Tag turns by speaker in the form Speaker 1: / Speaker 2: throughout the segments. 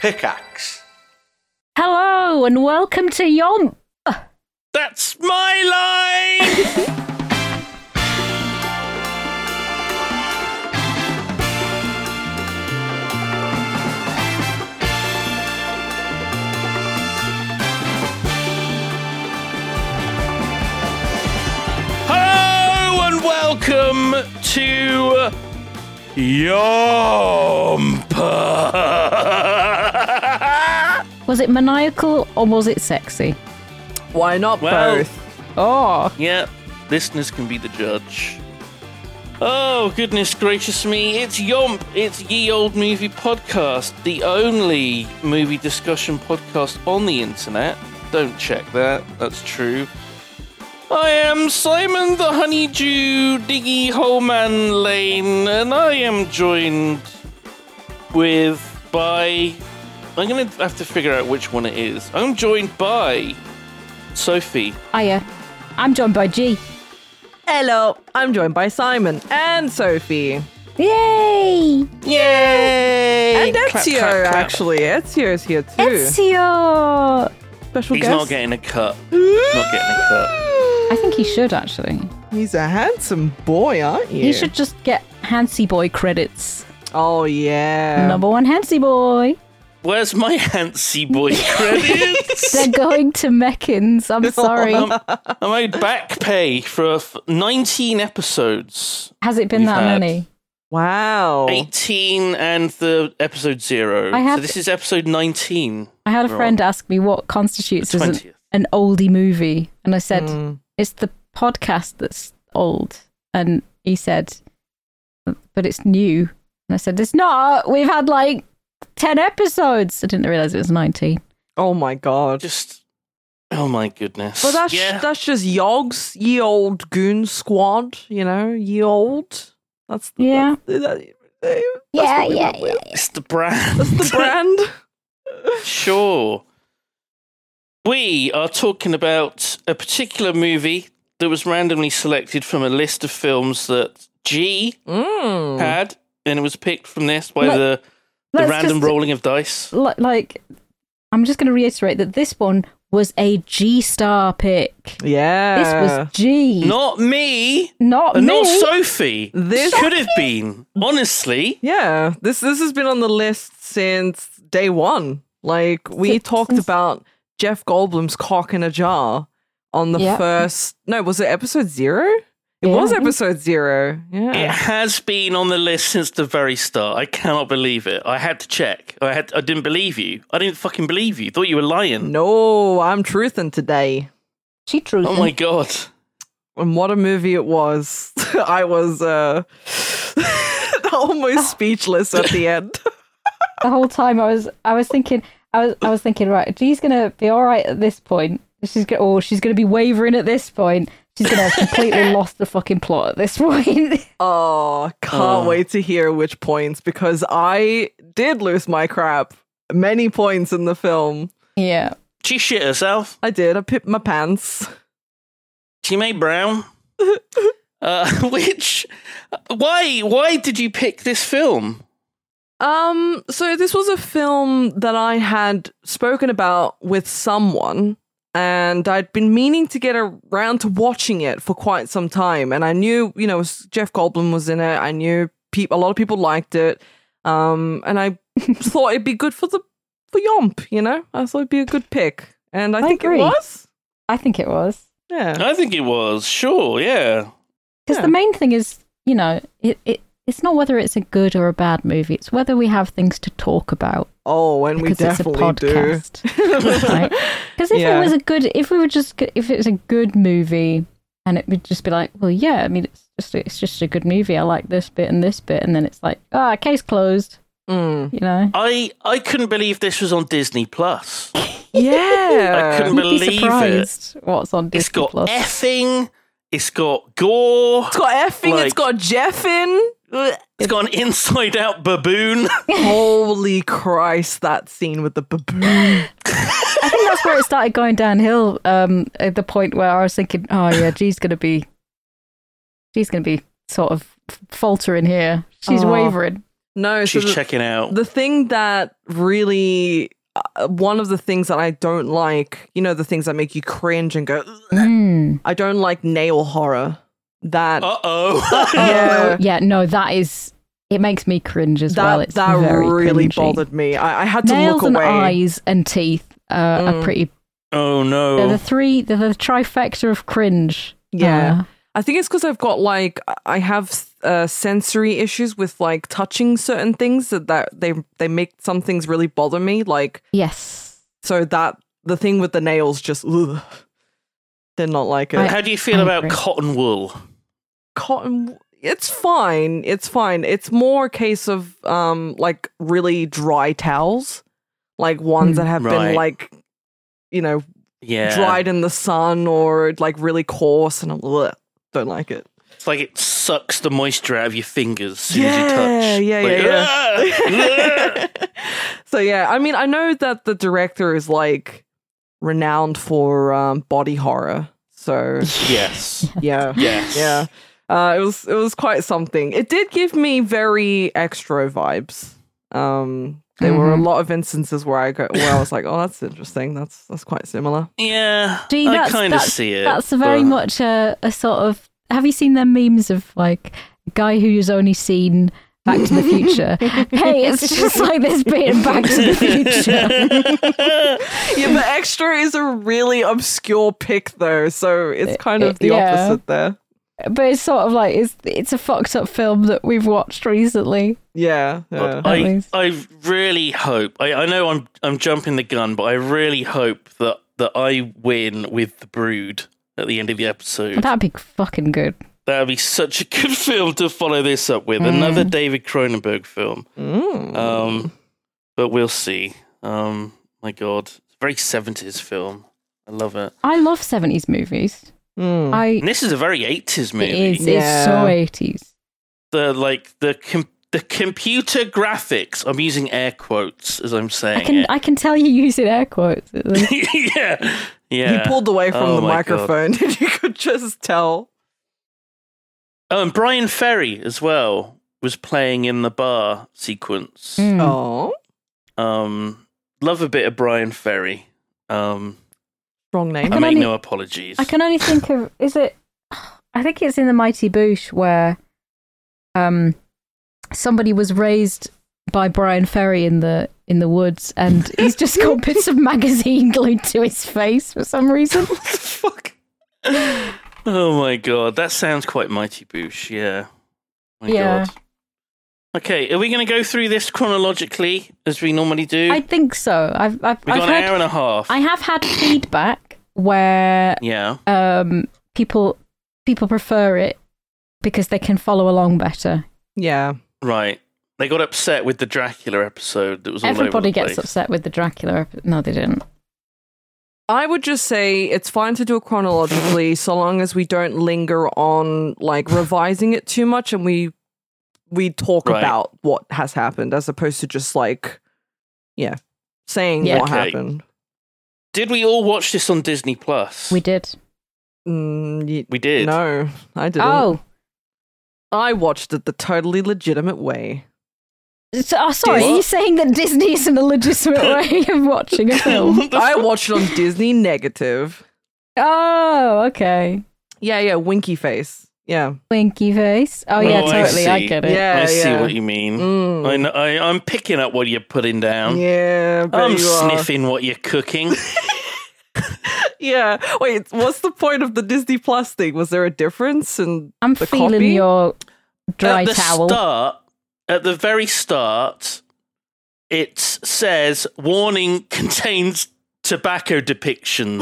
Speaker 1: Pickaxe.
Speaker 2: Hello and welcome to Yomp.
Speaker 3: That's my line! Hello and welcome to Yomp.
Speaker 2: Was it maniacal or was it sexy?
Speaker 4: Why not
Speaker 3: Well-
Speaker 4: both?
Speaker 2: Oh,
Speaker 3: Yeah, listeners can be the judge. Oh, goodness gracious me. It's Yomp. It's Ye Old Movie Podcast, the only movie discussion podcast on the internet. Don't check that, that's true. I am Simon the Honeydew Diggy Holeman Lane, and I am joined with by. I'm gonna have to figure out which one it is. I'm joined by Sophie.
Speaker 2: hiya. I'm joined by G.
Speaker 4: Hello, I'm joined by Simon and Sophie.
Speaker 2: Yay!
Speaker 3: Yay!
Speaker 4: And Ezio,
Speaker 3: Clap, clap, clap.
Speaker 4: actually. Ezio's here too.
Speaker 2: Ezio!
Speaker 4: Special
Speaker 3: He's
Speaker 4: guest.
Speaker 3: not getting a cut. Not getting a cut.
Speaker 2: I think he should actually.
Speaker 4: He's a handsome boy, aren't you?
Speaker 2: He should just get Hansi Boy credits.
Speaker 4: Oh, yeah.
Speaker 2: Number one Hansi Boy.
Speaker 3: Where's my Hansi boy credits?
Speaker 2: They're going to Meccans. I'm sorry.
Speaker 3: I'm owed back pay for f- 19 episodes,
Speaker 2: Has it been
Speaker 3: We've
Speaker 2: that
Speaker 3: had-
Speaker 2: many?
Speaker 4: Wow.
Speaker 3: 18 and the episode zero.
Speaker 2: I
Speaker 3: So
Speaker 2: have-
Speaker 3: this is episode 19.
Speaker 2: I had a friend ask me what constitutes as an,
Speaker 3: 20th.
Speaker 2: an oldie movie, and I said
Speaker 3: Hmm.
Speaker 2: it's the podcast that's old, and he said, but it's new, and I said it's not. We've had like ten episodes. I didn't realize it was nineteen.
Speaker 4: Oh, my God.
Speaker 3: Just, oh my goodness.
Speaker 4: But that's
Speaker 3: yeah.
Speaker 4: that's just Yogg's ye old goon squad, you know, ye old. That's
Speaker 2: Yeah.
Speaker 4: That's, that, that's
Speaker 2: Yeah,
Speaker 4: what we
Speaker 2: yeah,
Speaker 4: went with.
Speaker 3: it's the brand.
Speaker 4: That's the brand.
Speaker 3: Sure. We are talking about a particular movie that was randomly selected from a list of films that G
Speaker 4: Mm.
Speaker 3: had, and it was picked from this by
Speaker 2: Let-
Speaker 3: the, the
Speaker 2: Let's
Speaker 3: random
Speaker 2: just-
Speaker 3: rolling of dice.
Speaker 2: li- Like, I'm just going to reiterate that this one was a G star pick.
Speaker 4: Yeah.
Speaker 2: This was G,
Speaker 3: Not me,
Speaker 2: not
Speaker 3: and not
Speaker 2: Mm. me.
Speaker 3: Sophie.
Speaker 4: This-
Speaker 3: could have been, honestly.
Speaker 4: Yeah, this this has been on the list since day one. Like we
Speaker 2: Since-
Speaker 4: talked
Speaker 2: since-
Speaker 4: about Jeff Goldblum's cock in a jar on the
Speaker 2: Yeah.
Speaker 4: first. No, was it episode zero? It
Speaker 2: Yeah,
Speaker 4: was
Speaker 2: I think-
Speaker 4: episode zero. Yeah.
Speaker 3: It has been on the list since the very start. I cannot believe it. I had to check. I had. I didn't believe you. I didn't fucking believe you. Thought you were lying.
Speaker 4: No, I'm truthing today.
Speaker 2: She truth.
Speaker 3: Oh my god.
Speaker 4: And what a movie it was. I was uh almost speechless at the end.
Speaker 2: the whole time I was I was thinking I was I was thinking right G's gonna be all right at this point she's gonna oh she's gonna be wavering at this point she's gonna have completely lost the fucking plot at this point
Speaker 4: Oh, can't
Speaker 3: Oh.
Speaker 4: wait to hear which points because I did lose my crap many points in the film.
Speaker 2: yeah
Speaker 3: She shit herself.
Speaker 4: I did. I pipped my pants.
Speaker 3: Teammate Brown. uh, which why why did you pick this film?
Speaker 4: Um, so this was a film that I had spoken about with someone, and I'd been meaning to get around to watching it for quite some time. And I knew, you know, s- Jeff Goldblum was in it. I knew peop a lot of people liked it. Um, and I thought it'd be good for the for Yomp. You know, I thought it'd be a good pick, and I,
Speaker 2: I
Speaker 4: think
Speaker 2: agree.
Speaker 4: it was.
Speaker 2: I think it was
Speaker 4: Yeah.
Speaker 3: I think it was sure, yeah.
Speaker 2: because
Speaker 4: Yeah.
Speaker 2: the main thing is you know it, it it's not whether it's a good or a bad movie it's whether we have things to talk about
Speaker 4: Oh, and we
Speaker 2: because it's a
Speaker 4: definitely do.
Speaker 2: podcast because if
Speaker 4: Yeah.
Speaker 2: it was a good if we were just g- if it was a good movie and it would just be like well yeah i mean it's just it's just a good movie i like this bit and this bit and then it's like ah case closed
Speaker 4: Mm.
Speaker 2: you know
Speaker 3: I I couldn't believe this was on Disney Plus. I
Speaker 4: Yeah.
Speaker 3: couldn't
Speaker 2: You'd
Speaker 3: believe
Speaker 2: be
Speaker 3: it.
Speaker 2: surprised what's on Disney
Speaker 3: It's got
Speaker 2: Plus.
Speaker 3: effing. It's got gore.
Speaker 4: It's got effing. it's
Speaker 3: Like-
Speaker 4: got Jeff in. Ugh.
Speaker 3: It's got an inside out baboon.
Speaker 4: Holy Christ, that scene with the baboon.
Speaker 2: I think that's where it started going downhill. Um, at the point where I was thinking, oh yeah, G's gonna be, G's gonna be sort of faltering here. She's
Speaker 4: Oh.
Speaker 2: wavering.
Speaker 4: No, so
Speaker 3: She's
Speaker 4: the,
Speaker 3: checking out.
Speaker 4: the thing that really uh, one of the things that I don't like, you know, the things that make you cringe and go, "Ugh,"
Speaker 2: Mm.
Speaker 4: I don't like nail horror. That
Speaker 3: Uh oh.
Speaker 4: yeah,
Speaker 2: Yeah, no, that is. It makes me cringe as
Speaker 4: that
Speaker 2: well. It's
Speaker 4: that
Speaker 2: very
Speaker 4: really
Speaker 2: cringy.
Speaker 4: bothered me. I, I had to
Speaker 2: Nails
Speaker 4: look
Speaker 2: and
Speaker 4: away. Mm.
Speaker 2: eyes and teeth uh, are pretty.
Speaker 3: oh
Speaker 2: They're
Speaker 3: no.
Speaker 2: the three. They're the trifecta of cringe.
Speaker 4: Yeah.
Speaker 2: Uh,
Speaker 4: I think it's because I've got like I have uh, sensory issues with like touching certain things that, that they they make some things really bother me. Like
Speaker 2: yes.
Speaker 4: so that the thing with the nails just ugh, did not like it.
Speaker 2: I-
Speaker 3: How do you feel
Speaker 2: I
Speaker 3: about
Speaker 2: agree.
Speaker 3: cotton wool?
Speaker 4: Cotton, it's fine. It's fine. It's more a case of um like really dry towels, like ones
Speaker 2: Hmm.
Speaker 4: that have been
Speaker 3: Right.
Speaker 4: like you know
Speaker 3: Yeah.
Speaker 4: dried in the sun or like really coarse and I'm, ugh, don't like it.
Speaker 3: It's like it sucks the moisture out of your fingers as soon
Speaker 4: Yeah,
Speaker 3: as you touch.
Speaker 4: yeah,
Speaker 3: Like, "Ah! Ah!"
Speaker 4: so yeah, I mean, I know that the director is like renowned for um, body horror. So
Speaker 3: yes.
Speaker 4: yeah,
Speaker 3: Yes.
Speaker 4: yeah, uh, it was it was quite something. It did give me very extra vibes. Um, there were a
Speaker 2: Mhm.
Speaker 4: lot of instances where I go, where I was like, oh, that's interesting. That's that's quite similar.
Speaker 3: Yeah.
Speaker 2: See,
Speaker 3: I
Speaker 2: that's-
Speaker 3: kind of
Speaker 2: that's-
Speaker 3: see it.
Speaker 2: That's very
Speaker 3: but-
Speaker 2: much a, a sort of. Have you seen them memes of like a guy who's only seen Back to the Future? hey, it's just like this bit in Back to the Future.
Speaker 4: yeah, but extra is a really obscure pick though, so it's kind of the
Speaker 2: Yeah.
Speaker 4: opposite there.
Speaker 2: But it's sort of like it's it's a fucked up film that we've watched recently.
Speaker 4: Yeah, yeah.
Speaker 3: But I,
Speaker 2: least.
Speaker 3: I really hope. I, I know I'm I'm jumping the gun, but I really hope that that I win with the Brood at the end of the episode.
Speaker 2: That'd be fucking good.
Speaker 3: That would be such a good film to follow this up with. Another
Speaker 2: Mm.
Speaker 3: David Cronenberg film.
Speaker 4: Mm.
Speaker 3: Um, but we'll see. Um, my God, it's a very seventies film. I love it.
Speaker 2: I love seventies movies.
Speaker 4: Mm.
Speaker 2: I
Speaker 3: And this is a very eighties
Speaker 2: it
Speaker 3: movie.
Speaker 2: is it's
Speaker 4: Yeah.
Speaker 2: so eighties.
Speaker 3: The like the com- the computer graphics. I'm using air quotes as I'm saying
Speaker 2: I can
Speaker 3: it.
Speaker 2: I can tell you using air quotes. It's
Speaker 3: yeah,
Speaker 4: He
Speaker 3: yeah.
Speaker 4: pulled away from
Speaker 3: Oh
Speaker 4: the
Speaker 3: my
Speaker 4: microphone, and you could just tell.
Speaker 3: Oh, and Brian Ferry as well was playing in the bar sequence.
Speaker 2: Mm.
Speaker 4: Oh,
Speaker 3: Um, love a bit of Brian Ferry. Um,
Speaker 4: wrong name.
Speaker 3: I
Speaker 2: can
Speaker 3: make
Speaker 2: only-
Speaker 3: no apologies.
Speaker 2: I can only think of is it I think it's in the Mighty Boosh where um somebody was raised by Brian Ferry in the in the woods and he's just got bits of magazine glued to his face for some reason.
Speaker 3: what the fuck? Oh my god, that sounds quite mighty boosh, yeah. My
Speaker 2: Yeah.
Speaker 3: god. Okay, are we going to go through this chronologically as we normally do?
Speaker 2: I think so. I've I've,
Speaker 3: We've
Speaker 2: I've
Speaker 3: got an hour
Speaker 2: had,
Speaker 3: and a half.
Speaker 2: I have had feedback where
Speaker 3: yeah.
Speaker 2: um people people prefer it because they can follow along better.
Speaker 4: Yeah,
Speaker 3: Right. They got upset with the Dracula episode that was all over
Speaker 2: Everybody
Speaker 3: the
Speaker 2: gets
Speaker 3: place.
Speaker 2: upset with the Dracula. ep- No, they didn't.
Speaker 4: I would just say it's fine to do it chronologically, so long as we don't linger on like revising it too much, and we we talk
Speaker 3: Right.
Speaker 4: about what has happened as opposed to just like yeah, saying
Speaker 2: Yeah.
Speaker 4: what
Speaker 3: Okay.
Speaker 4: happened.
Speaker 3: Did we all watch this on Disney Plus?
Speaker 2: We did.
Speaker 4: Mm, y-
Speaker 3: We did.
Speaker 4: No, I didn't.
Speaker 2: Oh,
Speaker 4: I watched it the totally legitimate way.
Speaker 2: So, oh, sorry,
Speaker 3: Dis-
Speaker 2: are you saying that Disney isn't a legitimate way of watching a film?
Speaker 3: What the
Speaker 4: I
Speaker 3: fuck?
Speaker 4: watched it on Disney Negative.
Speaker 2: oh, okay.
Speaker 4: Yeah, yeah, winky face. Yeah,
Speaker 2: Winky face. Oh, yeah,
Speaker 3: Oh, I
Speaker 2: totally. I,
Speaker 3: see.
Speaker 2: get it.
Speaker 4: yeah,
Speaker 3: I see
Speaker 4: yeah.
Speaker 3: what you mean.
Speaker 4: Mm.
Speaker 3: I know, I, I'm picking up what you're putting down.
Speaker 4: Yeah, but
Speaker 3: I'm
Speaker 4: you are.
Speaker 3: sniffing what you're cooking.
Speaker 4: Yeah. Wait, what's the point of the Disney Plus thing? Was there a difference? And
Speaker 2: I'm
Speaker 4: The
Speaker 2: feeling
Speaker 4: copy?
Speaker 2: your dry
Speaker 3: at the
Speaker 2: towel.
Speaker 3: start, at the very start, it says warning contains tobacco depictions.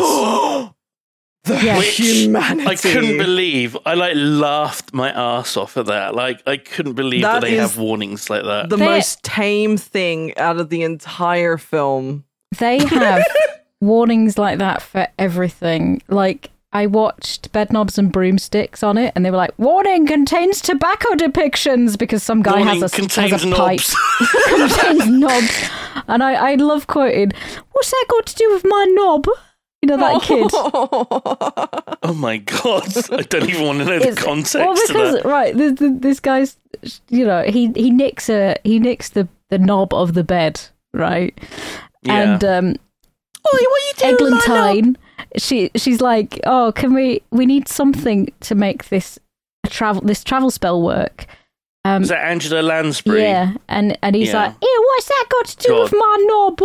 Speaker 2: Yeah.
Speaker 3: Which
Speaker 4: humanity.
Speaker 3: I couldn't believe. I like laughed my ass off at that. Like I couldn't believe that,
Speaker 4: That
Speaker 3: they
Speaker 4: is
Speaker 3: have warnings like that.
Speaker 4: the
Speaker 2: They-
Speaker 4: most tame thing out of the entire film.
Speaker 2: They have warnings like that for everything. Like, I watched Bedknobs and Broomsticks on it, and they were like, warning contains tobacco depictions because some guy
Speaker 3: warning
Speaker 2: has a,
Speaker 3: contains
Speaker 2: has a pipe.
Speaker 3: knobs.
Speaker 2: contains knobs. And I, I love quoting, what's that got to do with my knob? You know that kid.
Speaker 3: Oh my god! I don't even want to know the
Speaker 2: It's-
Speaker 3: context
Speaker 2: Well,
Speaker 3: of
Speaker 2: because
Speaker 3: that.
Speaker 2: right, this, this- this guy's, you know, he he nicks a he nicks the the knob of the bed, right?
Speaker 3: Yeah.
Speaker 2: And um,
Speaker 3: Oi, what are you doing? with my knob?
Speaker 2: Eglantine, she she's like, oh, can we we need something to make this travel this travel spell work? Um,
Speaker 3: Is that Angela Lansbury?
Speaker 2: yeah, and and he's
Speaker 3: Yeah.
Speaker 2: like, ew, what's that got to do
Speaker 3: God.
Speaker 2: with my knob?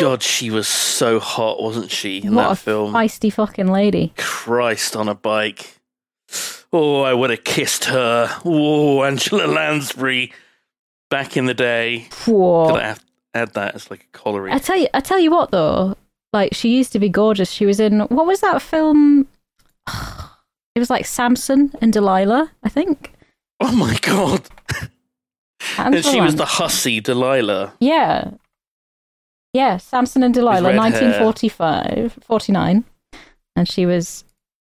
Speaker 3: God, she was so hot, wasn't she? In
Speaker 2: what
Speaker 3: that
Speaker 2: a
Speaker 3: film.
Speaker 2: feisty fucking lady.
Speaker 3: Christ on a bike. Oh, I would have kissed her. Whoa, Angela Lansbury. Back in the day. Could I
Speaker 2: Whoa.
Speaker 3: have- add that as like a colliery?
Speaker 2: I tell you, I tell you what though, like she used to be gorgeous. She was in what was that film? It was like Samson and Delilah, I think.
Speaker 3: Oh my god. And she
Speaker 2: Angela
Speaker 3: was
Speaker 2: Lansbury.
Speaker 3: the hussy Delilah.
Speaker 2: Yeah. Yeah, Samson and Delilah,
Speaker 3: red hair.
Speaker 2: 1945, 49. And she was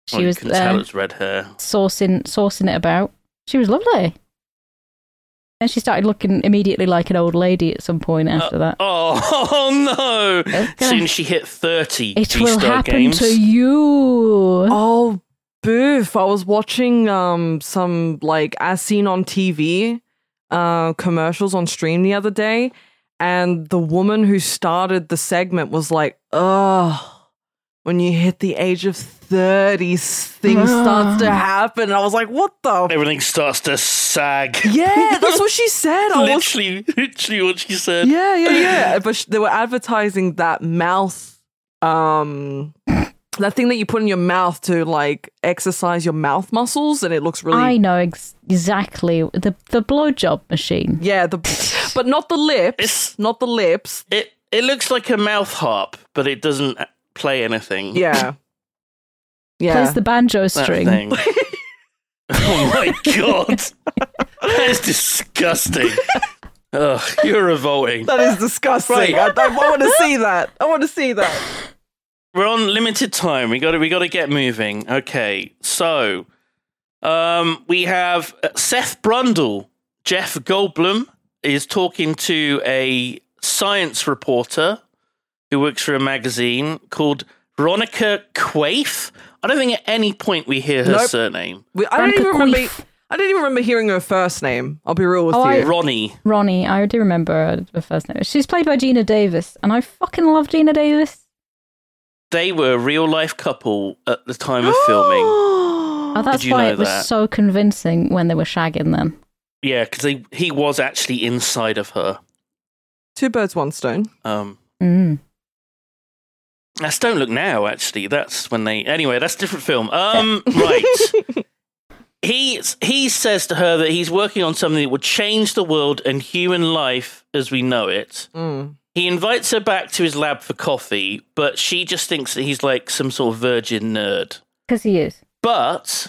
Speaker 2: she
Speaker 3: oh, you
Speaker 2: was
Speaker 3: can tell
Speaker 2: uh,
Speaker 3: it's red hair.
Speaker 2: sourcing sourcing it about. She was lovely. Then she started looking immediately like an old lady at some point after that.
Speaker 3: Oh, oh, no.
Speaker 2: It's gonna-
Speaker 3: Soon as she hit 30
Speaker 2: It
Speaker 3: G
Speaker 2: will
Speaker 3: Star
Speaker 2: happen
Speaker 3: games.
Speaker 2: to you.
Speaker 4: Oh, boof. I was watching um some like as seen on TV uh commercials on stream the other day and the woman who started the segment was like, "Ugh, when you hit the age of 30, things starts to happen." And I was like, "What the?" f-
Speaker 3: Everything starts to sag.
Speaker 4: Yeah, that's what she said. I was
Speaker 3: literally, literally what she said.
Speaker 4: Yeah, yeah, yeah. But sh- they were advertising that mouth, um, that thing that you put in your mouth to like exercise your mouth muscles, and it looks really.
Speaker 2: I know ex- exactly the the blowjob machine.
Speaker 4: yeah, the but not the lips,
Speaker 3: It's-
Speaker 4: not the lips.
Speaker 3: It it looks like a mouth harp, but it doesn't play anything.
Speaker 2: Plays
Speaker 4: Yeah, yeah.
Speaker 2: the banjo
Speaker 3: That
Speaker 2: string.
Speaker 3: thing. oh my god, that is disgusting. Ugh, you're revolting.
Speaker 4: that is disgusting.
Speaker 3: Right.
Speaker 4: I, I, want to see that. I want to see that.
Speaker 3: We're on limited time. We got to we got to get moving. Okay, so um, we have Seth Brundle, Jeff Goldblum is talking to a science reporter who works for a magazine called Veronica Quaife. I don't think at any point we hear her
Speaker 4: Nope.
Speaker 3: surname.
Speaker 4: We- I don't
Speaker 2: Veronica
Speaker 4: even remember.
Speaker 2: Queef.
Speaker 4: I don't even remember hearing her first name. I'll be real with
Speaker 2: Oh, I-
Speaker 4: you.
Speaker 3: Ronnie.
Speaker 2: Ronnie, I do remember her, her first name. She's played by Gina Davis, and I fucking love Gina Davis.
Speaker 3: They were a real life couple at the time of filming.
Speaker 2: Oh, that's
Speaker 3: you
Speaker 2: why
Speaker 3: know
Speaker 2: it was
Speaker 3: that?
Speaker 2: so convincing when they were shagging them.
Speaker 3: Yeah, because he was actually inside of her.
Speaker 4: Two birds, one stone.
Speaker 3: Um,
Speaker 2: Mm.
Speaker 3: that's Don't Look Now, actually. That's when they. Anyway, that's a different film. Um, right. He, he says to her that he's working on something that will change the world and human life as we know it.
Speaker 4: Mm.
Speaker 3: He invites her back to his lab for coffee, but she just thinks that he's like some sort of virgin nerd.
Speaker 2: Because he is.
Speaker 3: But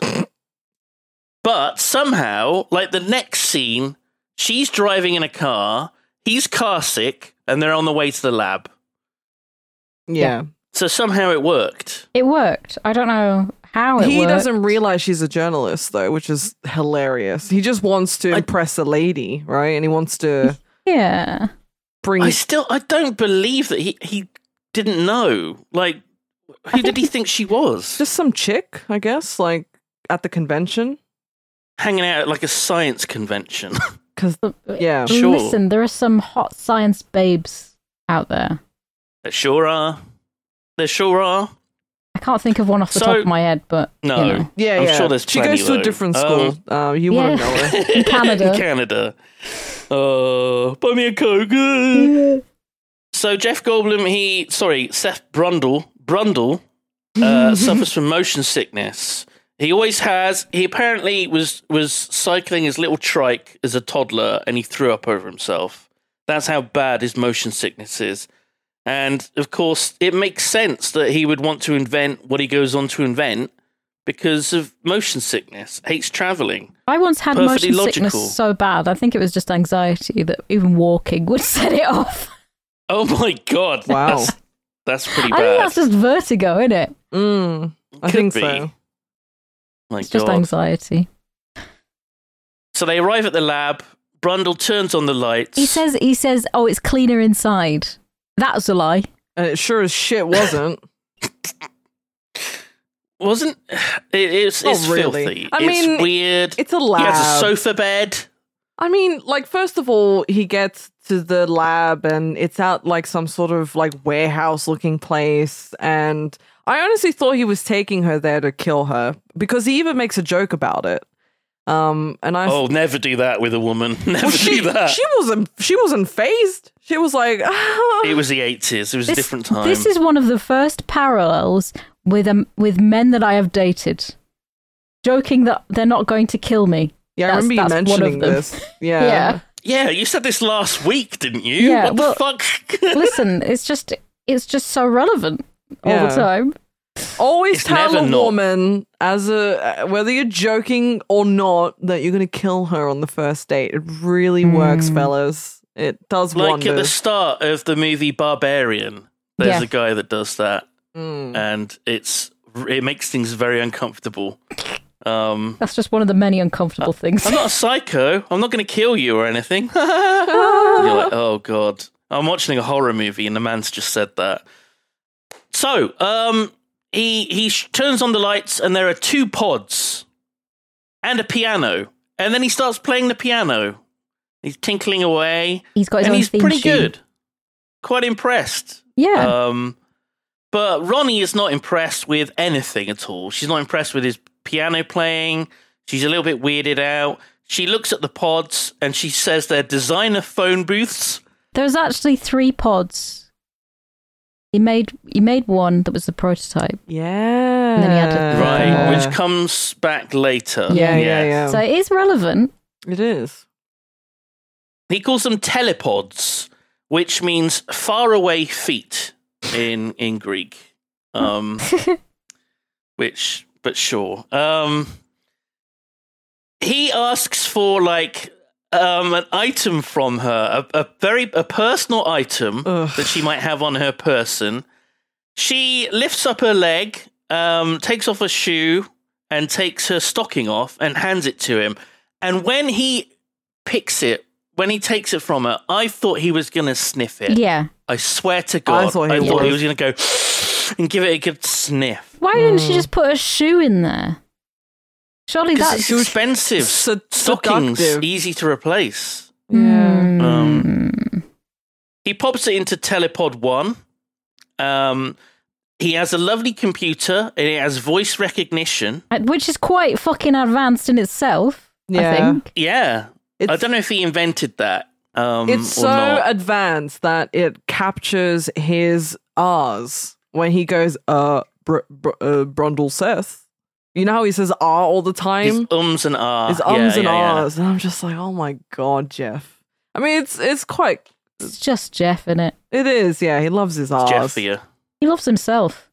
Speaker 3: but somehow, like the next scene, she's driving in a car, he's car sick, and they're on the way to the lab.
Speaker 4: Yeah.
Speaker 3: So somehow it worked.
Speaker 2: It worked. I don't know how it
Speaker 4: he
Speaker 2: worked.
Speaker 4: doesn't realize she's a journalist though, which is hilarious. He just wants to
Speaker 3: I-
Speaker 4: impress a lady, right? And he wants to
Speaker 2: Yeah.
Speaker 4: bring.
Speaker 3: I still I don't believe that he he didn't know. Like who did
Speaker 2: think
Speaker 3: he think she was? Just
Speaker 4: just some chick, I guess, like at the convention.
Speaker 3: hanging out at like a science convention.
Speaker 4: Because yeah,
Speaker 3: Sure.
Speaker 2: Listen, there are some hot science babes out there.
Speaker 3: there sure are. There sure are.
Speaker 2: I can't think of one off the
Speaker 3: So-
Speaker 2: top of my head, but you
Speaker 3: No.
Speaker 2: know.
Speaker 4: yeah,
Speaker 3: I'm
Speaker 4: yeah.
Speaker 3: sure there's
Speaker 4: she
Speaker 3: plenty,
Speaker 4: goes to
Speaker 3: though. Um,
Speaker 4: a different school. Uh, you
Speaker 2: Yeah.
Speaker 4: want to know her?
Speaker 2: In Canada.
Speaker 3: In Canada. Uh, buy me a coke.
Speaker 2: Mm.
Speaker 3: So Jeff Goldblum, he sorry, Seth Brundle, Brundle uh, suffers from motion sickness. He always has. He apparently was was cycling his little trike as a toddler, and he threw up over himself. That's how bad his motion sickness is. And of course, it makes sense that he would want to invent what he goes on to invent because of motion sickness. Hates traveling.
Speaker 2: I once had
Speaker 3: Perfectly
Speaker 2: motion sickness
Speaker 3: logical.
Speaker 2: so bad. I think it was just anxiety that even walking would set it off.
Speaker 3: Oh my god!
Speaker 4: Wow.
Speaker 3: that's, that's pretty
Speaker 2: I think
Speaker 3: bad.
Speaker 2: that's just vertigo, isn't it?
Speaker 4: Mm, I
Speaker 3: Could
Speaker 4: think
Speaker 3: be.
Speaker 4: so.
Speaker 3: my
Speaker 2: It's just
Speaker 3: God.
Speaker 2: anxiety.
Speaker 3: So they arrive at the lab. Brundle turns on the lights.
Speaker 2: He says, he says, oh, it's cleaner inside. That was a lie.
Speaker 4: And it sure as shit wasn't.
Speaker 3: Wasn't it, it's
Speaker 4: Not
Speaker 3: it's
Speaker 4: really.
Speaker 3: filthy.
Speaker 4: I
Speaker 3: it's
Speaker 4: mean,
Speaker 3: weird.
Speaker 4: It's a
Speaker 3: he
Speaker 4: lab.
Speaker 3: has a sofa bed.
Speaker 4: I mean, like first of all, he gets to the lab and it's out like some sort of like warehouse looking place and I honestly thought he was taking her there to kill her because he even makes a joke about it. Um and I
Speaker 3: Oh, never do that with a woman. Never
Speaker 4: Well, she,
Speaker 3: do that.
Speaker 4: she wasn't she wasn't phased. She was like
Speaker 3: it was the eighties. It was a different time.
Speaker 2: This is one of the first parallels with um, with men that I have dated, joking that they're not going to kill me.
Speaker 4: Yeah, I
Speaker 2: That's-
Speaker 4: remember you
Speaker 2: that's one of
Speaker 4: mentioning
Speaker 2: them.
Speaker 4: this. Yeah.
Speaker 3: yeah, you said this last week, didn't you?
Speaker 2: Yeah,
Speaker 3: what the
Speaker 2: well-
Speaker 3: fuck?
Speaker 2: Listen, it's just it's just so relevant all
Speaker 4: Yeah.
Speaker 2: the time.
Speaker 4: Always
Speaker 3: It's
Speaker 4: tell
Speaker 3: never
Speaker 4: a
Speaker 3: not.
Speaker 4: woman as a uh, whether you're joking or not that you're going to kill her on the first date. It really
Speaker 2: Hmm.
Speaker 4: works, fellas. It does
Speaker 3: like at the
Speaker 4: wonders.
Speaker 3: start of the movie Barbarian, there's
Speaker 2: Yeah.
Speaker 3: a guy that does that,
Speaker 4: Mm.
Speaker 3: and it's it makes things very uncomfortable. Um,
Speaker 2: That's just one of the many uncomfortable things.
Speaker 3: I'm not a psycho. I'm not going to kill you or anything. You're like, oh god, I'm watching a horror movie, and the man's just said that. So, um, he he sh- turns on the lights, and there are two pods and a piano, and then he starts playing the piano. He's tinkling away,
Speaker 2: He's got his
Speaker 3: and
Speaker 2: own
Speaker 3: he's
Speaker 2: theme
Speaker 3: pretty
Speaker 2: tune.
Speaker 3: good. Quite impressed.
Speaker 2: Yeah,
Speaker 3: Um, but Ronnie is not impressed with anything at all. She's not impressed with his piano playing. She's a little bit weirded out. She looks at the pods and she says they're designer phone booths.
Speaker 2: there's actually three pods. He made he made one that was the prototype.
Speaker 4: yeah.
Speaker 2: then he had to-
Speaker 3: Right,
Speaker 2: Yeah.
Speaker 3: which comes back later.
Speaker 4: yeah, yeah, yeah.
Speaker 2: So it is relevant.
Speaker 4: it is.
Speaker 3: He calls them telepods, which means far away feet in in Greek. Um, which, but sure. Um, he asks for like um, an item from her, a, a very a personal item
Speaker 4: Ugh.
Speaker 3: that she might have on her person. She lifts up her leg, um, takes off a shoe, and takes her stocking off and hands it to him. And when he picks it, when he takes it from her, I thought he was going to sniff it.
Speaker 2: Yeah.
Speaker 3: I swear to God, I
Speaker 4: thought
Speaker 3: thought
Speaker 4: he
Speaker 3: he was,
Speaker 4: was.
Speaker 3: going to go and give it a good sniff.
Speaker 2: Why didn't
Speaker 4: Mm.
Speaker 2: she just put a shoe in there? Surely
Speaker 3: Because
Speaker 2: that's
Speaker 3: it's expensive.
Speaker 4: Sed-
Speaker 3: Stockings
Speaker 4: seductive.
Speaker 3: easy to replace.
Speaker 2: Hmm.
Speaker 4: Yeah.
Speaker 3: Um, he pops it into Telepod One. Um, he has a lovely computer and it has voice recognition.
Speaker 2: Uh, which is quite fucking advanced in itself.
Speaker 4: Yeah.
Speaker 2: I think.
Speaker 3: Yeah,
Speaker 4: It's,
Speaker 3: I don't know if he invented that. Um,
Speaker 4: it's
Speaker 3: or
Speaker 4: so
Speaker 3: not.
Speaker 4: advanced that it captures his R's when he goes, uh, br- br- uh Brundle Seth. You know how he says R all the time?
Speaker 3: his ums and ahs.
Speaker 4: His ums and ahs, and I'm just like, oh my god, Jeff. I mean, it's it's quite.
Speaker 2: It's just Jeff in it.
Speaker 4: It is, yeah. He loves his ahs.
Speaker 3: Jeff for you.
Speaker 2: He loves himself.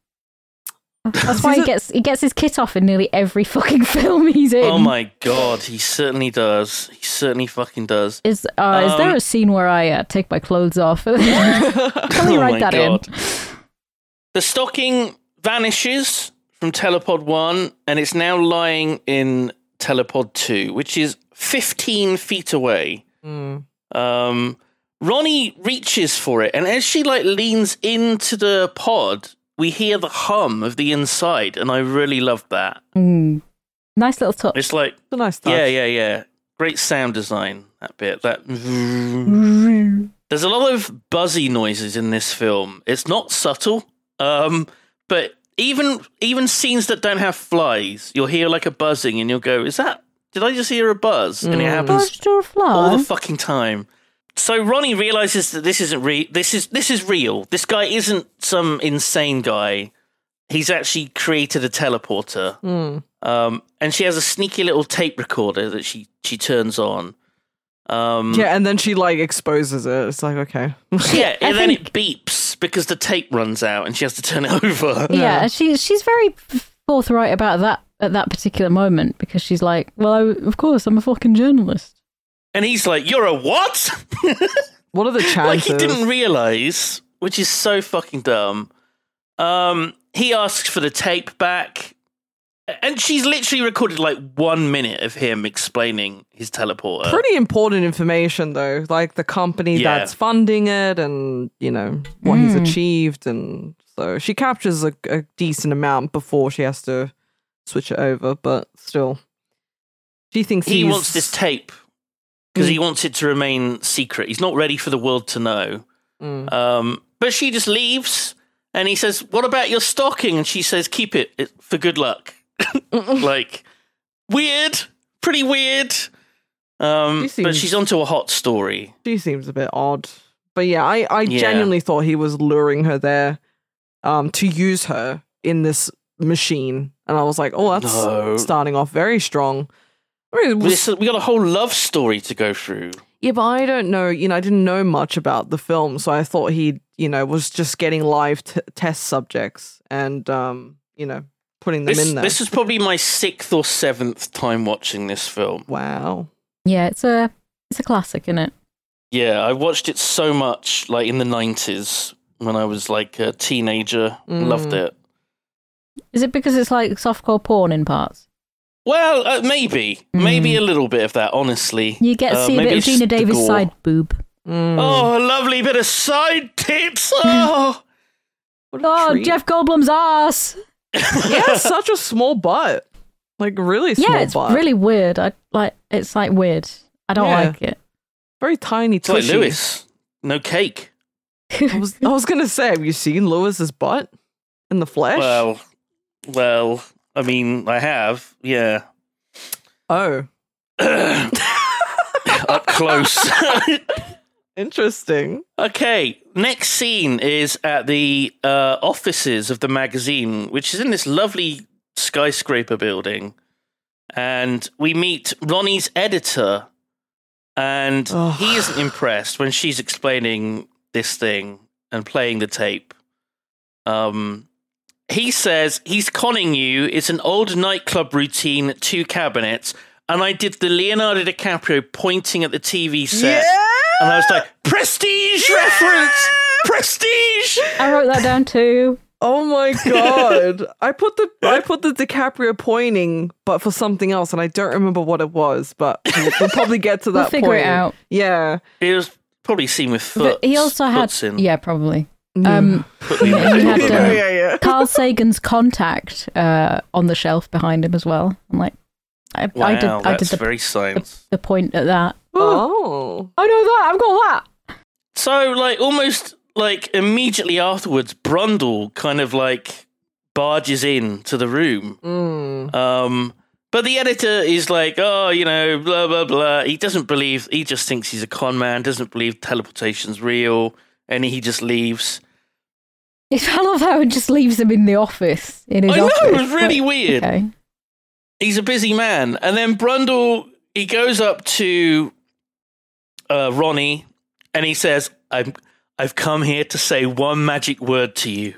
Speaker 2: That's why he gets he gets his kit off in nearly every fucking film he's in.
Speaker 3: Oh my god, he certainly does. He certainly fucking does.
Speaker 2: Is uh, is there
Speaker 3: Um,
Speaker 2: a scene where I uh, take my clothes off? Can we
Speaker 3: Oh
Speaker 2: write
Speaker 3: my
Speaker 2: that
Speaker 3: God.
Speaker 2: in?
Speaker 3: The stocking vanishes from Telepod 1 and it's now lying in Telepod 2, which is 15 feet away.
Speaker 4: Mm.
Speaker 3: Um, Ronnie reaches for it, and as she like leans into the pod, we hear the hum of the inside, and I really love that.
Speaker 2: Mm. Nice little touch.
Speaker 3: It's like,
Speaker 4: It's a nice touch.
Speaker 3: yeah, yeah, yeah. Great sound design, that bit. That There's a lot of buzzy noises in this film. It's not subtle, um, but even even scenes that don't have flies, you'll hear like a buzzing, and you'll go, "Is that? Did I just hear a buzz?" And it happens
Speaker 2: Buster Fly.
Speaker 3: all the fucking time. So Ronnie realizes that this isn't re- this is this is real. This guy isn't some insane guy. He's actually created a teleporter.
Speaker 2: Hmm.
Speaker 4: Mm.
Speaker 3: Um, and she has a sneaky little tape recorder that she she turns on. Um,
Speaker 4: Yeah, and then she like exposes it. It's like, okay.
Speaker 3: yeah,
Speaker 2: I
Speaker 3: and then
Speaker 2: think-
Speaker 3: it beeps because the tape runs out and she has to turn it over.
Speaker 2: yeah, and she she's very forthright about that at that particular moment because she's like, well, I, of course, I'm a fucking journalist.
Speaker 3: And he's like, You're a what?
Speaker 4: what are the chances?
Speaker 3: like he didn't realize, which is so fucking dumb. Um, he asks for the tape back. And she's literally recorded like one minute of him explaining his teleporter.
Speaker 4: Pretty important information though, like the company
Speaker 3: Yeah.
Speaker 4: that's funding it, and you know what he's
Speaker 2: Mm.
Speaker 4: achieved, and So she captures a, a decent amount before she has to switch it over, but still. She thinks
Speaker 3: He
Speaker 4: he's-
Speaker 3: wants this tape because he wants it to remain secret. He's not ready for the world to know.
Speaker 4: Mm.
Speaker 3: Um, but she just leaves, and he says, "What about your stocking?" And she says, "Keep it it- for good luck." like weird, pretty weird. Um,
Speaker 4: She
Speaker 3: but
Speaker 4: seems-
Speaker 3: she's onto a hot story.
Speaker 4: She seems a bit odd. But yeah, I, I
Speaker 3: Yeah.
Speaker 4: genuinely thought he was luring her there um, to use her in this machine. And I was like, oh, that's
Speaker 3: No.
Speaker 4: starting off very strong. I mean, it was-
Speaker 3: This, we got a whole love story to go through.
Speaker 4: yeah, but I don't know. You know, I didn't know much about the film. So I thought he, you know, was just getting live t- test subjects and, um, you know, putting them
Speaker 3: This,
Speaker 4: in there.
Speaker 3: this is probably my sixth or seventh time watching this film.
Speaker 4: wow.
Speaker 2: Yeah, it's a it's a classic, isn't it?
Speaker 3: Yeah, I watched it so much, like in the nineties when I was like a teenager.
Speaker 4: Mm.
Speaker 3: Loved it.
Speaker 2: Is it because it's like softcore porn in parts?
Speaker 3: Well, uh, maybe, maybe a little bit of that. Honestly,
Speaker 2: Mm. You get to
Speaker 3: Uh,
Speaker 2: see a
Speaker 3: maybe
Speaker 2: bit of
Speaker 3: it's
Speaker 2: Gina
Speaker 3: the
Speaker 2: Davis'
Speaker 3: gore.
Speaker 2: side boob.
Speaker 4: Mm.
Speaker 3: Oh, a lovely bit of side tits. Oh,
Speaker 4: what a
Speaker 2: Oh,
Speaker 4: treat.
Speaker 2: Jeff Goldblum's ass.
Speaker 4: He has such a small butt. Like, really small
Speaker 2: yeah, it's
Speaker 4: butt.
Speaker 2: really weird. I like it's like weird. I don't
Speaker 4: Yeah.
Speaker 2: like it.
Speaker 4: Very tiny
Speaker 3: it's like
Speaker 4: tushy.
Speaker 3: Lewis. No cake.
Speaker 4: I was, I was gonna say, have you seen Lewis's butt in the flesh?
Speaker 3: Well, well, I mean, I have. Yeah,
Speaker 4: oh,
Speaker 3: up close.
Speaker 4: interesting.
Speaker 3: Okay, next scene is at the uh, offices of the magazine, which is in this lovely skyscraper building. And we meet Ronnie's editor, and
Speaker 4: Ugh.
Speaker 3: he isn't impressed when she's explaining this thing and playing the tape. Um, he says he's conning you. It's an old nightclub routine, two cabinets, and I did the Leonardo DiCaprio pointing at the TV set. And I was like, prestige reference! Prestige!
Speaker 2: I wrote that down too.
Speaker 4: Oh my god! I put the I put the DiCaprio pointing, but for something else, and I don't remember what it was. But we'll, we'll probably get to that.
Speaker 2: We'll figure it
Speaker 4: point.
Speaker 2: out.
Speaker 4: Yeah.
Speaker 3: It was probably seen with foot.
Speaker 2: But he also had
Speaker 3: foots in.
Speaker 2: yeah, probably.
Speaker 4: Yeah.
Speaker 2: Um,
Speaker 3: Foot in.
Speaker 2: he had,
Speaker 4: yeah,
Speaker 2: um,
Speaker 4: yeah, yeah.
Speaker 2: Carl Sagan's contact uh, on the shelf behind him as well. I'm like, I,
Speaker 3: wow,
Speaker 2: I did,
Speaker 3: that's
Speaker 2: I did the,
Speaker 3: very science.
Speaker 2: the point at that.
Speaker 4: Oh,
Speaker 2: I know that. I've got
Speaker 3: So, like, almost like immediately afterwards, Brundle kind of like barges in to the room.
Speaker 4: mm.
Speaker 3: Um, but the editor is like, oh, you know, blah, blah, blah. He doesn't believe, he just thinks he's a con man, doesn't believe teleportation's real, and he just leaves.
Speaker 2: that. I love how it just leaves him in the office. In his
Speaker 3: I know, it
Speaker 2: office.
Speaker 3: was really weird.
Speaker 2: Okay.
Speaker 3: he's a busy man. And then Brundle, he goes up to uh, Ronnie and he says, I'm, I've come here to say one magic word to you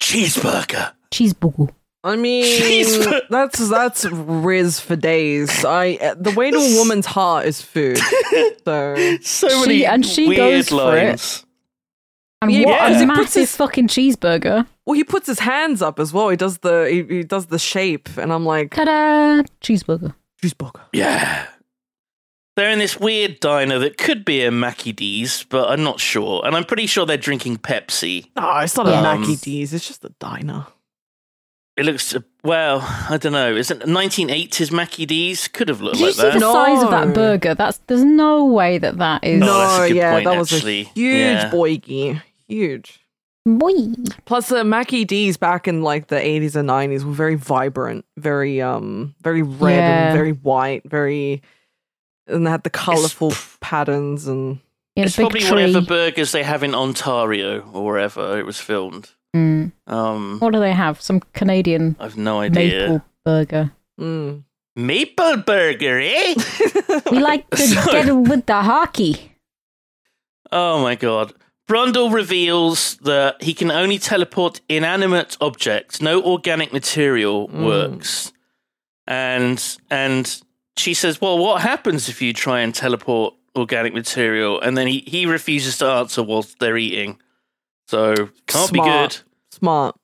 Speaker 3: cheeseburger.
Speaker 2: Cheeseburger.
Speaker 4: I mean,
Speaker 3: Jeez.
Speaker 4: that's that's riz for days. I uh, the way to a woman's heart is food. So
Speaker 3: So
Speaker 2: She-
Speaker 3: many
Speaker 2: and she
Speaker 3: weird
Speaker 2: goes for
Speaker 3: lines.
Speaker 2: And
Speaker 4: Yeah,
Speaker 2: what
Speaker 3: because
Speaker 2: a
Speaker 4: it puts
Speaker 2: massive
Speaker 4: his-
Speaker 2: fucking cheeseburger.
Speaker 4: Well, he puts his hands up as well. He does the he, he does the shape, and I'm like,
Speaker 2: Ta-da! Cheeseburger.
Speaker 4: cheeseburger.
Speaker 3: Yeah. They're in this weird diner that could be a Mackie D's, but I'm not sure. And I'm pretty sure they're drinking Pepsi.
Speaker 4: No, it's not
Speaker 3: Yeah. Um,
Speaker 4: a Mackie D's. It's just a diner.
Speaker 3: It looks, well, I don't know. Is it 1980s Mackie D's? Could have looked
Speaker 2: Did you
Speaker 3: like
Speaker 2: see
Speaker 3: that.
Speaker 2: the size of
Speaker 4: No.
Speaker 2: that burger? That's there's no way that that is.
Speaker 3: No, that's a good
Speaker 4: yeah,
Speaker 3: point,
Speaker 4: that was
Speaker 3: actually.
Speaker 4: a huge
Speaker 3: Yeah.
Speaker 4: boygie, huge.
Speaker 2: Boy.
Speaker 4: Plus, the Mackie D's back in like the 80s and 90s were very vibrant, very um, very red
Speaker 2: Yeah.
Speaker 4: and very white, very, and they had the colorful
Speaker 3: pr-
Speaker 4: patterns and
Speaker 2: Yeah,
Speaker 3: it's
Speaker 2: a big
Speaker 3: probably
Speaker 2: tree.
Speaker 3: whatever burgers they have in Ontario or wherever it was filmed.
Speaker 2: Mm.
Speaker 3: Um,
Speaker 2: What do they have? Some Canadian
Speaker 3: I've no
Speaker 2: maple
Speaker 3: idea.
Speaker 2: burger.
Speaker 4: mm.
Speaker 3: Maple, burger, eh?
Speaker 2: We like to
Speaker 3: Sorry.
Speaker 2: get with the hockey.
Speaker 3: oh my god. Brundle reveals that he can only teleport inanimate objects. No organic material
Speaker 4: Mm.
Speaker 3: works. And and she says, "Well, what happens if you try and teleport organic material?" And then he, he refuses to answer whilst they're eating. So can't be
Speaker 4: Smart.
Speaker 3: good.
Speaker 4: smart.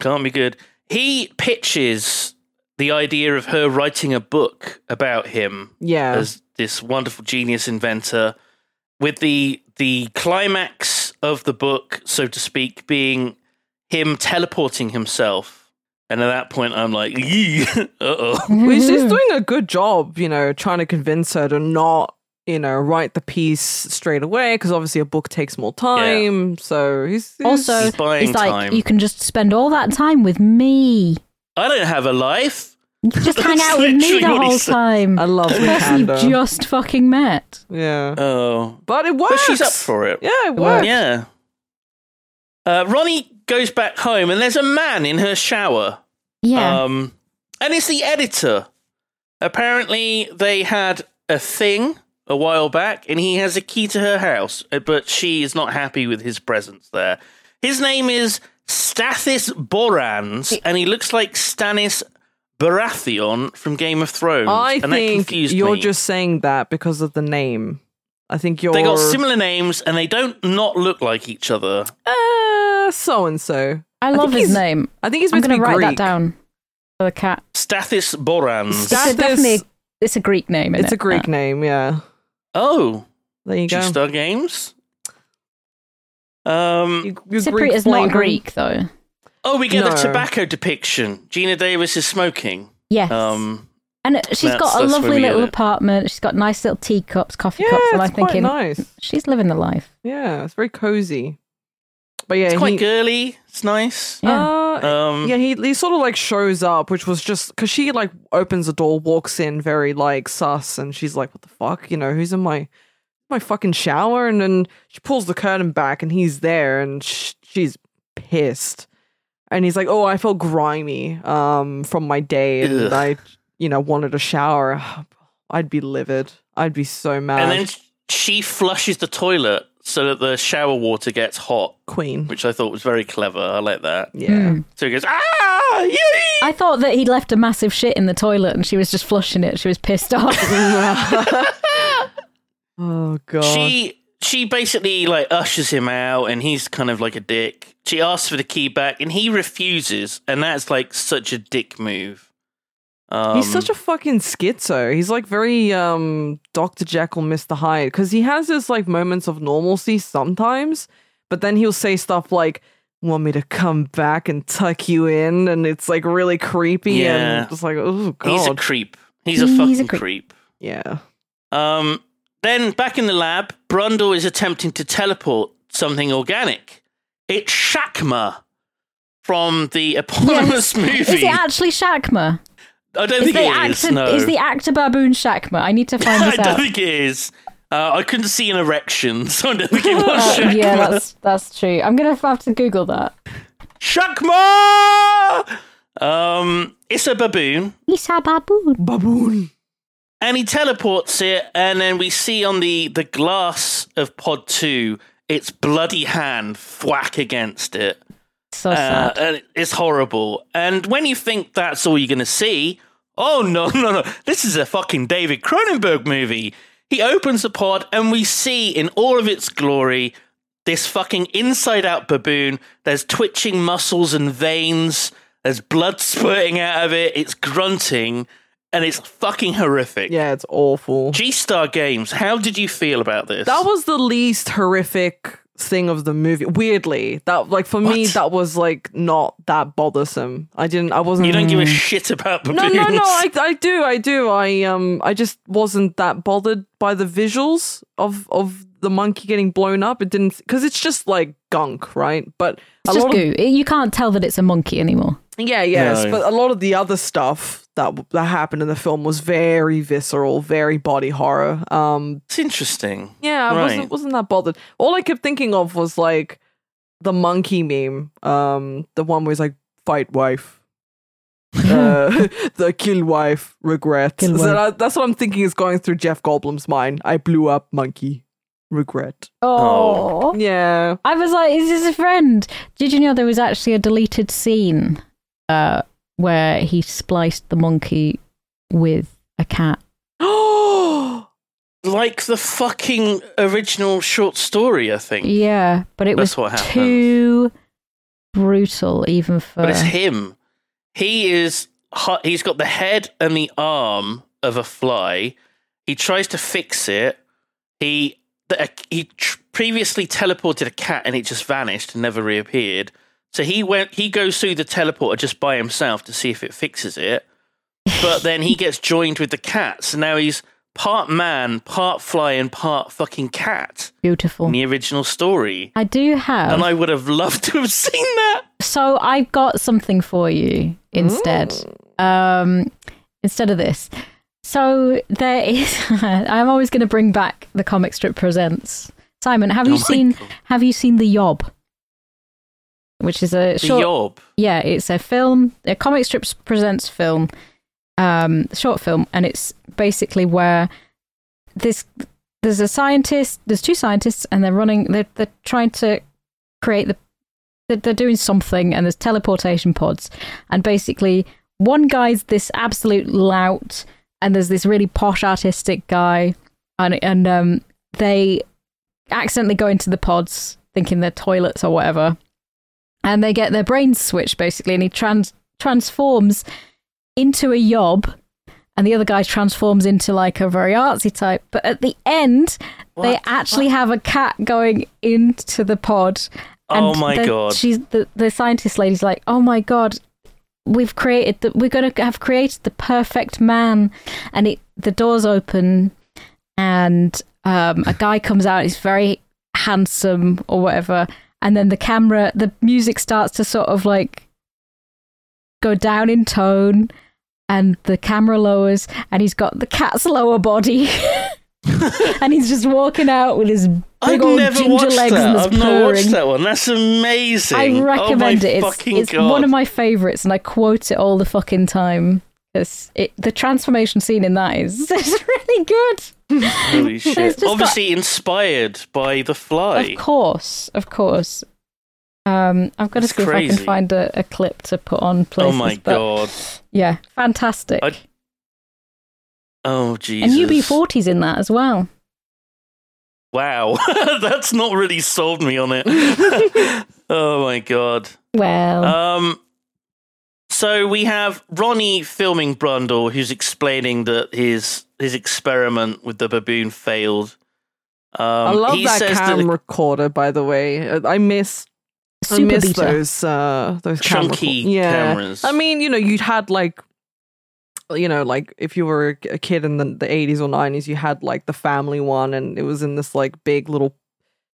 Speaker 3: Can't be good. He pitches the idea of her writing a book about him
Speaker 4: Yeah,
Speaker 3: as this wonderful genius inventor, with the the climax of the book, so to speak, being him teleporting himself. And at that point, I'm like, uh oh.
Speaker 4: Well, she's
Speaker 2: Mm-hmm.
Speaker 4: doing a good job, you know, trying to convince her to not, you know, write the piece straight away because obviously a book takes more time. So he's, he's-
Speaker 2: Also,
Speaker 3: He's buying
Speaker 2: it's like
Speaker 3: time.
Speaker 2: you can just spend all that time with me.
Speaker 3: I don't have a life.
Speaker 2: You can just hang
Speaker 3: That's
Speaker 2: out with me
Speaker 3: literally
Speaker 2: the
Speaker 3: what he
Speaker 2: whole
Speaker 3: said.
Speaker 2: time.
Speaker 4: a lovely
Speaker 2: Person
Speaker 4: handle.
Speaker 2: you've
Speaker 3: um,
Speaker 2: just fucking met.
Speaker 4: yeah,
Speaker 3: Oh.
Speaker 4: but it works.
Speaker 3: But she's up for it.
Speaker 4: yeah, it
Speaker 2: works.
Speaker 4: works.
Speaker 3: Yeah. Uh, Ronnie goes back home and there's a man in her shower.
Speaker 2: Yeah.
Speaker 3: Um, and it's the editor. Apparently, they had a thing a while back, and he has a key to her house, uh, but she is not happy with his presence there. His name is Stathis Borans, and he looks like Stannis Baratheon from Game of Thrones.
Speaker 4: I
Speaker 3: and that
Speaker 4: think
Speaker 3: confused
Speaker 4: you're
Speaker 3: me.
Speaker 4: just saying that because of the name. I think you're
Speaker 3: They got similar names, and they don't not look like each other.
Speaker 4: so and so.
Speaker 2: I love
Speaker 4: think
Speaker 2: his
Speaker 4: he's-
Speaker 2: name.
Speaker 4: uh, I think he's
Speaker 2: I'm
Speaker 4: meant to
Speaker 2: going
Speaker 4: be
Speaker 2: to write that
Speaker 4: Greek.
Speaker 2: down for the cat.
Speaker 3: Stathis Borans.
Speaker 4: Sta-
Speaker 2: It's a,
Speaker 4: Stathis-
Speaker 2: definitely it's a Greek name. Isn't
Speaker 4: It's a
Speaker 2: it?
Speaker 4: Greek
Speaker 2: Uh,
Speaker 4: name. Yeah,
Speaker 3: oh,
Speaker 4: there you go.
Speaker 3: G-Star Games. Um,
Speaker 4: You, you
Speaker 2: It's, a Greek- it's not
Speaker 4: flying-
Speaker 2: Greek though.
Speaker 3: Oh, we get the
Speaker 4: No.
Speaker 3: tobacco depiction. Gina Davis is smoking.
Speaker 2: Yes.
Speaker 3: Um,
Speaker 2: and it- she's
Speaker 3: that's-
Speaker 2: got a
Speaker 3: that's where
Speaker 2: lovely
Speaker 3: we get
Speaker 2: little
Speaker 3: it.
Speaker 2: apartment. She's got nice little teacups, coffee
Speaker 4: Yeah,
Speaker 2: cups, and I'm
Speaker 4: it's quite
Speaker 2: thinking
Speaker 4: nice.
Speaker 2: she's living the life.
Speaker 4: Yeah, it's very cozy. But yeah,
Speaker 3: it's quite
Speaker 4: he,
Speaker 3: girly. It's nice.
Speaker 2: Yeah.
Speaker 4: Uh,
Speaker 3: Um,
Speaker 4: yeah, he, he sort of like shows up, which was just because she like opens the door, walks in very like sus, and she's like, "What the fuck? You know, who's in my my fucking shower?" And then she pulls the curtain back, and he's there, and sh- she's pissed, and he's like, "Oh, I feel grimy um from my day, and
Speaker 3: Ugh.
Speaker 4: I, you know, wanted a shower. I'd be livid. I'd be so mad."
Speaker 3: And then she flushes the toilet so that the shower water gets hot,
Speaker 4: Queen,
Speaker 3: which I thought was very clever. I like that.
Speaker 4: yeah.
Speaker 3: So he goes, ah, yee!
Speaker 2: I thought that he'd left a massive shit in the toilet and she was just flushing it. She was pissed off.
Speaker 4: oh god.
Speaker 3: She she basically like ushers him out, and he's kind of like a dick. She asks for the key back, and he refuses, and that's like such a dick move. Um,
Speaker 4: He's such a fucking schizo. He's like very um Dr. Jekyll, Mr. Hyde, because he has this like moments of normalcy sometimes, but then he'll say stuff like, Want me to come back and tuck you in? And it's like really creepy
Speaker 3: Yeah.
Speaker 4: and it's like, oh god.
Speaker 3: Um, he's a creep. He's a
Speaker 2: He's a
Speaker 3: fucking
Speaker 2: creep.
Speaker 3: creep.
Speaker 4: yeah.
Speaker 3: Um, then back in the lab, Brundle is attempting to teleport something organic. It's Shakma from the
Speaker 2: Is
Speaker 3: eponymous movie.
Speaker 2: it actually Shakma?
Speaker 3: I don't
Speaker 2: Is
Speaker 3: think
Speaker 2: the,
Speaker 3: it
Speaker 2: actor,
Speaker 3: is. No,
Speaker 2: is the actor baboon Shakma? I need to find
Speaker 3: I
Speaker 2: this
Speaker 3: don't
Speaker 2: out.
Speaker 3: think it is. Uh, I couldn't see an erection, so I don't think it was
Speaker 2: Uh,
Speaker 3: Shakma.
Speaker 2: yeah, that's that's true. I'm gonna have to Google that.
Speaker 3: Shakma. Um, it's a baboon,
Speaker 2: He's a baboon.
Speaker 4: Baboon.
Speaker 3: and he teleports it, and then we see on the the glass of Pod Two its bloody hand thwack against it.
Speaker 2: So
Speaker 3: Uh,
Speaker 2: sad.
Speaker 3: and it- it's horrible. And when you think that's all you're going to see, oh no, no, no! This is a fucking David Cronenberg movie. He opens the pod, and we see in all of its glory this fucking inside-out baboon. There's twitching muscles and veins. There's blood spurting out of it. It's grunting, and it's fucking horrific.
Speaker 4: Yeah, it's awful.
Speaker 3: G Star Games. How did you feel about this?
Speaker 4: That was the least horrific thing of the movie. Weirdly. That like for me,
Speaker 3: What?
Speaker 4: that was like not that bothersome. I didn't I wasn't
Speaker 3: you don't give a shit about baboons.
Speaker 4: Mm. No, no, no. I, I do, I do. I um, I just wasn't that bothered by the visuals of of the monkey getting blown up. It didn't because it's just like gunk, right? But
Speaker 2: it's
Speaker 4: a
Speaker 2: just
Speaker 4: lot of
Speaker 2: goo. It- you can't tell that it's a monkey anymore.
Speaker 4: yeah, yes,
Speaker 3: No.
Speaker 4: but a lot of the other stuff that that happened in the film was very visceral, very body horror. Um,
Speaker 3: It's interesting.
Speaker 4: yeah, I
Speaker 3: Right.
Speaker 4: wasn't wasn't that bothered. All I kept thinking of was like the monkey meme, um, the one where it's like fight wife, uh, the kill wife regret.
Speaker 2: Kill
Speaker 4: So
Speaker 2: wife.
Speaker 4: that- that's what I'm thinking is going through Jeff Goldblum's mind. I blew up monkey regret.
Speaker 3: Oh.
Speaker 2: Oh.
Speaker 4: Yeah,
Speaker 2: I was like, is this a friend? Did you know there was actually a deleted scene uh, where he spliced the monkey with a cat?
Speaker 4: oh,
Speaker 3: like the fucking original short story, I think.
Speaker 2: Yeah, but it
Speaker 3: That's what
Speaker 2: was
Speaker 3: happens.
Speaker 2: too brutal, even for.
Speaker 3: But it's him. He is. hu- He's got the head and the arm of a fly. He tries to fix it. He the, he tr- previously teleported a cat and it just vanished and never reappeared. So he went. He goes through the teleporter just by himself to see if it fixes it. But then he gets joined with the cat. So now he's part man, part fly, and part fucking cat
Speaker 2: Beautiful.
Speaker 3: in the original story.
Speaker 2: I do have.
Speaker 3: And I would have loved to have seen that.
Speaker 2: so I've got something for you instead. Um, instead of this. So there is. I'm always going to bring back the comic strip presents. Simon, have
Speaker 3: Oh
Speaker 2: you
Speaker 3: my
Speaker 2: seen?
Speaker 3: God.
Speaker 2: Have you seen the Yob? Which is a
Speaker 3: The
Speaker 2: short.
Speaker 3: Yob.
Speaker 2: Yeah, it's a film. A comic strips presents film, um, short film, and it's basically where this there's a scientist, there's two scientists, and they're running. They're they're trying to create the they're, they're doing something, and there's teleportation pods, and basically one guy's this absolute lout, and there's this really posh artistic guy, and and um, they accidentally go into the pods thinking they're toilets or whatever and they get their brains switched basically, and he trans- transforms into a yob, and the other guy transforms into like a very artsy type. But at the end, they
Speaker 3: What the
Speaker 2: actually have a cat going into the pod. And
Speaker 3: Oh my
Speaker 2: the,
Speaker 3: God.
Speaker 2: She's the, the scientist lady's like, oh my god, we've created the, we're going to have created the perfect man, and it the doors open, and um, a guy comes out. He's very handsome or whatever. And then the camera, the music starts to sort of like go down in tone, and the camera lowers, and he's got the cat's lower body, and he's just walking out with his big
Speaker 3: I've
Speaker 2: old
Speaker 3: never
Speaker 2: ginger
Speaker 3: watched
Speaker 2: legs
Speaker 3: that.
Speaker 2: and his
Speaker 3: I've not
Speaker 2: purring.
Speaker 3: watched that one. That's amazing.
Speaker 2: I recommend
Speaker 3: oh my
Speaker 2: it. It's,
Speaker 3: Fucking
Speaker 2: it's
Speaker 3: God.
Speaker 2: one of my favorites, and I quote it all the fucking time. 'Cause it, the transformation scene in that is it's really good.
Speaker 3: Holy
Speaker 2: just
Speaker 3: shit.
Speaker 2: got-
Speaker 3: Obviously inspired by The Fly.
Speaker 2: Of course, of course. Um, I've got to
Speaker 3: That's
Speaker 2: see if I
Speaker 3: crazy.
Speaker 2: can find a, a clip to put on.
Speaker 3: Oh
Speaker 2: Places,
Speaker 3: my
Speaker 2: but
Speaker 3: god.
Speaker 2: Yeah, fantastic.
Speaker 3: I- Oh
Speaker 2: and
Speaker 3: Jesus.
Speaker 2: UB40's in that as well.
Speaker 3: Wow. That's not really sold me on it. oh my god.
Speaker 2: Well,
Speaker 4: Oh.
Speaker 3: Um so we have Ronnie filming Brundle who's explaining that his his experiment with the baboon failed. Um,
Speaker 4: I love
Speaker 3: he
Speaker 4: that
Speaker 3: says
Speaker 4: cam
Speaker 3: that the
Speaker 4: recorder, by the way. Uh, I miss I
Speaker 2: super
Speaker 4: miss
Speaker 2: beta.
Speaker 4: those uh, those cam record-
Speaker 3: chunky
Speaker 4: yeah.
Speaker 3: cameras.
Speaker 4: I mean, you know, you'd had like, you know, like if you were a- a kid in the the eighties or nineties, you had like the family one, and it was in this like big little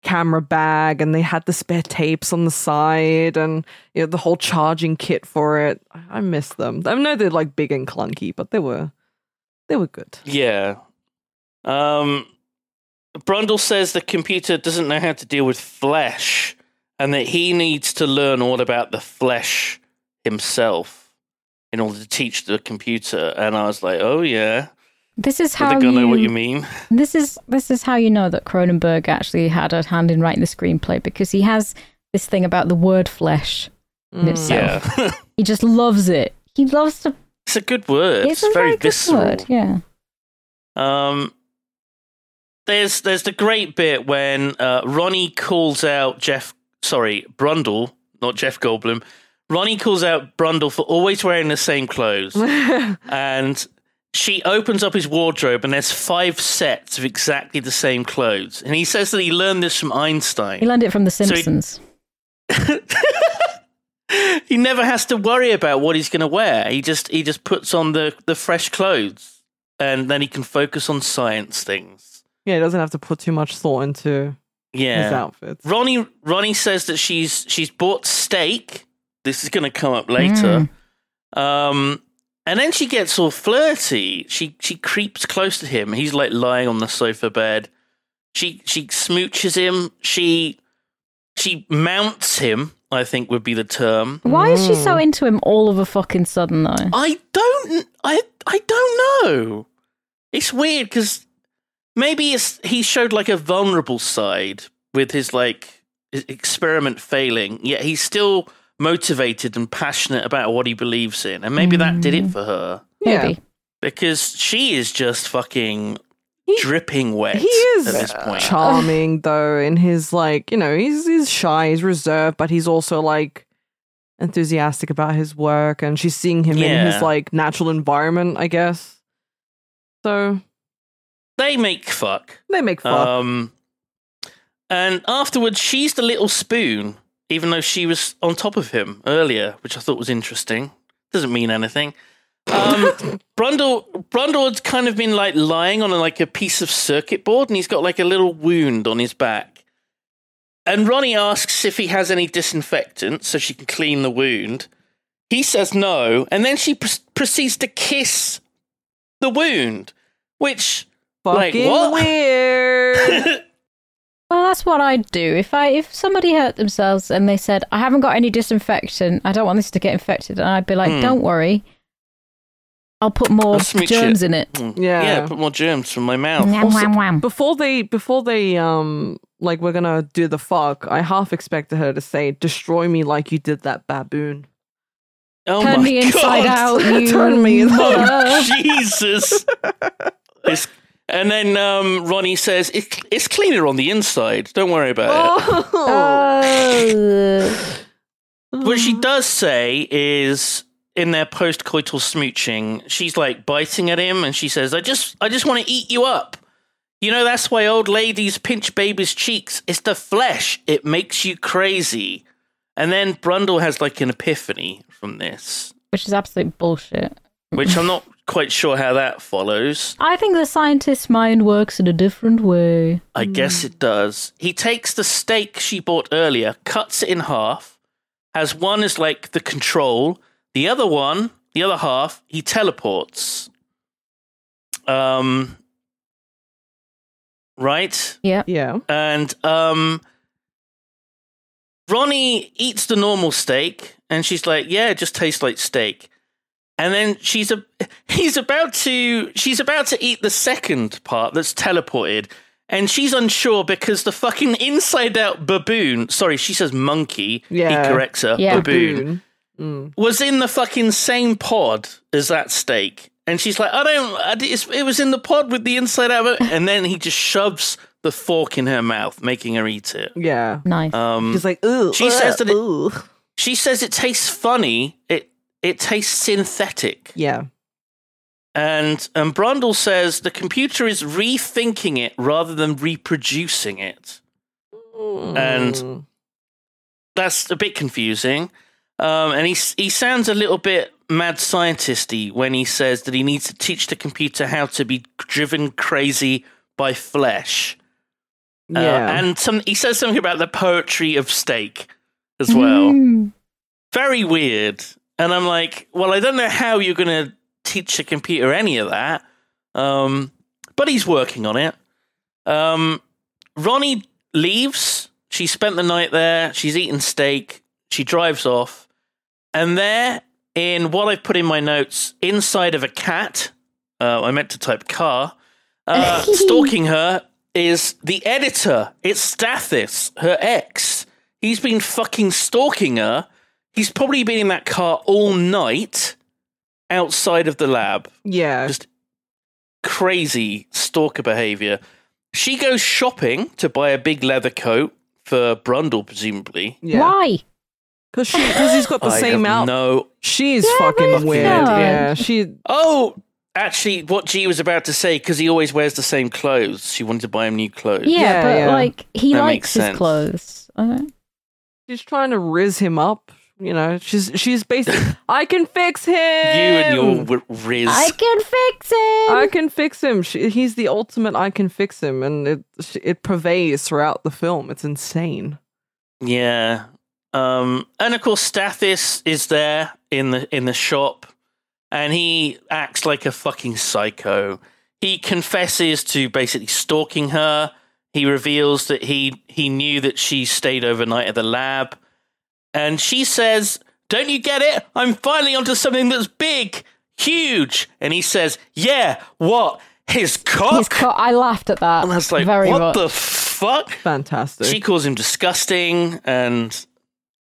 Speaker 4: camera bag, and they had the spare tapes on the side, and you know the whole charging kit for it. I- I miss them. I know they're like big and clunky, but they were they were good.
Speaker 3: Yeah. Um, Brundle says the computer doesn't know how to deal with flesh and that he needs to learn all about the flesh himself in order to teach the computer. And I was like, oh, yeah.
Speaker 2: This is
Speaker 3: I
Speaker 2: how
Speaker 3: think I
Speaker 2: you,
Speaker 3: know what you mean.
Speaker 2: This is this is how you know that Cronenberg actually had a hand in writing the screenplay because he has this thing about the word flesh. in
Speaker 4: Mm.
Speaker 2: itself.
Speaker 3: Yeah.
Speaker 2: He just loves it. He loves the.
Speaker 3: it's a good word.
Speaker 2: It's, a very,
Speaker 3: very
Speaker 2: good
Speaker 3: visceral.
Speaker 2: word. Yeah.
Speaker 3: Um, there's there's the great bit when uh, Ronnie calls out Jeff, sorry Brundle, not Jeff Goldblum. Ronnie calls out Brundle for always wearing the same clothes, and she opens up his wardrobe, and there's five sets of exactly the same clothes. And he says that he learned this from
Speaker 2: He
Speaker 3: Einstein.
Speaker 2: learned it from The
Speaker 3: he-
Speaker 2: Simpsons.
Speaker 3: He never has to worry about what he's going to wear. He just he just puts on the the fresh clothes, and then he can focus on science things.
Speaker 4: yeah, it doesn't have to put too much thought into
Speaker 3: Yeah,
Speaker 4: his outfits.
Speaker 3: Ronnie Ronnie says that she's she's bought steak. This is going to come up later. Um, and then she gets all flirty. She she creeps close to him. He's like lying on the sofa bed. She she smooches him. She she mounts him. I think would be the term.
Speaker 2: Why is she
Speaker 3: Mm.
Speaker 2: so into him all of a fucking sudden though?
Speaker 3: I don't. I I don't know. It's weird because maybe it's he showed like a vulnerable side with his like his experiment failing. Yet he's still motivated and passionate about what he believes in, and maybe that
Speaker 4: Mm.
Speaker 3: did it for her
Speaker 4: Yeah.
Speaker 2: Maybe.
Speaker 3: because she is just fucking
Speaker 4: He-
Speaker 3: dripping wet.
Speaker 4: he is
Speaker 3: at this point.
Speaker 4: charming though in his like you know he's he's shy he's reserved but he's also like enthusiastic about his work and she's seeing him in
Speaker 3: Yeah.
Speaker 4: his like natural environment i guess so
Speaker 3: they make fuck. Uh,
Speaker 4: they make fun
Speaker 3: Um, and afterwards, she's the little spoon even though she was on top of him earlier, which I thought was interesting. Doesn't mean anything. Um, Brundle Brundle's kind of been like lying on like a piece of circuit board, and he's got like a little wound on his back. And Ronnie asks if he has any disinfectant so she can clean the wound. He says no, and then she pr- proceeds to kiss the wound, which like
Speaker 4: Fucking
Speaker 3: what?
Speaker 4: weird.
Speaker 2: Well, that's what I'd do if I if somebody hurt themselves and they said, "I haven't got any disinfectant. I don't want this to get infected," and I'd be
Speaker 3: Hmm.
Speaker 2: like, "Don't worry, I'll put more
Speaker 3: I'll smooch
Speaker 2: germs
Speaker 3: it."
Speaker 2: in it."
Speaker 3: Mm.
Speaker 4: Yeah.
Speaker 3: yeah, put more germs from my mouth.
Speaker 2: Wham,
Speaker 4: Also-
Speaker 2: wham, wham.
Speaker 4: before they before they um like we're gonna do the fuck, I half expected her to say, "Destroy me like you did that baboon."
Speaker 3: Oh
Speaker 2: Turn
Speaker 3: my
Speaker 2: me inside
Speaker 3: God.
Speaker 2: out. Uh. You
Speaker 4: Turn me inside
Speaker 2: mother.
Speaker 3: Oh Jesus! It's- and then um, Ronnie says, it, "It's cleaner on the inside. Don't worry about
Speaker 4: Oh,
Speaker 2: Oh.
Speaker 3: it." What she does say is, in their post-coital smooching, she's like biting at him, and she says, "I just, I just want to eat you up." You know, that's why old ladies pinch babies' cheeks. It's the flesh. It makes you crazy. And then Brundle has like an epiphany from this,
Speaker 2: Which is absolute bullshit.
Speaker 3: which I'm not quite sure how that follows.
Speaker 2: I think the scientist's mind works in a different way.
Speaker 3: I guess it does. He takes the steak she bought earlier, cuts it in half, has one as like the control, the other one, the other half, he teleports. Um right?
Speaker 2: Yeah.
Speaker 4: yeah.
Speaker 3: And um Ronnie eats the normal steak and she's like, "Yeah, it just tastes like steak." And then she's a he's about to she's about to eat the second part that's teleported. And she's unsure because the fucking inside out baboon, sorry, she says monkey.
Speaker 4: Yeah.
Speaker 3: He corrects her.
Speaker 2: Yeah.
Speaker 3: baboon
Speaker 4: Mm.
Speaker 3: was in the fucking same pod as that steak. And she's like, I don't, I, di- it's, it was in the pod with the inside out. of it." And then he just shoves the fork in her mouth, making her eat it.
Speaker 4: Yeah.
Speaker 2: Nice.
Speaker 3: Um,
Speaker 4: She's like, ooh.
Speaker 3: She says that it-
Speaker 4: ooh."
Speaker 3: she says it tastes funny. It, it tastes synthetic.
Speaker 4: Yeah.
Speaker 3: And, and Brundle says the computer is rethinking it rather than reproducing it. And- that's a bit confusing. Um, and he he sounds a little bit mad scientisty when he says that he needs to teach the computer how to be driven crazy by flesh. Uh,
Speaker 4: yeah.
Speaker 3: and some he says something about the poetry of steak as well.
Speaker 2: Mm.
Speaker 3: Very weird. And I'm like, well, I don't know how you're going to teach a computer any of that. Um, but he's working on it. Um, Ronnie leaves. She spent the night there. She's eaten steak. She drives off. And there, in what I've put in my notes, inside of a cat, uh, I meant to type car, uh, stalking her is the editor. It's Stathis, her ex. He's been fucking stalking her. He's probably been in that car all night outside of the lab
Speaker 4: yeah.
Speaker 3: just crazy stalker behavior. She goes shopping to buy a big leather coat for Brundle, presumably.
Speaker 4: yeah.
Speaker 2: Why?
Speaker 4: Because she because he's got the
Speaker 3: I
Speaker 4: same
Speaker 3: have
Speaker 4: out.
Speaker 3: No.
Speaker 4: She's
Speaker 2: Yeah,
Speaker 4: fucking
Speaker 2: that's
Speaker 4: weird.
Speaker 2: not-
Speaker 4: Yeah. She.
Speaker 3: Oh, actually, what G was about to say because he always wears the same clothes. She wanted to buy him new clothes.
Speaker 2: Yeah,
Speaker 4: Yeah,
Speaker 2: but
Speaker 4: yeah.
Speaker 2: like he
Speaker 3: That
Speaker 2: likes
Speaker 3: makes
Speaker 2: his
Speaker 3: sense.
Speaker 2: clothes. Uh, I don't-
Speaker 4: She's trying to riz him up. You know. She's she's basically. I can fix him. You
Speaker 3: You and your w- Riz.
Speaker 2: I can fix it.
Speaker 4: I can fix him. She, he's the ultimate. I can fix him, and it sh- it pervades throughout the film. It's insane.
Speaker 3: Yeah. Um, and of course, Stathis is there in the in the shop, and he acts like a fucking psycho. He confesses to basically stalking her. He reveals that he he knew that she stayed overnight at the lab, and she says, "Don't you get it? I'm finally onto something that's big, huge." And he says, "Yeah, what? His cock."
Speaker 2: His co- I laughed at that.
Speaker 3: and I was like,
Speaker 2: very
Speaker 3: "What
Speaker 2: much.
Speaker 3: the fuck?"
Speaker 4: Fantastic.
Speaker 3: She calls him disgusting, and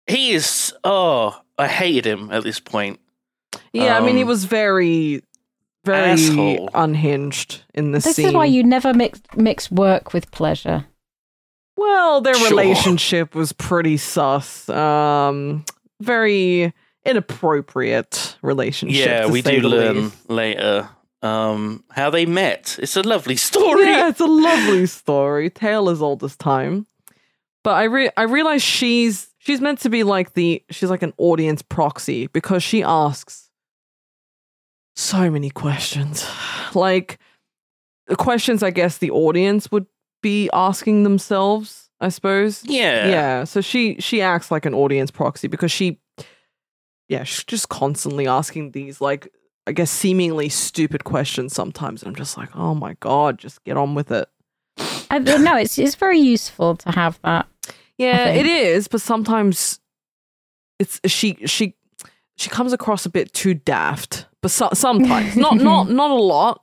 Speaker 3: he is. Oh, I hated him at this point.
Speaker 4: yeah, I mean, he
Speaker 3: um,
Speaker 4: was very, very
Speaker 3: asshole.
Speaker 4: unhinged in this,
Speaker 2: This
Speaker 4: scene.
Speaker 2: is why you never mix mix work with pleasure.
Speaker 4: Well, their
Speaker 3: Sure.
Speaker 4: relationship was pretty sus. Um, very inappropriate relationship.
Speaker 3: Yeah,
Speaker 4: to
Speaker 3: we
Speaker 4: say
Speaker 3: do
Speaker 4: the
Speaker 3: learn
Speaker 4: least.
Speaker 3: later um, how they met. It's a lovely story.
Speaker 4: Yeah, it's a lovely story. Tale as old as time. But I re- I realize she's she's meant to be like the she's like an audience proxy because she asks so many questions. Like the questions I guess the audience would be asking themselves, I suppose.
Speaker 3: Yeah.
Speaker 4: Yeah, so she she acts like an audience proxy because she yeah, she's just constantly asking these like I guess seemingly stupid questions sometimes and I'm just like, "Oh my god, just get on with it."
Speaker 2: I, no, it's it's very useful to have that.
Speaker 4: Yeah,
Speaker 2: think.
Speaker 4: it is, but sometimes it's she she she comes across a bit too daft. But so, sometimes, not not not a lot,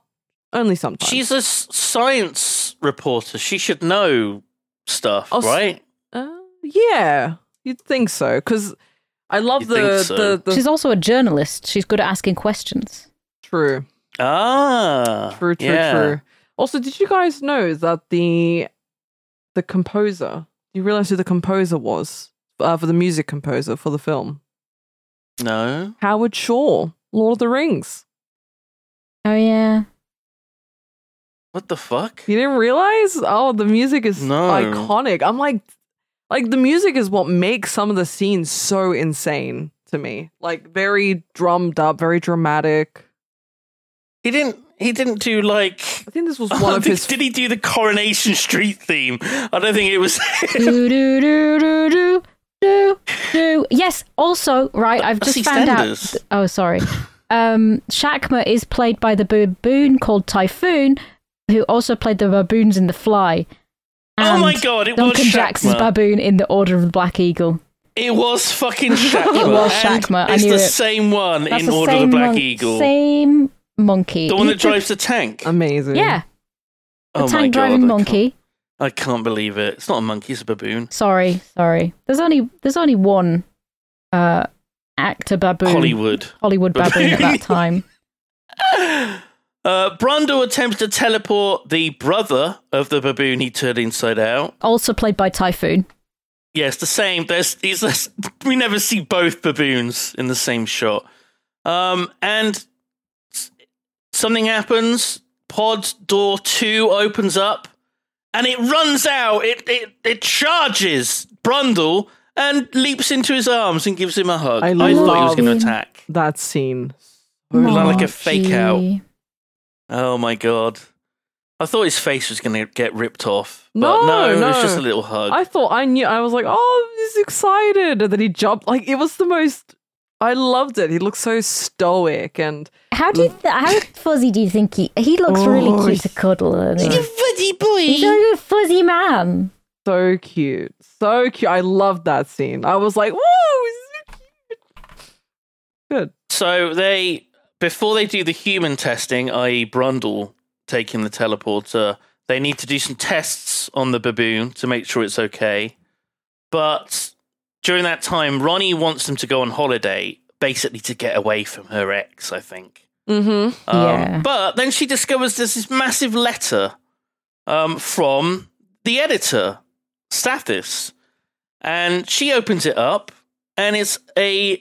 Speaker 4: only sometimes.
Speaker 3: She's a s- science reporter. She should know stuff,
Speaker 4: Oh, s-
Speaker 3: right?
Speaker 4: uh, yeah, you'd think so because I love
Speaker 3: You'd
Speaker 4: the,
Speaker 3: think so.
Speaker 4: the the
Speaker 2: She's also a journalist. She's good at asking questions.
Speaker 4: true.
Speaker 3: Ah.
Speaker 4: True, true,
Speaker 3: yeah.
Speaker 4: true. Also, did you guys know that the the composer? You realize who the composer was uh, for the music composer for the film?
Speaker 3: No.
Speaker 4: Howard Shaw, Lord of the Rings.
Speaker 2: Oh yeah,
Speaker 3: What the fuck?
Speaker 4: You didn't realize? Oh, the music is
Speaker 3: No.
Speaker 4: iconic. I'm like, like the music is what makes some of the scenes so insane to me. Like very drummed up, very dramatic.
Speaker 3: He didn't. He didn't do like.
Speaker 4: I think this was
Speaker 3: I
Speaker 4: one
Speaker 3: don't
Speaker 4: of
Speaker 3: think-
Speaker 4: his.
Speaker 3: Did he do the Coronation Street theme? I don't think it was. Oh
Speaker 2: do do do do do do do. Yes. Also, right. I've
Speaker 3: That's
Speaker 2: just found out.
Speaker 3: EastEnders.
Speaker 2: Oh, sorry. Um, Shakma is played by the baboon called Typhoon, who also played the baboons in The Fly.
Speaker 3: oh my
Speaker 2: and
Speaker 3: god! It
Speaker 2: Duncan
Speaker 3: was
Speaker 2: Jackson's
Speaker 3: Shaqma.
Speaker 2: baboon in The Order of the Black Eagle.
Speaker 3: It was fucking Shaqma.
Speaker 2: It was
Speaker 3: and
Speaker 2: Shaqma, I
Speaker 3: It's
Speaker 2: knew
Speaker 3: the
Speaker 2: it.
Speaker 3: same one
Speaker 2: That's
Speaker 3: in
Speaker 2: the
Speaker 3: Order of
Speaker 2: same
Speaker 3: the Black
Speaker 2: mon-
Speaker 3: Eagle.
Speaker 2: Same monkey.
Speaker 3: the one
Speaker 2: You
Speaker 3: that
Speaker 2: could-
Speaker 3: drives the tank.
Speaker 4: Amazing.
Speaker 2: Yeah, the
Speaker 3: oh my
Speaker 2: tank
Speaker 3: god! I
Speaker 2: driving
Speaker 3: can't-
Speaker 2: monkey.
Speaker 3: I can't, believe it. It's not a monkey. It's a baboon.
Speaker 2: Sorry, sorry. There's only there's only one uh actor baboon
Speaker 3: Hollywood.
Speaker 2: Hollywood baboon at
Speaker 3: Baboon.
Speaker 2: that time.
Speaker 3: Uh, Brando attempts to teleport the brother of the baboon he turned inside out.
Speaker 2: Also played by Typhoon.
Speaker 3: Yes, the same. There's, it's, it's- we never see both baboons in the same shot. Um, and s- something happens. Pod door two opens up, and it runs out. It it, it charges Brundle and leaps into his arms and gives him a hug. I,
Speaker 4: I
Speaker 3: thought he was
Speaker 4: love-
Speaker 3: going to attack.
Speaker 4: That scene.
Speaker 3: Looked like a
Speaker 2: Margie.
Speaker 3: fake out. Oh my god! I thought his face was going to get ripped off, but no,
Speaker 4: No,
Speaker 3: it was
Speaker 4: no.
Speaker 3: just a little hug.
Speaker 4: I thought I knew. I was like, oh, he's excited, and then he jumped. Like it was the most. I loved it. He looked so stoic, and
Speaker 1: How do you th- how fuzzy do you think he he looks
Speaker 4: Oh,
Speaker 1: really
Speaker 4: he's-
Speaker 1: cute to cuddle? I mean.
Speaker 3: fuzzy boy.
Speaker 1: He's a little fuzzy man.
Speaker 4: so cute, so cute. I loved that scene. I was like, whoa, he's so cute. Good.
Speaker 3: So they before they do the human testing, i.e. Brundle taking the teleporter, they need to do some tests on the baboon to make sure it's okay. But during that time, Ronnie wants them to go on holiday, basically to get away from her ex, I think.
Speaker 4: Mm-hmm.
Speaker 3: Um,
Speaker 2: Yeah.
Speaker 3: But then she discovers there's this massive letter um, from the editor, Stathis. And she opens it up, and it's a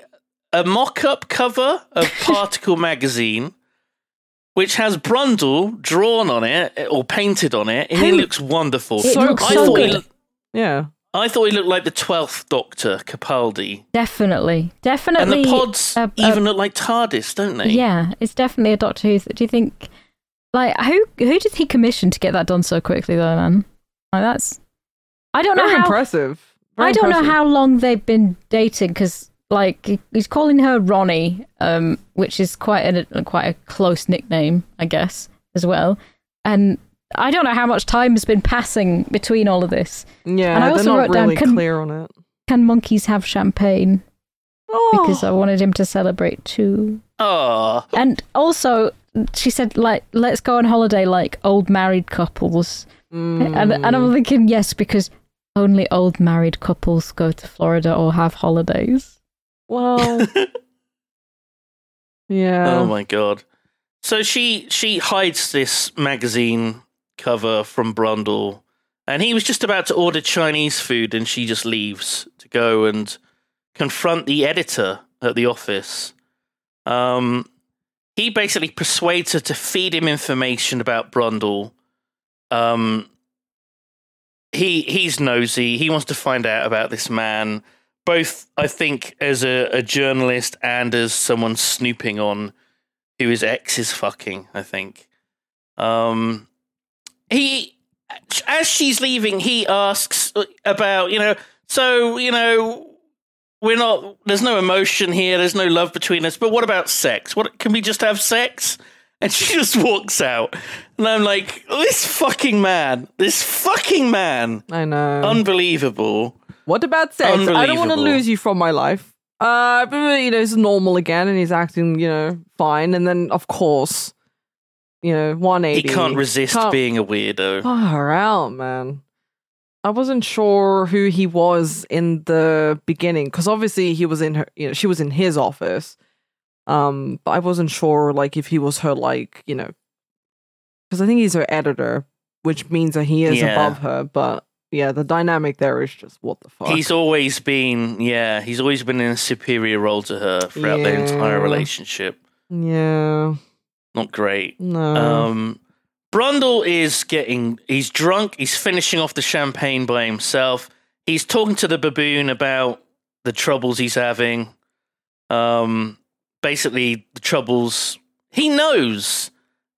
Speaker 3: a mock-up cover of Particle magazine, which has Brundle drawn on it or painted on it. He
Speaker 4: Hey,
Speaker 3: looks wonderful.
Speaker 2: It
Speaker 4: So
Speaker 2: looks
Speaker 3: I,
Speaker 2: so
Speaker 3: thought he,
Speaker 2: good.
Speaker 3: loo-
Speaker 4: Yeah.
Speaker 3: I thought he looked like the Twelfth Doctor, Capaldi,
Speaker 2: Definitely.
Speaker 3: and
Speaker 2: Definitely
Speaker 3: the pods
Speaker 2: uh, uh,
Speaker 3: even look like TARDIS, don't they?
Speaker 2: Yeah, it's definitely a Doctor Who. Do you think like who who did he commission to get that done so quickly though, man? Like that's I don't know
Speaker 4: Very
Speaker 2: how
Speaker 4: impressive. Very
Speaker 2: I don't know
Speaker 4: impressive.
Speaker 2: how long they've been dating because, like, he- he's calling her Ronnie, um, which is quite a quite a close nickname, I guess, as well. And I don't know how much time has been passing between all of this.
Speaker 4: Yeah,
Speaker 2: and I also
Speaker 4: they're not
Speaker 2: wrote down,
Speaker 4: really
Speaker 2: can-
Speaker 4: clear on it.
Speaker 2: Can monkeys have champagne?
Speaker 4: Oh,
Speaker 2: Because I wanted him to celebrate too.
Speaker 3: Ah,
Speaker 2: And also, she said, like, let's go on holiday like old married couples.
Speaker 4: Mm.
Speaker 2: And, and I'm thinking, yes, because only old married couples go to Florida or have holidays.
Speaker 4: well, yeah.
Speaker 3: Oh my god. So she she hides this magazine cover from Brundle and he was just about to order Chinese food and she just leaves to go and confront the editor at the office. Um he basically persuades her to feed him information about Brundle. Um he he's nosy. He wants to find out about this man, both I think as a, a journalist and as someone snooping on who his ex is fucking. I think. Um, he as she's leaving, he asks about you know. So you know, we're not. There's no emotion here. There's no love between us. But what about sex? What can we just have sex? And she just walks out, and I'm like, this fucking man, this fucking man,
Speaker 4: I know.
Speaker 3: unbelievable.
Speaker 4: What about sex? I don't want to
Speaker 3: Unbelievable.
Speaker 4: lose you from my life. Uh, but, you know, it's normal again, and he's acting, you know, fine. And then, of course, you know, one
Speaker 3: He
Speaker 4: eighty.
Speaker 3: can't resist being a weirdo.
Speaker 4: Far out, man. I wasn't sure who he was in the beginning because obviously he was in her. You know, she was in his office. Um, but I wasn't sure, like, if he was her, like, you know, because I think he's her editor, which means that he is
Speaker 3: Yeah.
Speaker 4: above her. But yeah, the dynamic there is just what the fuck.
Speaker 3: He's always been, yeah, he's always been in a superior role to her throughout their
Speaker 4: Yeah.
Speaker 3: entire relationship.
Speaker 4: Yeah.
Speaker 3: Not great.
Speaker 4: No.
Speaker 3: Um, Brundle is getting, he's drunk. He's finishing off the champagne by himself. He's talking to the baboon about the troubles he's having. Um, basically, the troubles. He knows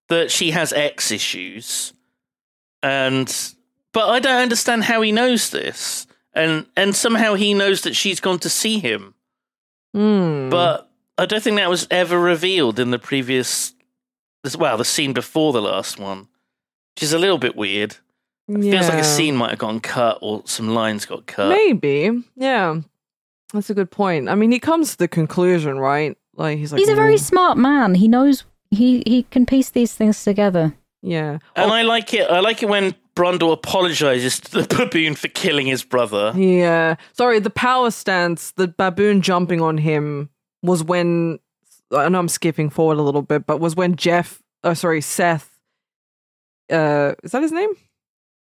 Speaker 3: that she has X issues, and but I don't understand how he knows this, and and somehow he knows that she's gone to see him.
Speaker 4: Hmm.
Speaker 3: But I don't think that was ever revealed in the previous. this- Well, the scene before the last one, which is a little bit weird. Feels like
Speaker 4: Yeah.
Speaker 3: a scene might have gone cut or some lines got cut.
Speaker 4: Maybe. Yeah. That's a good point. I mean, he comes to the conclusion, right? Like he's like "Mm,
Speaker 1: He's a very
Speaker 4: "Ooh,
Speaker 1: smart man. He knows he, he can piece these things together.
Speaker 4: yeah. Oh,
Speaker 3: And I like it. I like it when Brundle apologizes to the baboon for killing his brother.
Speaker 4: Yeah. Sorry, the power stance, the baboon jumping on him was when I know I'm skipping forward a little bit, but was when Jeff oh sorry, Seth uh is that his name?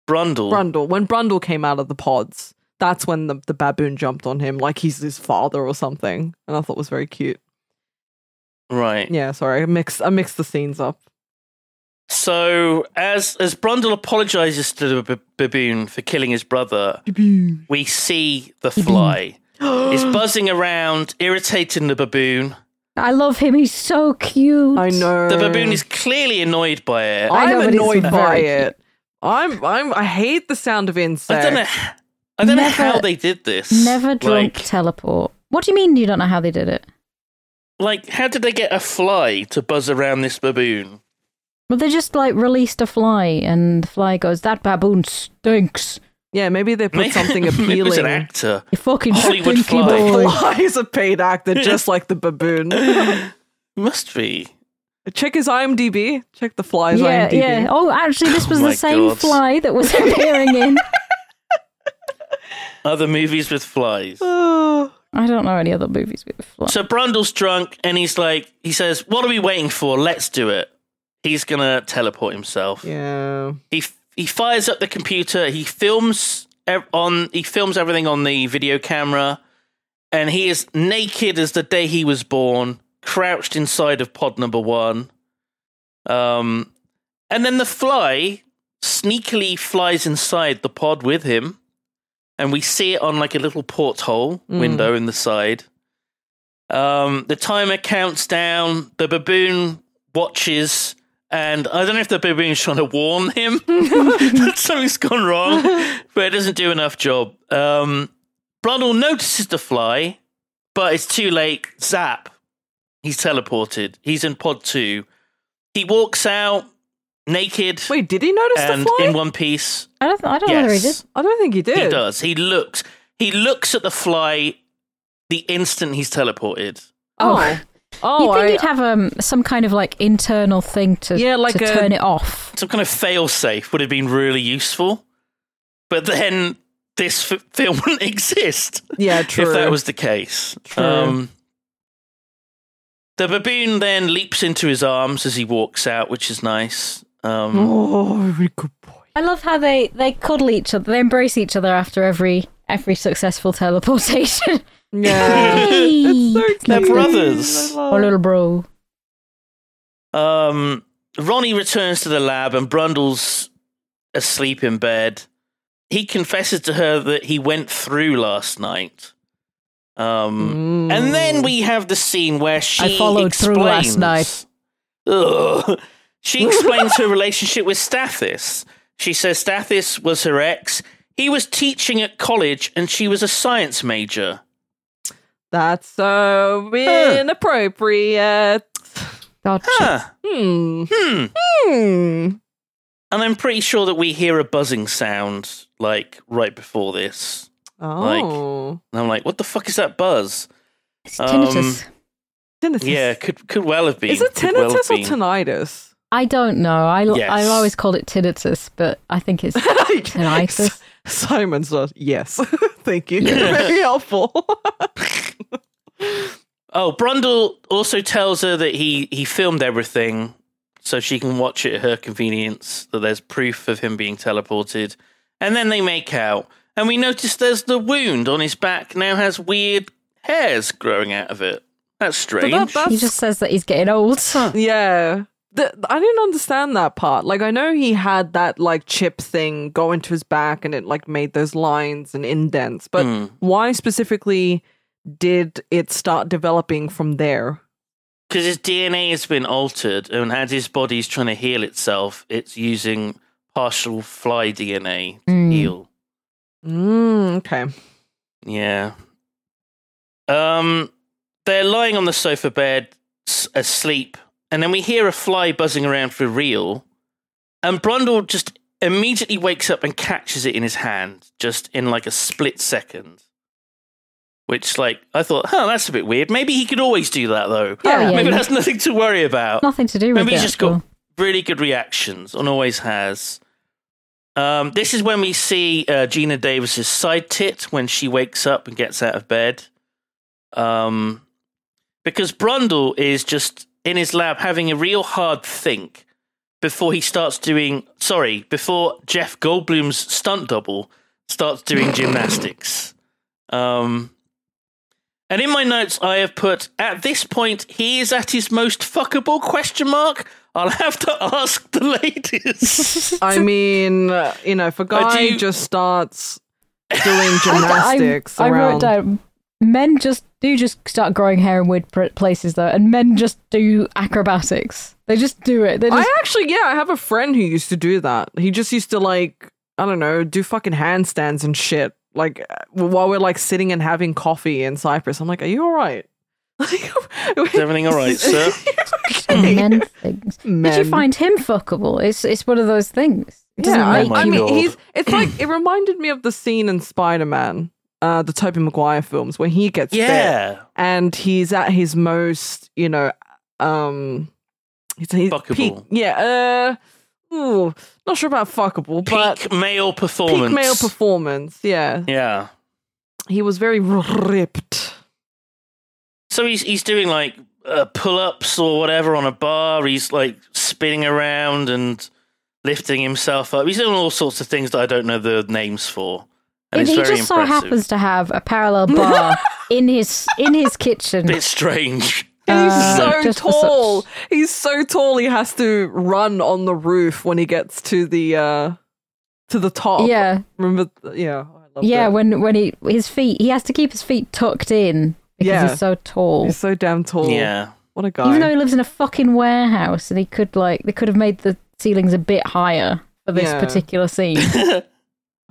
Speaker 3: Brundle.
Speaker 4: Brundle. When Brundle came out of the pods, that's when the, the baboon jumped on him, like he's his father or something. And I thought it was very cute.
Speaker 3: Right.
Speaker 4: Yeah, sorry, I mixed I mixed the scenes up.
Speaker 3: So as as Brundle apologizes to the b- baboon for killing his brother, we see the fly. it's buzzing around, irritating the baboon.
Speaker 1: I love him. He's so cute.
Speaker 4: I know.
Speaker 3: The baboon is clearly annoyed by it.
Speaker 1: I know,
Speaker 4: I'm
Speaker 1: but it's
Speaker 4: annoyed by
Speaker 1: very cute.
Speaker 4: it. I'm I'm I hate the sound of
Speaker 3: I
Speaker 4: insects.
Speaker 3: don't know. I don't
Speaker 1: Never-
Speaker 3: know how they did this.
Speaker 1: Never drunk
Speaker 3: Like,
Speaker 1: teleport. What do you mean you don't know how they did it?
Speaker 3: like, how did they get a fly to buzz around this baboon?
Speaker 1: Well, they just like released a fly, and the fly goes, "That baboon stinks."
Speaker 4: Yeah, maybe they put something
Speaker 3: Maybe it was an
Speaker 4: appealing.
Speaker 3: actor.
Speaker 1: You fucking
Speaker 3: Hollywood
Speaker 1: stinky
Speaker 3: fly.
Speaker 1: boy.
Speaker 4: Flies a paid actor just like the baboon.
Speaker 3: Must be.
Speaker 4: Check his IMDb. Check the flies
Speaker 1: Yeah,
Speaker 4: IMDb.
Speaker 1: yeah. Oh, actually, this was
Speaker 3: my
Speaker 1: the same
Speaker 3: God.
Speaker 1: fly that was appearing in.
Speaker 3: Other movies with flies.
Speaker 4: Oh.
Speaker 1: I don't know any other movies with fly.
Speaker 3: So Brundle's drunk and he's like, he says, What are we waiting for? Let's do it. He's going to teleport himself.
Speaker 4: Yeah.
Speaker 3: he he fires up the computer. He films ev- on he films everything on the video camera, and he is naked as the day he was born, crouched inside of pod number one. Um, and then the fly sneakily flies inside the pod with him, and we see it on like a little porthole window in the side. Um, the timer counts down. The baboon watches, and I don't know if the baboon's trying to warn him that something's gone wrong, but it doesn't do enough job. Um, Brundle notices the fly, but it's too late. Zap! He's teleported. He's in pod two. He walks out naked
Speaker 4: Wait, did he notice
Speaker 3: and
Speaker 4: the Oh, fly?
Speaker 3: in one piece.
Speaker 1: I don't. I don't know whether he did.
Speaker 3: Yes,
Speaker 4: I don't think he did.
Speaker 3: he does. He looks. He looks at the fly the instant he's teleported.
Speaker 4: Oh.
Speaker 1: You'd
Speaker 4: Oh,
Speaker 1: think
Speaker 4: I,
Speaker 1: you'd have um, some kind of like internal thing to
Speaker 4: Yeah, like um,
Speaker 1: to
Speaker 4: a-
Speaker 1: turn it off.
Speaker 3: some kind of failsafe would have been really useful. But then this f- film wouldn't exist
Speaker 4: yeah, true.
Speaker 3: if that was the case. um,
Speaker 4: True.
Speaker 3: the baboon then leaps into his arms as he walks out, which is nice. Um,
Speaker 4: Oh, very good boy.
Speaker 1: I love how they they cuddle each other. They embrace each other after every every successful teleportation.
Speaker 4: Yeah.
Speaker 1: Hey!
Speaker 3: They're
Speaker 4: cute.
Speaker 3: brothers.
Speaker 4: I love-
Speaker 1: Our little bro.
Speaker 3: Um, Ronnie returns to the lab and Brundle's asleep in bed. he confesses to her that he went through last night. Um, And then we have the scene where she
Speaker 2: I followed through last
Speaker 3: explains- Ugh. She explains her relationship with Stathis. She says Stathis was her ex. He was teaching at college, and she was a science major.
Speaker 4: That's so inappropriate.
Speaker 2: Gotcha.
Speaker 3: Huh.
Speaker 4: Hmm.
Speaker 3: Hmm.
Speaker 4: Hmm.
Speaker 3: And I'm pretty sure that we hear a buzzing sound like right before this.
Speaker 4: Oh.
Speaker 3: And I'm like, what the fuck is that buzz? Um,
Speaker 2: It's
Speaker 3: Ah.
Speaker 2: tinnitus.
Speaker 4: tinnitus.
Speaker 3: Yeah, could could well have been.
Speaker 4: Is it
Speaker 3: could well have
Speaker 4: tinnitus or
Speaker 3: been.
Speaker 4: tinnitus?
Speaker 2: I don't know. I
Speaker 3: Yes.
Speaker 2: I've always called it tinnitus, but I think it's tinnitus.
Speaker 4: Simon's not. Yes. Thank you. Very helpful.
Speaker 3: Oh, Brundle also tells her that he he filmed everything, so she can watch it at her convenience. That there's proof of him being teleported, and then they make out, and we notice there's the wound on his back now has weird hairs growing out of it. That's
Speaker 4: So
Speaker 3: strange.
Speaker 4: that- that's-
Speaker 2: He just says that he's getting old.
Speaker 4: yeah. The, I didn't understand that part. Like, I know he had that like chip thing go into his back, and it like made those lines and indents. But
Speaker 3: Hmm.
Speaker 4: why specifically did it start developing from there?
Speaker 3: Because his DNA has been altered, and as his body's trying to heal itself, it's using partial fly DNA to
Speaker 2: Mm.
Speaker 3: heal.
Speaker 4: Mm, okay.
Speaker 3: Yeah. Um, they're lying on the sofa bed s- asleep, and then we hear a fly buzzing around for real, and Brundle just immediately wakes up and catches it in his hand, just in like a split second. Which, like, I thought, huh, that's a bit weird. Maybe he could always do that though.
Speaker 2: Oh, yeah,
Speaker 3: Maybe
Speaker 2: yeah.
Speaker 3: that's nothing to worry about.
Speaker 2: Nothing to do with it.
Speaker 3: Maybe he's just
Speaker 2: at all.
Speaker 3: got really good reactions and always has. Um, this is when we see uh, Gina Davis's side tit when she wakes up and gets out of bed. Um, because Brundle is just in his lab having a real hard think before he starts doing, sorry, before Jeff Goldblum's stunt double starts doing gymnastics. Um, and in my notes, I have put at this point he is at his most fuckable question mark. I'll have to ask the ladies.
Speaker 4: I mean, uh, you know, if a guy
Speaker 3: do-
Speaker 4: just starts doing
Speaker 2: I-
Speaker 4: gymnastics
Speaker 2: I,
Speaker 4: around,
Speaker 2: wrote down men just do just start growing hair in weird pr- places though, and men just do acrobatics. They just do it. They just
Speaker 4: I actually, yeah, I have a friend who used to do that. He just used to like, I don't know, do fucking handstands and shit. Like uh, while we're like sitting and having coffee in Cyprus, I'm like, "Are you all right? Like,
Speaker 3: Is everything all right, sir?
Speaker 2: and men things. Did
Speaker 4: Men.
Speaker 2: you find him fuckable? It's it's one of those things. It doesn't
Speaker 4: Yeah,
Speaker 2: make
Speaker 4: I, I
Speaker 3: you-
Speaker 4: mean, he's. It's like it reminded me of the scene in Spider Man, uh, the Tobey Maguire films, when he gets bit.
Speaker 3: yeah.
Speaker 4: and he's at his most, you know, um, he's, he's
Speaker 3: Fuckable.
Speaker 4: peak, yeah, uh, ooh, not sure about fuckable, but
Speaker 3: Peak male performance.
Speaker 4: peak male performance. Yeah,
Speaker 3: Yeah.
Speaker 4: he was very ripped.
Speaker 3: So he's he's doing like uh, pull ups or whatever on a bar. He's like spinning around and lifting himself up. He's doing all sorts of things that I don't know the names for. And
Speaker 2: If
Speaker 3: it's
Speaker 2: he
Speaker 3: very
Speaker 2: just so
Speaker 3: impressive.
Speaker 2: happens to have a parallel bar in his in his kitchen.
Speaker 3: Bit strange.
Speaker 4: And he's
Speaker 2: Uh,
Speaker 4: so
Speaker 2: just for
Speaker 4: tall.
Speaker 2: such-
Speaker 4: He's so tall. He has to run on the roof when he gets to the uh to the top.
Speaker 2: Yeah,
Speaker 4: remember? Yeah, oh, I loved
Speaker 2: yeah.
Speaker 4: it.
Speaker 2: When when he his feet, he has to keep his feet tucked in because
Speaker 4: Yeah.
Speaker 2: he's so tall.
Speaker 4: he's so damn tall.
Speaker 3: Yeah.
Speaker 4: what a
Speaker 2: Even though
Speaker 4: guy.
Speaker 2: he lives in a fucking warehouse, and he could like they could have made the ceilings a bit higher for this
Speaker 4: Yeah.
Speaker 2: particular scene.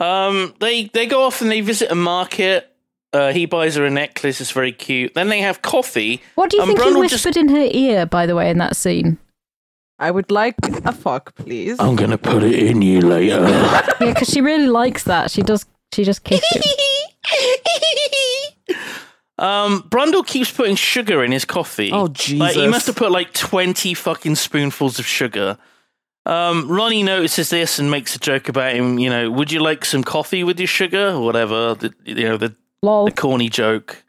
Speaker 3: Um, they they go off and they visit a market. Uh, he buys her a necklace. It's very cute. Then they have coffee.
Speaker 2: What do you
Speaker 3: Um,
Speaker 2: think he
Speaker 3: Brundle
Speaker 2: whispered in her ear, by the way, in that scene?
Speaker 4: I would like a fuck, please.
Speaker 3: I'm gonna put it in you later.
Speaker 2: Yeah, because she really likes that. She does. She just kicks him.
Speaker 3: um, Brundle keeps putting sugar in his coffee.
Speaker 4: Oh
Speaker 3: Like,
Speaker 4: Jesus!
Speaker 3: he must have put like twenty fucking spoonfuls of sugar. Um, Ronnie notices this and makes a joke about him. You know, would you like some coffee with your sugar or whatever? The, you know, the
Speaker 2: Lol.
Speaker 3: the corny joke.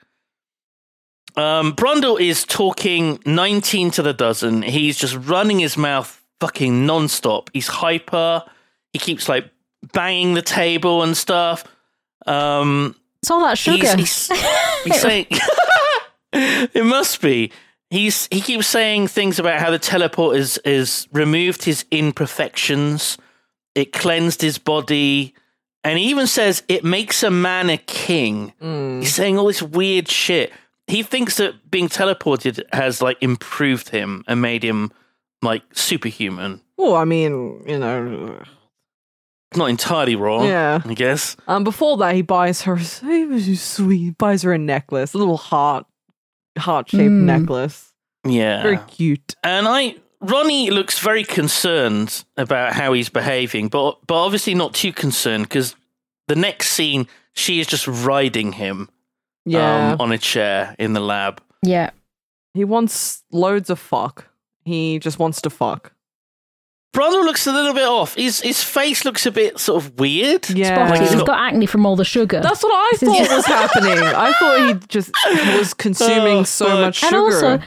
Speaker 3: Um, Brundle is talking 19 to the dozen. He's just running his mouth fucking nonstop. He's hyper. He keeps like banging the table and stuff. Um,
Speaker 2: It's all that sugar.
Speaker 3: He's, he's, he's saying it must be. He's he keeps saying things about how the teleport is is removed his imperfections. It cleansed his body. And he even says it makes a man a king.
Speaker 4: Hmm.
Speaker 3: He's saying all this weird shit. He thinks that being teleported has like improved him and made him like superhuman.
Speaker 4: Well, I mean, you know.
Speaker 3: Not entirely wrong,
Speaker 4: Yeah.
Speaker 3: I guess.
Speaker 4: Um, before that, he buys her. He was just sweet. He buys her a necklace, a little heart, heart shaped
Speaker 2: Mm.
Speaker 4: necklace.
Speaker 3: Yeah.
Speaker 4: Very cute.
Speaker 3: And I Ronnie looks very concerned about how he's behaving, but but obviously not too concerned because the next scene she is just riding him
Speaker 4: Yeah,
Speaker 3: um, on a chair in the lab.
Speaker 2: Yeah.
Speaker 4: he wants loads of fuck. He just wants to fuck.
Speaker 3: Bronwyn looks a little bit off. His his face looks a bit sort of weird.
Speaker 4: Yeah,
Speaker 2: Spotty.
Speaker 3: Like,
Speaker 2: He's
Speaker 3: it's
Speaker 2: got acne from all the sugar.
Speaker 4: that's what I thought was happening. I thought he just was consuming
Speaker 3: Oh,
Speaker 4: so
Speaker 3: fuck.
Speaker 4: much
Speaker 2: and
Speaker 4: sugar.
Speaker 2: also,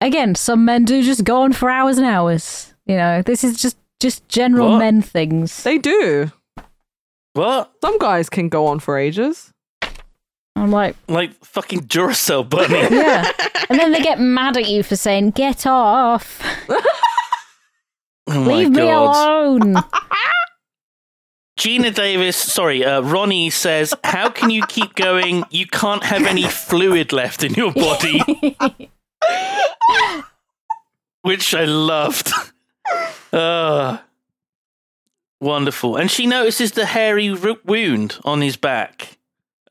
Speaker 2: again, some men do just go on for hours and hours. You know, this is just just general
Speaker 3: What?
Speaker 2: men things.
Speaker 4: they do.
Speaker 3: What?
Speaker 4: Some guys can go on for ages.
Speaker 2: I'm like,
Speaker 3: Like fucking Duracell bunny.
Speaker 2: yeah. and then they get mad at you for saying, "Get off,
Speaker 3: oh my
Speaker 2: leave
Speaker 3: god.
Speaker 2: me alone."
Speaker 3: Gina Davis, sorry, uh, Ronnie says, "How can you keep going? You can't have any fluid left in your body," which I loved. Uh, wonderful. And she notices the hairy ro- wound on his back.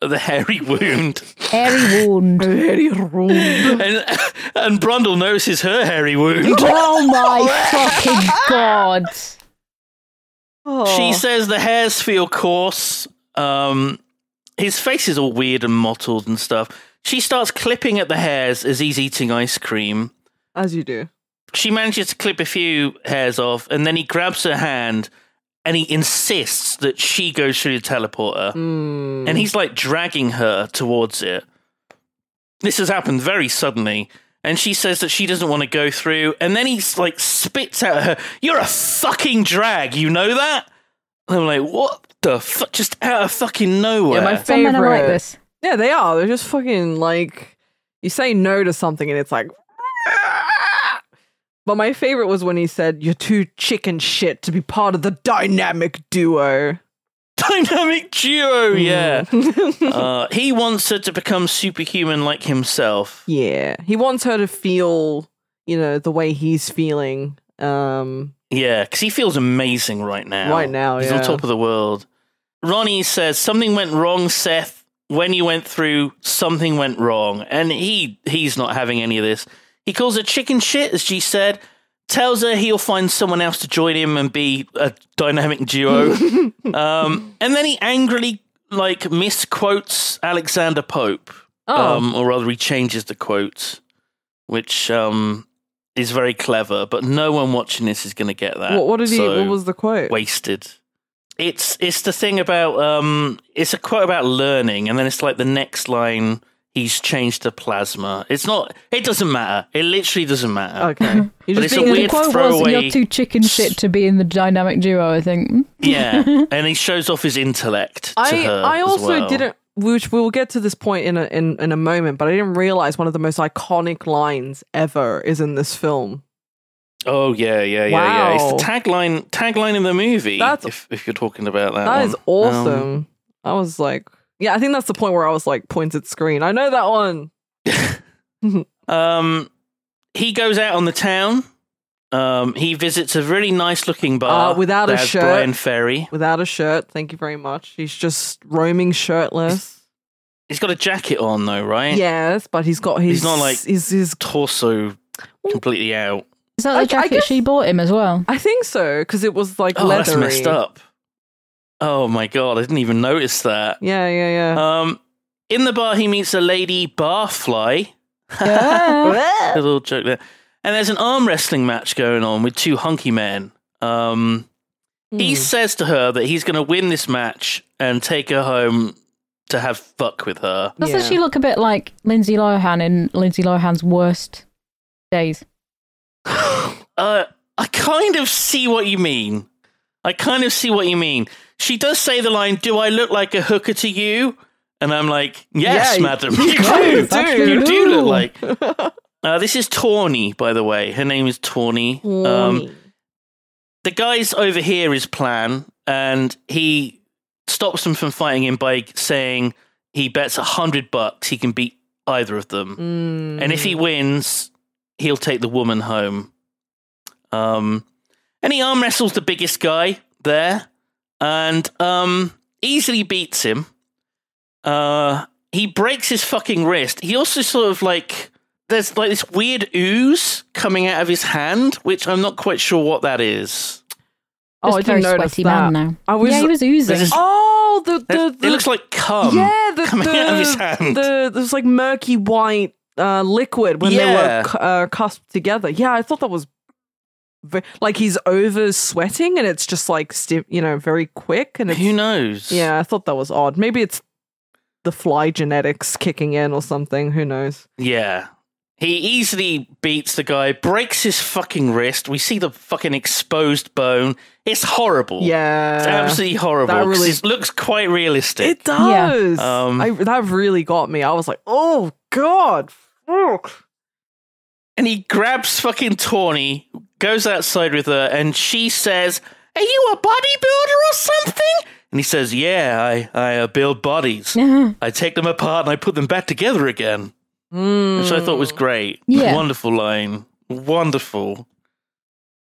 Speaker 3: The hairy wound,
Speaker 2: Hairy wound.
Speaker 4: Very rude.
Speaker 3: and and Brundle notices her hairy wound.
Speaker 2: Oh my fucking god!
Speaker 4: Oh,
Speaker 3: She says the hairs feel coarse. Um, his face is all weird and mottled and stuff. She starts clipping at the hairs as he's eating ice cream.
Speaker 4: as you do.
Speaker 3: She manages to clip a few hairs off, and then he grabs her hand and he insists that she goes through the teleporter.
Speaker 4: Hmm.
Speaker 3: And he's like dragging her towards it. This has happened very suddenly. And she says that she doesn't want to go through. And then he's like spits at her, You're a fucking drag. You know that? And I'm like, What the fuck? Just out of fucking nowhere.
Speaker 4: Yeah, my
Speaker 2: Some men are like
Speaker 4: favorite.
Speaker 2: this.
Speaker 4: Yeah, they are. They're just fucking like you say no to something and it's like "Ah!" But my favorite was when he said, You're too chicken shit to be part of the dynamic duo.
Speaker 3: Dynamic duo, Oh, yeah.
Speaker 4: Mm. Hmm.
Speaker 3: uh, he wants her to become superhuman like himself.
Speaker 4: Yeah. He wants her to feel, you know, the way he's feeling. Um
Speaker 3: Yeah, because he feels amazing right now.
Speaker 4: Right now,
Speaker 3: he's
Speaker 4: yeah.
Speaker 3: on top of the world. Ronnie says something went wrong, Seth. When you went through, something went wrong, and he he's not having any of this. He calls her chicken shit, as she said. Tells her he'll find someone else to join him and be a dynamic duo. um, and then he angrily like misquotes Alexander Pope,
Speaker 4: Oh
Speaker 3: um, or rather, he changes the quote, which um, is very clever. But no one watching this is going to get that.
Speaker 4: what, what did he
Speaker 3: Uh, so-
Speaker 4: what was the quote?
Speaker 3: wasted. It's it's the thing about um it's a quote about learning and then it's like the next line he's changed to plasma. It's not it doesn't matter. It literally doesn't matter.
Speaker 4: Okay. You're
Speaker 3: But
Speaker 4: just
Speaker 3: it's a
Speaker 4: being-
Speaker 2: The
Speaker 3: weird
Speaker 2: quote was,
Speaker 3: throwaway-
Speaker 2: "You're too chicken shit to be in the dynamic duo." I think. Mm.
Speaker 3: Yeah. and he shows off his intellect to
Speaker 4: I
Speaker 3: her.
Speaker 4: I
Speaker 3: as
Speaker 4: also
Speaker 3: well.
Speaker 4: didn't. Which we will get to this point in a in, in a moment, but I didn't realize one of the most iconic lines ever is in this film.
Speaker 3: Oh yeah, yeah, yeah, yeah. It's the
Speaker 4: Wow.
Speaker 3: tagline tagline in the movie.
Speaker 4: That's-
Speaker 3: if if you're talking about that.
Speaker 4: That
Speaker 3: one.
Speaker 4: is
Speaker 3: Um,
Speaker 4: awesome. I was like, yeah, I think that's the point where I was like, points at screen. I know that one.
Speaker 3: Um, he goes out on the town. Um, he visits a really nice looking bar
Speaker 4: Uh, without a
Speaker 3: that has
Speaker 4: shirt.
Speaker 3: Brian Ferry.
Speaker 4: Without a shirt, thank you very much. He's just roaming shirtless.
Speaker 3: He's got a jacket on though, right?
Speaker 4: Yes, but he's got his.
Speaker 3: He's not like-
Speaker 4: his his.
Speaker 3: Torso completely out.
Speaker 2: Is that
Speaker 4: I- I
Speaker 2: the jacket
Speaker 4: guess-
Speaker 2: she bought him as well?
Speaker 4: I think so because it was like
Speaker 3: Oh, that's
Speaker 4: leathery.
Speaker 3: messed up. Oh my god, I didn't even notice that.
Speaker 4: Yeah, yeah, yeah.
Speaker 3: Um, in the bar, he meets a lady barfly. A little joke there. And there's an arm wrestling match going on with two hunky men. Um,
Speaker 2: Mm.
Speaker 4: Hmm.
Speaker 3: He says to her that he's going to win this match and take her home to have fuck with her.
Speaker 2: Doesn't
Speaker 4: Yeah.
Speaker 2: she look a bit like Lindsay Lohan in Lindsay Lohan's worst days?
Speaker 3: Uh, I kind of see what you mean. I kind of see what you mean. She does say the line, "Do I look like a hooker to you?" And I'm like, "Yes,
Speaker 4: Yeah, you-
Speaker 3: madam, you,
Speaker 4: kind
Speaker 3: do.
Speaker 4: of actually
Speaker 3: You do
Speaker 2: do.
Speaker 3: look like." Uh, this is Tawny, by the way. Her name is Tawny. Um,
Speaker 4: Horny.
Speaker 3: the guy's over here is plan, and he stops them from fighting him by saying he bets a hundred bucks he can beat either of them,
Speaker 4: Mm.
Speaker 3: and if he wins, he'll take the woman home. Um, and he arm wrestles the biggest guy there, and um, easily beats him. Uh, he breaks his fucking wrist. He also sort of like there's like this weird ooze coming out of his hand, which I'm not quite sure what that is.
Speaker 4: oh, I
Speaker 2: Just a very
Speaker 4: didn't notice
Speaker 2: sweaty
Speaker 4: that.
Speaker 2: man now.
Speaker 4: I was.
Speaker 2: yeah, he was oozing.
Speaker 3: There's this-
Speaker 4: oh, the the,
Speaker 3: it looks like cum
Speaker 4: yeah, the,
Speaker 3: coming
Speaker 4: the,
Speaker 3: out of his hand.
Speaker 4: The there's like murky white uh, liquid when they
Speaker 3: Yeah.
Speaker 4: were cu- uh, cusped together. Yeah, I thought that was ve- like he's over sweating and it's just like sti- you know very quick and it's
Speaker 3: Who knows?
Speaker 4: yeah. I thought that was odd. Maybe it's the fly genetics kicking in or something. Who knows?
Speaker 3: Yeah. He easily beats the guy, breaks his fucking wrist. We see the fucking exposed bone. It's horrible.
Speaker 4: Yeah,
Speaker 3: It's absolutely horrible.
Speaker 4: that
Speaker 3: 'cause
Speaker 4: really-
Speaker 3: it looks quite realistic.
Speaker 4: It does.
Speaker 3: Um,
Speaker 4: I, that really got me. I was like, oh god. fuck.
Speaker 3: and he grabs fucking Tawny, goes outside with her, and she says, "Are you a bodybuilder or something?" And he says, "Yeah, I I uh, build bodies. I take them apart and I put them back together again," which I
Speaker 4: Mm.
Speaker 3: thought was great.
Speaker 2: Yeah.
Speaker 3: wonderful line, wonderful.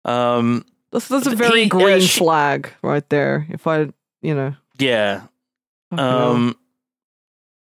Speaker 3: Um,
Speaker 4: That's, that's a
Speaker 3: Th-
Speaker 4: very
Speaker 3: he- uh,
Speaker 4: green
Speaker 3: she-
Speaker 4: flag right there. If I, you know,
Speaker 3: yeah.
Speaker 4: fucking hell.
Speaker 3: Um,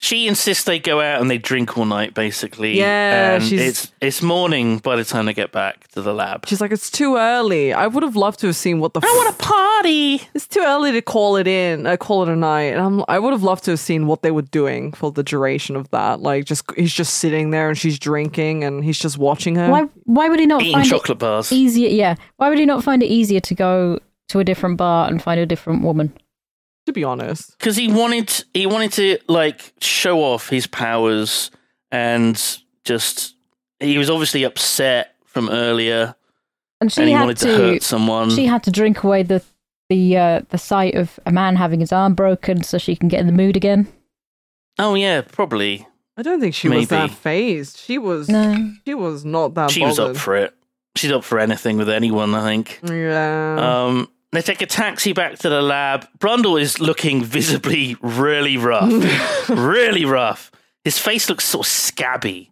Speaker 3: she insists they go out and they drink all night, basically.
Speaker 4: Yeah,
Speaker 3: and
Speaker 4: she's-
Speaker 3: it's it's morning by the time they get back to the lab.
Speaker 4: she's like, it's too early. I would have loved to have seen what the.
Speaker 3: I
Speaker 4: f-
Speaker 3: want to party.
Speaker 4: It's too early to call it in. I call it a night, and I'm. I would have loved to have seen what they were doing for the duration of that. Like, just he's just sitting there and she's drinking and he's just watching her.
Speaker 2: why? Why would he not
Speaker 3: Eating
Speaker 2: find
Speaker 3: chocolate bars.
Speaker 2: it easier? Yeah. Why would he not find it easier to go to a different bar and find a different woman?
Speaker 4: To be honest,
Speaker 3: because he wanted he wanted to like show off his powers and just he was obviously upset from earlier
Speaker 2: And she
Speaker 3: and he
Speaker 2: had
Speaker 3: wanted to, hurt someone
Speaker 2: she had to drink away the the uh, the sight of a man having his arm broken, so she can get in the mood again.
Speaker 3: oh yeah probably
Speaker 4: I don't think she was that
Speaker 3: Maybe.
Speaker 4: phased. She was.
Speaker 2: No.
Speaker 4: She was not that.
Speaker 3: she was
Speaker 4: bothered.
Speaker 3: up for it she's up for anything with anyone i think
Speaker 4: Yeah.
Speaker 3: um they take a taxi back to the lab brundle is looking visibly really rough really rough his face looks sort of scabby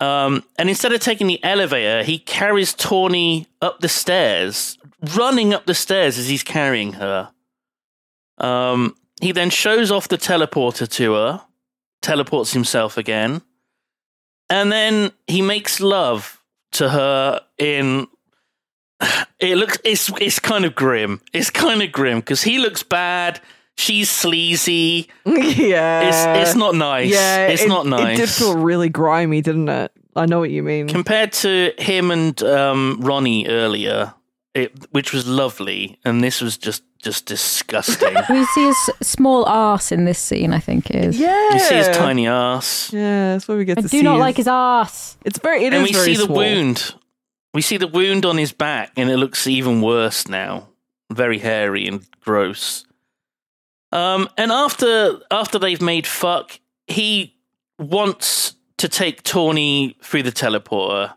Speaker 3: um, and instead of taking the elevator, he carries Tawny up the stairs, running up the stairs as he's carrying her. Um, he then shows off the teleporter to her, teleports himself again, and then he makes love to her in. It looks it's it's kind of grim. It's kind of grim because he looks bad. She's sleazy.
Speaker 4: yeah.
Speaker 3: It's it's not nice.
Speaker 4: Yeah,
Speaker 3: it's
Speaker 4: it-
Speaker 3: not nice.
Speaker 4: It did feel really grimy, didn't it? I know what you mean.
Speaker 3: compared to him and um, Ronnie earlier, it, which was lovely, and this was just just disgusting.
Speaker 2: We see his small arse in this scene. I think it is.
Speaker 4: yeah,
Speaker 3: you see his tiny ass,
Speaker 4: Yeah, that's where we get
Speaker 2: I
Speaker 4: to
Speaker 2: do
Speaker 4: see
Speaker 2: not
Speaker 4: his-
Speaker 2: like his arse.
Speaker 4: It's very. It is
Speaker 3: and we
Speaker 4: very
Speaker 3: see the
Speaker 4: small.
Speaker 3: wound. We see the wound on his back, and it looks even worse now. Very hairy and gross. Um, and after after they've made fuck, he wants to take Tawny through the teleporter.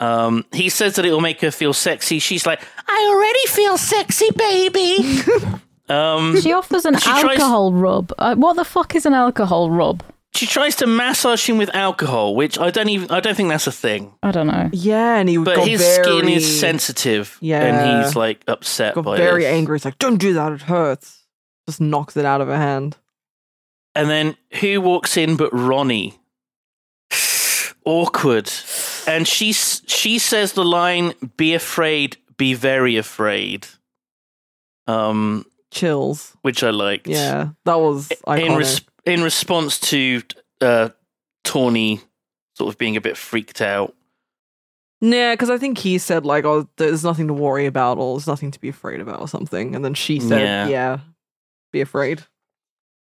Speaker 3: Um, he says that it will make her feel sexy. She's like, "I already feel sexy, baby." um,
Speaker 2: She offers an
Speaker 3: She tries-
Speaker 2: alcohol rub. Uh, what the fuck is an alcohol rub?
Speaker 3: she tries to massage him with alcohol, which I don't even I don't think that's a thing.
Speaker 2: I don't know.
Speaker 4: Yeah, and he
Speaker 3: But
Speaker 4: got
Speaker 3: his
Speaker 4: very,
Speaker 3: skin is sensitive,
Speaker 4: Yeah.
Speaker 3: and he's like upset
Speaker 4: Got
Speaker 3: by
Speaker 4: very
Speaker 3: this.
Speaker 4: angry. It's like, don't do that. It hurts. Just knocks it out of her hand.
Speaker 3: And then who walks in but Ronnie? Awkward. And she s- she says the line, "Be afraid, be very afraid," um,
Speaker 4: Chills.
Speaker 3: which I liked.
Speaker 4: Yeah, that was iconic.
Speaker 3: In res- in response to uh, Tawny sort of being a bit freaked out.
Speaker 4: yeah, because I think he said like, "Oh, there's nothing to worry about, or there's nothing to be afraid about, or something." And then she said,
Speaker 3: Yeah.
Speaker 4: "Yeah, be afraid."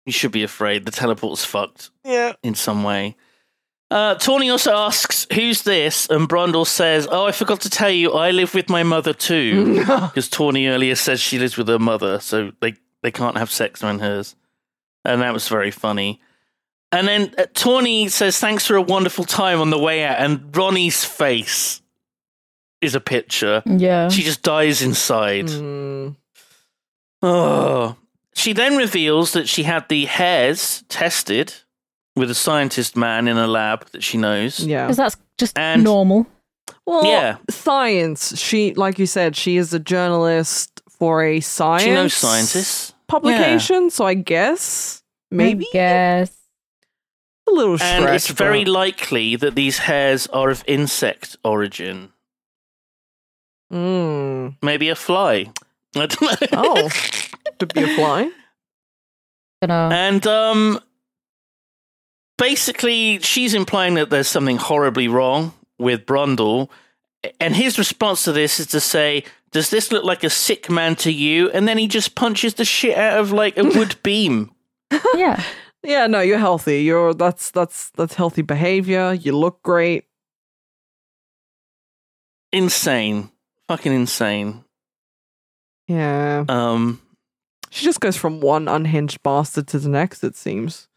Speaker 3: You should be afraid. The teleport's fucked.
Speaker 4: Yeah.
Speaker 3: in some way. Uh, Tawny also asks, "Who's this?" And Brundle says, "Oh, I forgot to tell you, I live with my mother too." Because Tawny earlier says she lives with her mother, so they they can't have sex around hers, and that was very funny. And then uh, Tawny says, "Thanks for a wonderful time on the way out." And Ronnie's face is a picture.
Speaker 2: Yeah.
Speaker 4: Hmm.
Speaker 3: She just dies inside.
Speaker 4: Mm.
Speaker 3: Oh. She then reveals that she had the hairs tested with a scientist man in a lab that she knows.
Speaker 4: Yeah.
Speaker 1: because that's just
Speaker 3: And-
Speaker 1: normal.
Speaker 4: Well,
Speaker 3: Yeah.
Speaker 4: science. She, like you said, she is a journalist for a science.
Speaker 3: She knows scientists.
Speaker 4: publication. So I guess maybe
Speaker 1: Yes.
Speaker 4: a little.
Speaker 3: And
Speaker 4: stretch,
Speaker 3: it's very
Speaker 4: but-
Speaker 3: likely that these hairs are of insect origin.
Speaker 4: Mm.
Speaker 3: Maybe a fly. I don't know.
Speaker 4: Oh, to be a fly.
Speaker 1: Gonna
Speaker 3: And um basically she's implying that there's something horribly wrong with Brundle. And his response to this is to say, Does this look like a sick man to you? And then he just punches the shit out of like a wood beam. Uh,
Speaker 1: yeah.
Speaker 4: Yeah, no, you're healthy. You're that's that's that's healthy behavior. You look great.
Speaker 3: Insane. Fucking insane.
Speaker 4: Yeah.
Speaker 3: Um
Speaker 4: She just goes from one unhinged bastard to the next, it seems.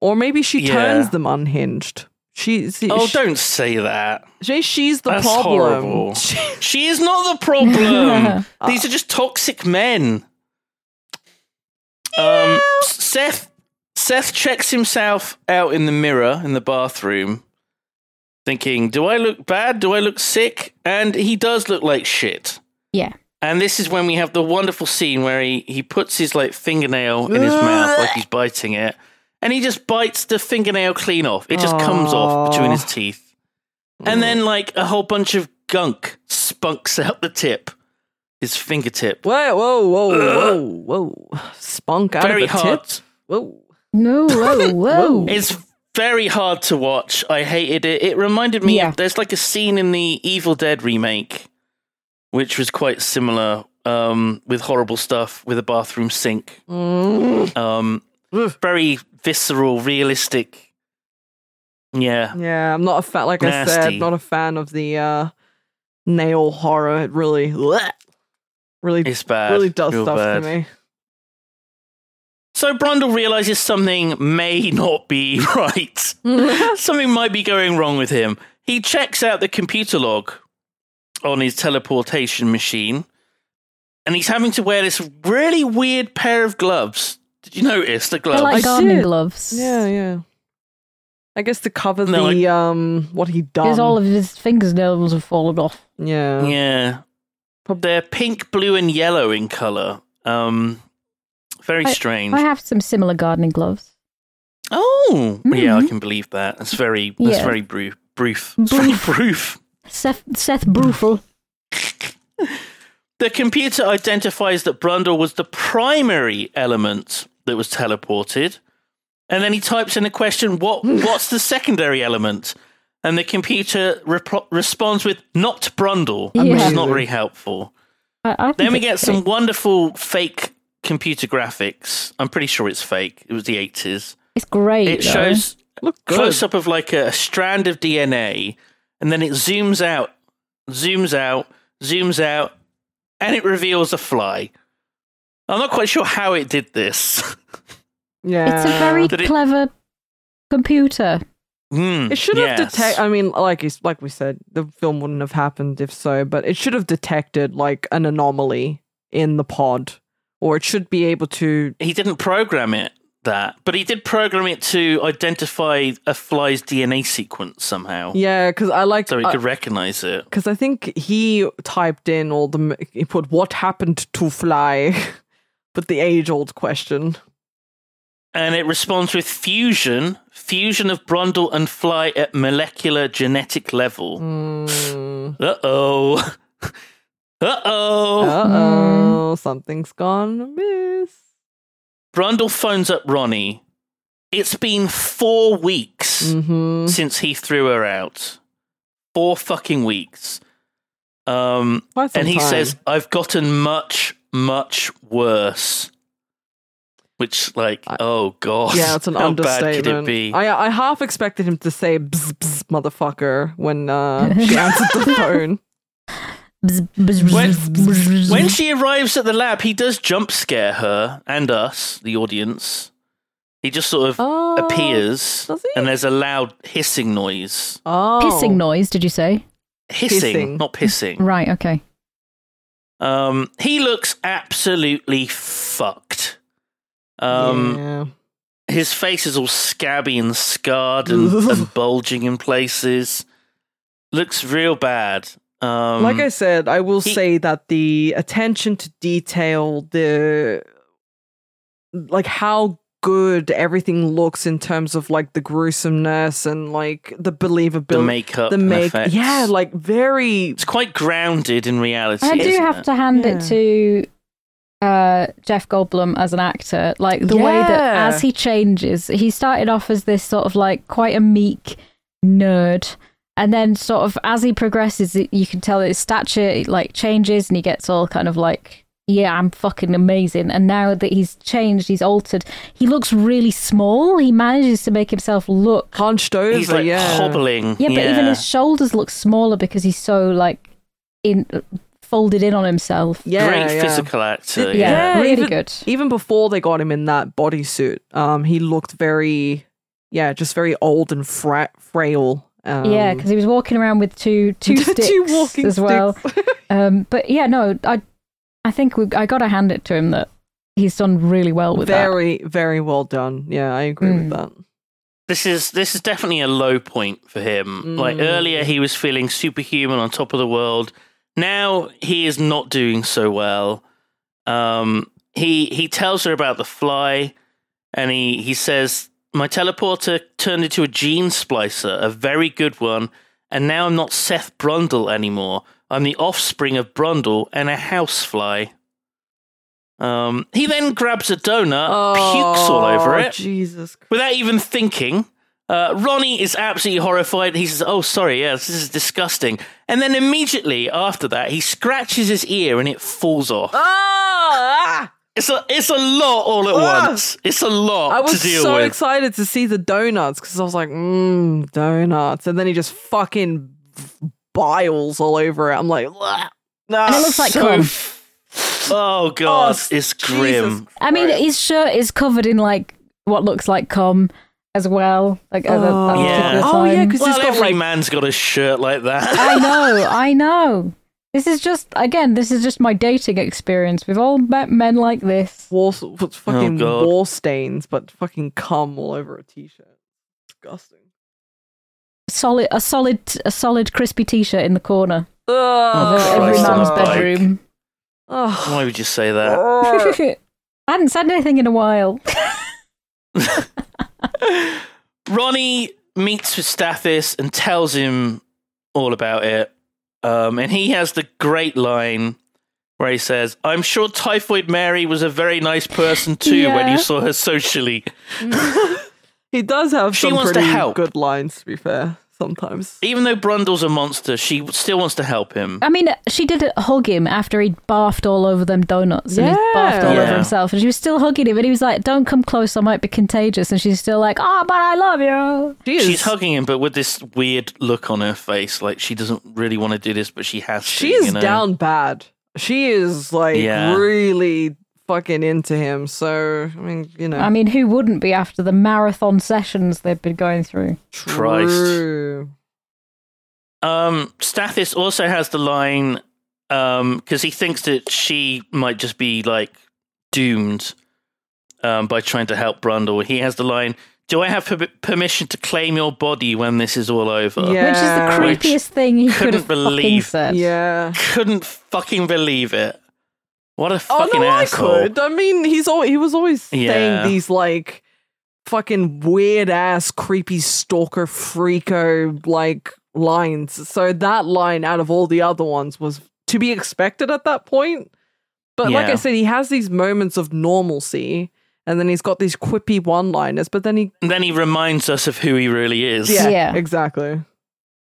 Speaker 4: Or maybe she
Speaker 3: Yeah.
Speaker 4: turns them unhinged. She, see,
Speaker 3: Oh,
Speaker 4: she-
Speaker 3: don't say that.
Speaker 4: she- she's the
Speaker 3: That's
Speaker 4: problem.
Speaker 3: horrible.
Speaker 4: She-
Speaker 3: She is not the problem. These are just toxic men. Um, Seth Seth checks himself out in the mirror in the bathroom, thinking, "Do I look bad? Do I look sick?" And he does look like shit.
Speaker 1: Yeah.
Speaker 3: And this is when we have the wonderful scene where he he puts his like fingernail in his mouth like he's biting it, and he just bites the fingernail clean off. It just comes off between his teeth. And
Speaker 4: Mm.
Speaker 3: then, like, a whole bunch of gunk spunks out the tip, his fingertip.
Speaker 4: Whoa, whoa, whoa, whoa, whoa. Spunk out
Speaker 3: Very
Speaker 4: of the
Speaker 3: hard.
Speaker 4: tip. Whoa.
Speaker 1: No. Whoa. Whoa.
Speaker 3: It's very hard to watch. I hated it. It reminded me
Speaker 1: Yeah.
Speaker 3: of there's like a scene in the Evil Dead remake, which was quite similar um, with horrible stuff with a bathroom sink.
Speaker 4: Mm.
Speaker 3: Um, very visceral, realistic. Yeah.
Speaker 4: Yeah, I'm not a fan. Like I
Speaker 3: Nasty.
Speaker 4: said, not a fan of the uh, nail horror. It really, bleh, really,
Speaker 3: It's bad.
Speaker 4: really does
Speaker 3: Real
Speaker 4: stuff
Speaker 3: bad.
Speaker 4: to me.
Speaker 3: So Brundle realizes something may not be right. something might be going wrong with him. He checks out the computer log on his teleportation machine, and he's having to wear this really weird pair of gloves. Did you notice the gloves?
Speaker 1: They're like
Speaker 4: I
Speaker 1: gardening
Speaker 4: did.
Speaker 1: gloves.
Speaker 4: Yeah, yeah. I guess to cover
Speaker 3: No,
Speaker 4: the um what he done.
Speaker 1: Because all of his fingernails have fallen off.
Speaker 4: yeah.
Speaker 3: yeah, they're pink, blue, and yellow in color. Um, very strange.
Speaker 1: I have some similar gardening gloves.
Speaker 3: oh, yeah, I can believe that. That's very, that's
Speaker 1: Mm-hmm. Yeah.
Speaker 3: very brief. Brief. It's very brief.
Speaker 1: Seth Seth Brufel.
Speaker 3: The computer identifies that Brundle was the primary element that was teleported. And then he types in a question, what, what's the secondary element? And the computer repro- responds with, not Brundle, which is not
Speaker 4: Amazing.
Speaker 3: very helpful.
Speaker 1: I, I think
Speaker 3: Then we
Speaker 1: it's
Speaker 3: get some
Speaker 1: great.
Speaker 3: wonderful fake computer graphics. I'm pretty sure it's fake. It was the 80s.
Speaker 1: It's great.
Speaker 3: It
Speaker 1: though.
Speaker 3: shows
Speaker 4: Look good.
Speaker 3: close up of like a strand of DNA, and then it zooms out, zooms out, zooms out, and it reveals a fly. I'm not quite sure how it did this.
Speaker 4: Yeah.
Speaker 1: It's a very
Speaker 3: Did it-
Speaker 1: clever computer.
Speaker 3: Hmm,
Speaker 4: It should have um
Speaker 3: yes.
Speaker 4: detected. I mean, like it's- like we said, the film wouldn't have happened if so, but it should have detected like an anomaly in the pod, or it should be able to.
Speaker 3: He didn't program it that, but he did program it to identify a fly's DNA sequence somehow,
Speaker 4: Yeah, uh, because I like
Speaker 3: Oh. so it could recognize it.
Speaker 4: because I think he typed in all the m- he put what happened to fly, but the age old question.
Speaker 3: and it responds with fusion, fusion of Brundle and Fly at molecular genetic level.
Speaker 4: Mm.
Speaker 3: Uh oh. Uh oh.
Speaker 4: Uh oh, something's gone amiss.
Speaker 3: Brundle phones up Ronnie. It's been four weeks
Speaker 4: Mm-hmm.
Speaker 3: since he threw her out. Four fucking weeks. Um,
Speaker 4: Quite some
Speaker 3: and he
Speaker 4: time.
Speaker 3: says, I've gotten much, much worse. Which, like, oh god,
Speaker 4: Yeah, it's an
Speaker 3: how bad
Speaker 4: understatement.
Speaker 3: could it be?
Speaker 4: I I half expected him to say bzz, bzz, motherfucker when uh, she answered the phone.
Speaker 1: Bzz, bzz, bzz,
Speaker 3: When-
Speaker 1: bzz, bzz, bzz.
Speaker 3: When she arrives at the lab, he does jump scare her and us, the audience. He just sort of
Speaker 4: Oh,
Speaker 3: appears,
Speaker 4: does he?
Speaker 3: and there's a loud hissing noise.
Speaker 4: Oh.
Speaker 1: Pissing noise, did you say?
Speaker 3: Hissing,
Speaker 4: Hissing.
Speaker 3: not pissing.
Speaker 1: Right, okay.
Speaker 3: Um, he looks absolutely fucked. Um,
Speaker 4: yeah.
Speaker 3: His face is all scabby and scarred and, and bulging in places. Looks real bad. Um,
Speaker 4: like I said, I will
Speaker 3: he-
Speaker 4: say that the attention to detail, the like how good everything looks in terms of like the gruesomeness and like the believability,
Speaker 3: the makeup,
Speaker 4: the
Speaker 3: and
Speaker 4: make,
Speaker 3: effects.
Speaker 4: yeah, like very
Speaker 3: it's quite grounded in reality.
Speaker 2: I do
Speaker 3: isn't
Speaker 2: have
Speaker 3: it?
Speaker 2: to hand
Speaker 4: Yeah.
Speaker 2: it to uh, Jeff Goldblum as an actor. Like the way that
Speaker 4: Yeah.
Speaker 2: as he changes, he started off as this sort of like quite a meek nerd. And then, sort of, as he progresses, it- you can tell his stature like changes, and he gets all kind of like, "Yeah, I'm fucking amazing." And now that he's changed, he's altered. He looks really small. He manages to make himself look
Speaker 4: hunched over.
Speaker 3: He's like
Speaker 4: yeah,
Speaker 3: hobbling.
Speaker 2: yeah, but even his shoulders look smaller because he's so like in folded in on himself.
Speaker 4: yeah,
Speaker 3: great
Speaker 4: yeah.
Speaker 3: physical actor.
Speaker 4: Th-
Speaker 2: Yeah,
Speaker 3: yeah.
Speaker 4: Yeah,
Speaker 2: really
Speaker 4: even-
Speaker 2: good.
Speaker 4: Even before they got him in that bodysuit, um, he looked very, yeah, just very old and fra- frail. Um,
Speaker 2: yeah, because he was walking around with two two sticks
Speaker 4: walking
Speaker 2: as well.
Speaker 4: sticks.
Speaker 2: um, but yeah, no, I I think we, I got to hand it to him that he's done really well with that.
Speaker 4: very very well done yeah i agree with
Speaker 2: Mm.
Speaker 4: that
Speaker 3: This is this is definitely a low point for him. Like
Speaker 4: Mm.
Speaker 3: earlier, he was feeling superhuman on top of the world. Now he is not doing so well. Um, he he tells her about the fly, and he he says, "My teleporter turned into a gene splicer, a very good one, and now I'm not Seth Brundle anymore. I'm the offspring of Brundle and a housefly." Um, he then grabs a donut, pukes all over
Speaker 4: Oh,
Speaker 3: it
Speaker 4: jesus Christ.
Speaker 3: without even thinking. Uh, Ronnie is absolutely horrified. He says, "Oh, sorry, yeah, this is disgusting." And then immediately after that, he scratches his ear and it falls off.
Speaker 4: Ah!
Speaker 3: It's a it's a lot all at
Speaker 4: Ah!
Speaker 3: once. It's a lot
Speaker 4: I was
Speaker 3: to deal
Speaker 4: so
Speaker 3: with.
Speaker 4: excited to see the donuts because I was like, mmm, donuts. And then he just fucking biles all over it. I'm like,
Speaker 3: Oh,
Speaker 4: "Ugh." Nah.
Speaker 2: And it looks like
Speaker 3: so
Speaker 2: cum.
Speaker 3: Oh god,
Speaker 4: Oh,
Speaker 3: it's
Speaker 4: Jesus
Speaker 3: grim.
Speaker 2: I mean,
Speaker 4: Christ.
Speaker 2: his shirt is covered in like what looks like cum as well. Like at that- that
Speaker 4: Oh.
Speaker 3: Yeah.
Speaker 2: particular
Speaker 4: Oh, yeah,
Speaker 2: time.
Speaker 4: 'cause
Speaker 3: Well,
Speaker 4: he's got,
Speaker 3: every
Speaker 4: like-
Speaker 3: man's got a shirt like that.
Speaker 2: I know, I know. This is just again, this is just my dating experience. We've all met men like this.
Speaker 4: war, what's fucking
Speaker 3: Oh, God.
Speaker 4: war stains, but fucking cum all over a t shirt. Disgusting.
Speaker 2: Solid, a solid, a solid crispy t-shirt in the corner of
Speaker 3: Oh,
Speaker 2: every
Speaker 3: Christ on
Speaker 2: man's
Speaker 3: a bike.
Speaker 2: bedroom.
Speaker 4: Ugh.
Speaker 3: Why would you say that?
Speaker 4: Ugh.
Speaker 2: I hadn't said anything in a while.
Speaker 3: Ronnie meets with Stathis and tells him all about it. Um, and he has the great line where he says, I'm sure Typhoid Mary was a very nice person too when
Speaker 2: Yeah.
Speaker 3: you saw her socially.
Speaker 4: he does have
Speaker 3: She
Speaker 4: some
Speaker 3: wants to
Speaker 4: pretty
Speaker 3: help.
Speaker 4: good lines, to be fair, sometimes.
Speaker 3: Even though Brundle's a monster, she still wants to help him.
Speaker 2: I mean, she did hug him after he barfed all over them donuts and he
Speaker 4: Yeah.
Speaker 2: barfed all
Speaker 3: Yeah.
Speaker 2: over himself, and she was still hugging him. And he was like, "Don't come close, I might be contagious." And she's still like, "Oh, but I love you."
Speaker 4: She is,
Speaker 3: She's hugging him, but with this weird look on her face, like she doesn't really want to do this, but she has to.
Speaker 4: she is
Speaker 3: you know?
Speaker 4: down bad. She is like
Speaker 3: Yeah.
Speaker 4: really fucking into him. So I mean, you know,
Speaker 2: I mean, who wouldn't be after the marathon sessions they've been going through?
Speaker 3: Christ.
Speaker 4: true.
Speaker 3: Um, Stathis also has the line because he thinks that she might just be like doomed um, by trying to help Brundle. He has the line, "Do I have per- permission to claim your body when this is all over?"
Speaker 4: Yeah.
Speaker 2: Which
Speaker 3: Which
Speaker 2: is the creepiest thing he could
Speaker 3: couldn't
Speaker 2: have fucking
Speaker 3: believe.
Speaker 2: said.
Speaker 4: Yeah.
Speaker 3: Couldn't fucking believe it. What a
Speaker 4: Oh
Speaker 3: fucking
Speaker 4: no,
Speaker 3: asshole!
Speaker 4: I could. I mean, he's always he was always
Speaker 3: Yeah.
Speaker 4: saying these like fucking weird ass, creepy stalker freako like lines. So that line out of all the other ones was to be expected at that point. But like
Speaker 3: Yeah.
Speaker 4: I said, he has these moments of normalcy, and then he's got these quippy one liners. But then he
Speaker 3: And then he reminds us of who he really is.
Speaker 4: Yeah,
Speaker 2: Yeah.
Speaker 4: exactly.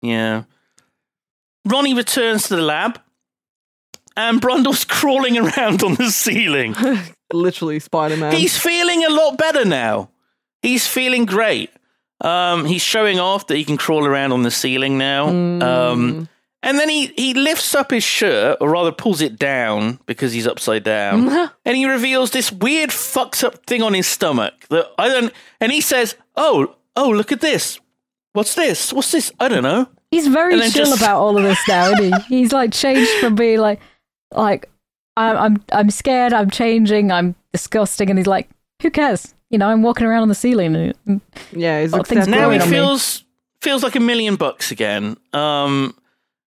Speaker 3: Yeah. Ronnie returns to the lab, and Brundle's crawling around on the ceiling.
Speaker 4: Literally Spider Man.
Speaker 3: He's feeling a lot better now. He's feeling great. Um, he's showing off that he can crawl around on the ceiling now. Um, and then he, he lifts up his shirt, or rather pulls it down because he's upside down. and he reveals this weird fucks up thing on his stomach that I don't. And he says, "Oh, oh, look at this. What's this? What's this? I don't know."
Speaker 2: He's very
Speaker 3: And then
Speaker 2: chill
Speaker 3: just-
Speaker 2: about all of this now, isn't he? He's like changed from being like, like, I'm, I'm, I'm scared, I'm changing, I'm disgusting. And he's like, who cares? You know, I'm walking around on the ceiling. And, and
Speaker 4: Yeah, he's
Speaker 2: Oh, things
Speaker 4: accepting
Speaker 2: grow
Speaker 3: now
Speaker 2: Growing
Speaker 3: he
Speaker 4: it.
Speaker 2: on me.
Speaker 3: feels feels like a million bucks again. Um,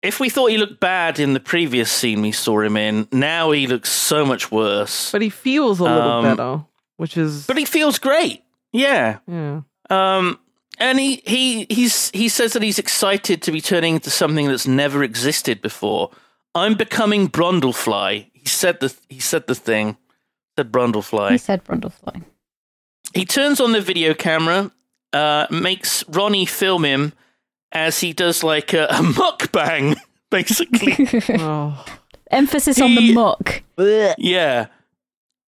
Speaker 3: if we thought he looked bad in the previous scene we saw him in, now he looks so much worse.
Speaker 4: but he feels a little
Speaker 3: Um,
Speaker 4: better, which is
Speaker 3: But he feels great. Yeah.
Speaker 4: yeah.
Speaker 3: Um, and he, he he's he says that he's excited to be turning into something that's never existed before. I'm becoming Brundlefly. He said the he said the thing. Said
Speaker 2: he
Speaker 3: Brundlefly.
Speaker 2: said Brundlefly.
Speaker 3: He turns on the video camera, uh, makes Ronnie film him as he does like a, a mukbang, basically.
Speaker 4: Oh.
Speaker 2: Emphasis on the
Speaker 3: He-
Speaker 2: muck.
Speaker 3: Yeah.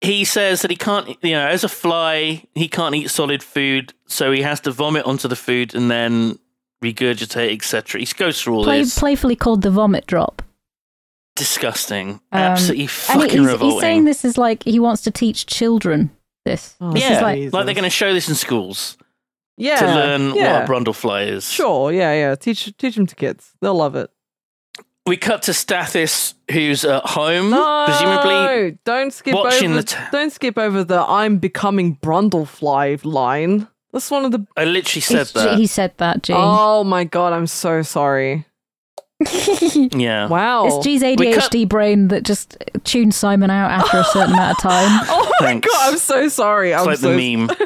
Speaker 3: He says that he can't, you know, as a fly, he can't eat solid food, so he has to vomit onto the food and then regurgitate, etc. He goes through all
Speaker 2: Play,
Speaker 3: this.
Speaker 2: playfully called the vomit drop.
Speaker 3: Disgusting.
Speaker 2: Um,
Speaker 3: Absolutely
Speaker 2: And he-
Speaker 3: fucking
Speaker 2: he's,
Speaker 3: revolting.
Speaker 2: he's saying this is like he wants to teach children this.
Speaker 4: Oh,
Speaker 3: yeah,
Speaker 2: like-
Speaker 3: like,
Speaker 4: Jesus.
Speaker 3: they're going to show this in schools
Speaker 4: yeah,
Speaker 3: to learn
Speaker 4: yeah.
Speaker 3: what a brundlefly is.
Speaker 4: Sure, yeah, yeah. Teach teach them to kids. They'll love it.
Speaker 3: We cut to Stathis, who's at home,
Speaker 4: No,
Speaker 3: presumably.
Speaker 4: don't skip
Speaker 3: watching
Speaker 4: over.
Speaker 3: the t-
Speaker 4: don't skip over the "I'm becoming Brundlefly" line. That's one of the.
Speaker 3: I literally said
Speaker 2: He's-
Speaker 3: that.
Speaker 2: He said that, G.
Speaker 4: Oh my god, I'm so sorry.
Speaker 3: yeah.
Speaker 4: Wow.
Speaker 2: It's G's
Speaker 3: Oh. We cut-
Speaker 2: ADHD brain that just tunes Simon out after a certain amount of time.
Speaker 4: oh my
Speaker 3: Thanks.
Speaker 4: god, I'm so sorry.
Speaker 3: It's
Speaker 4: I'm
Speaker 3: like
Speaker 4: so
Speaker 3: the meme. like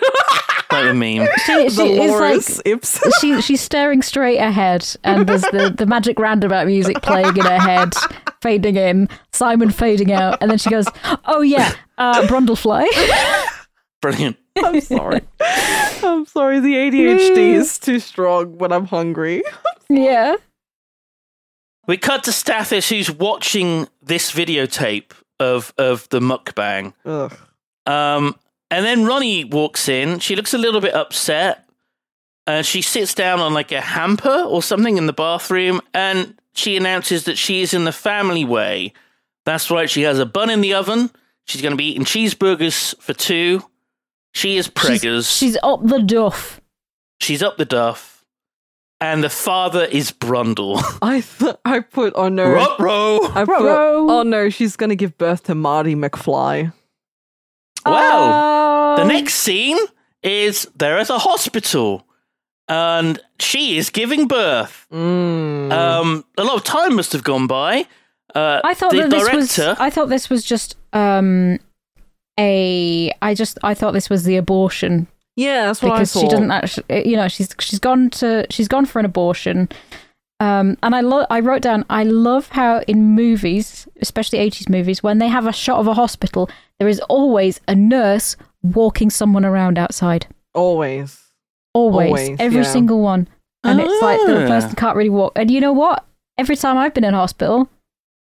Speaker 3: the meme.
Speaker 2: She, she is like
Speaker 4: Dolores Ibsen.
Speaker 2: she she's staring straight ahead, and there's the the magic roundabout music playing in her head, fading in, Simon fading out, and then she goes, "Oh yeah, uh, Brundlefly."
Speaker 3: Brilliant.
Speaker 4: I'm sorry. I'm sorry. The ADHD is too strong when I'm hungry.
Speaker 2: yeah,
Speaker 3: We cut to Stathis, who's watching this videotape of of the mukbang.
Speaker 4: Ugh.
Speaker 3: Um, and then Ronnie walks in. She looks a little bit upset. And she sits down on like a hamper or something in the bathroom, and she announces that she is in the family way. That's right. She has a bun in the oven. She's going to be eating cheeseburgers for two. She is preggers.
Speaker 2: she's, she's up the duff.
Speaker 3: she's up the duff, and the father is Brundle.
Speaker 4: I th- I put oh no.
Speaker 3: Ruh-roh.
Speaker 4: I put,
Speaker 2: Ruh-roh.
Speaker 4: oh no, she's gonna give birth to Marty McFly.
Speaker 3: Wow. The
Speaker 2: Oh.
Speaker 3: next scene is they're at a hospital and she is giving birth.
Speaker 4: Mm.
Speaker 3: Um, a lot of time must have gone by. Uh,
Speaker 2: I thought
Speaker 3: the
Speaker 2: that this
Speaker 3: director,
Speaker 2: was. I thought this was just um a. I just I thought this was the abortion
Speaker 4: yeah, that's what I
Speaker 2: because
Speaker 4: saw.
Speaker 2: she doesn't actually. You know, she's she's gone to she's gone for an abortion. Um, and I lo- I wrote down I love how in movies, especially eighties movies, when they have a shot of a hospital, there is always a nurse walking someone around outside.
Speaker 4: Always.
Speaker 2: Always,
Speaker 4: Always,
Speaker 2: every
Speaker 4: yeah.
Speaker 2: single one, and it's like the
Speaker 3: Ah.
Speaker 2: person can't really walk. And you know what? Every time I've been in hospital,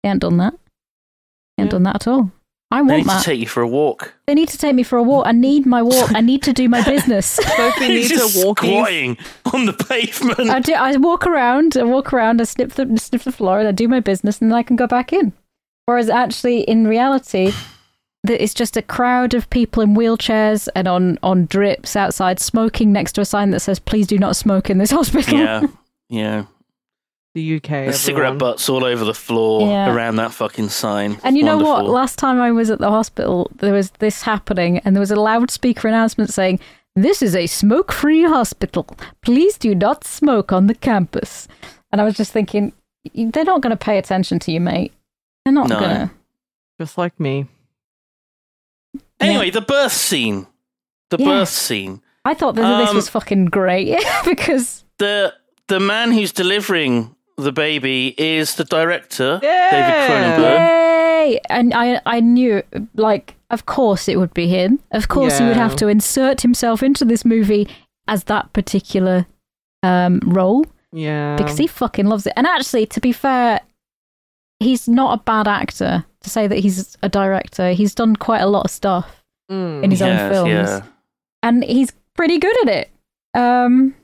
Speaker 2: they haven't done that. They haven't
Speaker 4: Yeah.
Speaker 2: done that at all. I
Speaker 3: they
Speaker 2: want
Speaker 3: need
Speaker 2: that.
Speaker 3: to take you for a walk.
Speaker 2: they need to take me for a walk. I need my walk. I need to do my business.
Speaker 4: Sophie
Speaker 3: He's
Speaker 4: needs
Speaker 3: just
Speaker 4: a walkie.
Speaker 3: squatting on the pavement.
Speaker 2: I do. I walk around. I walk around. I sniff the sniff the floor, and I do my business, and then I can go back in. Whereas actually, in reality, that it's just a crowd of people in wheelchairs and on on drips outside, smoking next to a sign that says "Please do not smoke in this hospital."
Speaker 3: yeah, yeah.
Speaker 4: The UK.
Speaker 3: There's cigarette
Speaker 4: everyone.
Speaker 3: butts all over the floor
Speaker 2: Yeah.
Speaker 3: around that fucking sign.
Speaker 2: And you know what?
Speaker 3: Wonderful.
Speaker 2: Last time I was at the hospital, there was this happening, and there was a loudspeaker announcement saying, This is a smoke free hospital. Please do not smoke on the campus. And I was just thinking, "Y- They're not going to pay attention to you, mate. They're not
Speaker 3: No.
Speaker 2: going to.
Speaker 4: Just like me.
Speaker 3: Anyway, the birth scene. The
Speaker 2: Yeah.
Speaker 3: birth scene.
Speaker 2: I thought that this
Speaker 3: Um,
Speaker 2: was fucking great because
Speaker 3: The the man who's delivering the baby is the director,
Speaker 4: Yeah.
Speaker 3: David Cronenberg.
Speaker 2: Yay! And I, I knew, like, of course it would be him. Of course he would
Speaker 4: Yeah.
Speaker 2: have to insert himself into this movie as that particular um, role
Speaker 4: Yeah.
Speaker 3: Um,
Speaker 2: because he fucking loves it. And actually, to be fair, he's not a bad actor. To say that he's a director, he's done quite a lot of stuff
Speaker 4: Mm.
Speaker 2: in his own
Speaker 3: Yes,
Speaker 2: films,
Speaker 3: yeah.
Speaker 2: and he's pretty good at it. Um,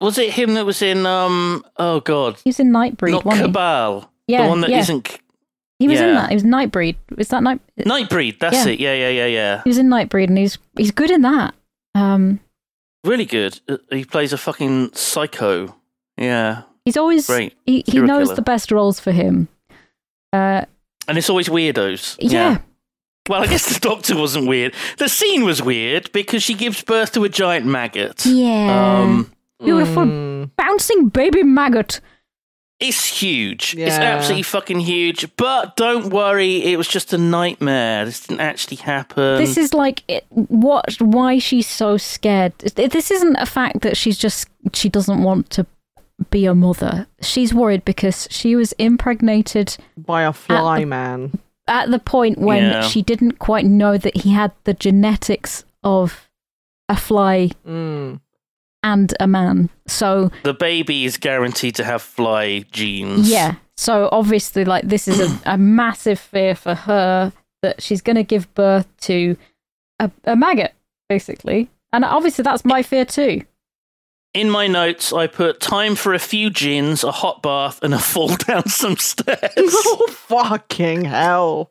Speaker 3: Was it him that was in um oh god.
Speaker 2: he was in Nightbreed,
Speaker 3: Not
Speaker 2: wasn't he?
Speaker 3: Cabal.
Speaker 2: Yeah,
Speaker 3: the one that
Speaker 2: yeah.
Speaker 3: not
Speaker 2: He was in
Speaker 3: yeah.
Speaker 2: that. He was Nightbreed. Was that Night?
Speaker 3: Nightbreed, that's
Speaker 2: Yeah.
Speaker 3: it. Yeah, yeah, yeah, yeah.
Speaker 2: He was in Nightbreed, and he's he's good in that. Um,
Speaker 3: Really good. Uh, He plays a fucking psycho. Yeah.
Speaker 2: he's always
Speaker 3: Great.
Speaker 2: he, he
Speaker 3: Serial
Speaker 2: knows
Speaker 3: killer.
Speaker 2: the best roles for him. Uh,
Speaker 3: And it's always weirdos.
Speaker 2: Yeah.
Speaker 3: Well, I guess the doctor wasn't weird. The scene was weird because she gives birth to a giant maggot.
Speaker 2: Yeah.
Speaker 3: Um,
Speaker 2: Beautiful
Speaker 4: Mm.
Speaker 2: bouncing baby maggot.
Speaker 3: it's huge. It's
Speaker 4: Yeah.
Speaker 3: absolutely fucking huge. But don't worry, it was just a nightmare. This didn't actually happen.
Speaker 2: this is like it, what? Why she's so scared? Th- This isn't a fact that she's just she doesn't want to be a mother. She's worried because she was impregnated
Speaker 4: by
Speaker 2: Uh,
Speaker 4: a fly man.
Speaker 2: at the point when
Speaker 3: Yeah.
Speaker 2: she didn't quite know that he had the genetics of a fly
Speaker 4: Mm.
Speaker 2: and a man. So
Speaker 3: the baby is guaranteed to have fly genes.
Speaker 2: yeah. So obviously, like this is a, a massive fear for her that she's going to give birth to a, a maggot, basically. And obviously, that's my fear too.
Speaker 3: In my notes, I put time for a few gins, a hot bath, and a fall down some stairs.
Speaker 4: oh fucking hell!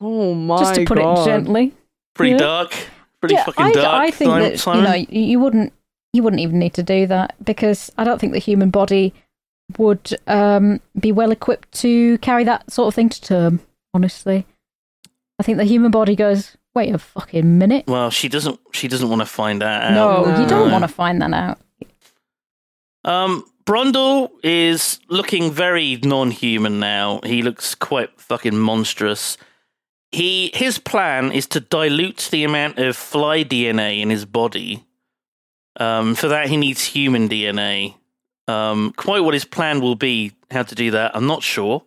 Speaker 4: oh my
Speaker 2: just to put
Speaker 4: god!
Speaker 2: it gently.
Speaker 3: Pretty
Speaker 2: Yeah.
Speaker 3: dark. Pretty fucking
Speaker 2: I,
Speaker 3: dark.
Speaker 2: I think
Speaker 3: Sim-
Speaker 2: that
Speaker 3: Simon?
Speaker 2: you know you you wouldn't you wouldn't even need to do that because I don't think the human body would um, be well equipped to carry that sort of thing to term. Honestly, I think the human body goes, wait a fucking minute.
Speaker 3: Well, she doesn't. She doesn't want to find that out.
Speaker 2: No, you don't
Speaker 3: No.
Speaker 2: want to find that out.
Speaker 3: Um, Brundle is looking very non-human now. He looks quite fucking monstrous. He his plan is to dilute the amount of fly DNA in his body. Um, for that he needs human DNA. Um, quite what his plan will be, how to do that, I'm not sure.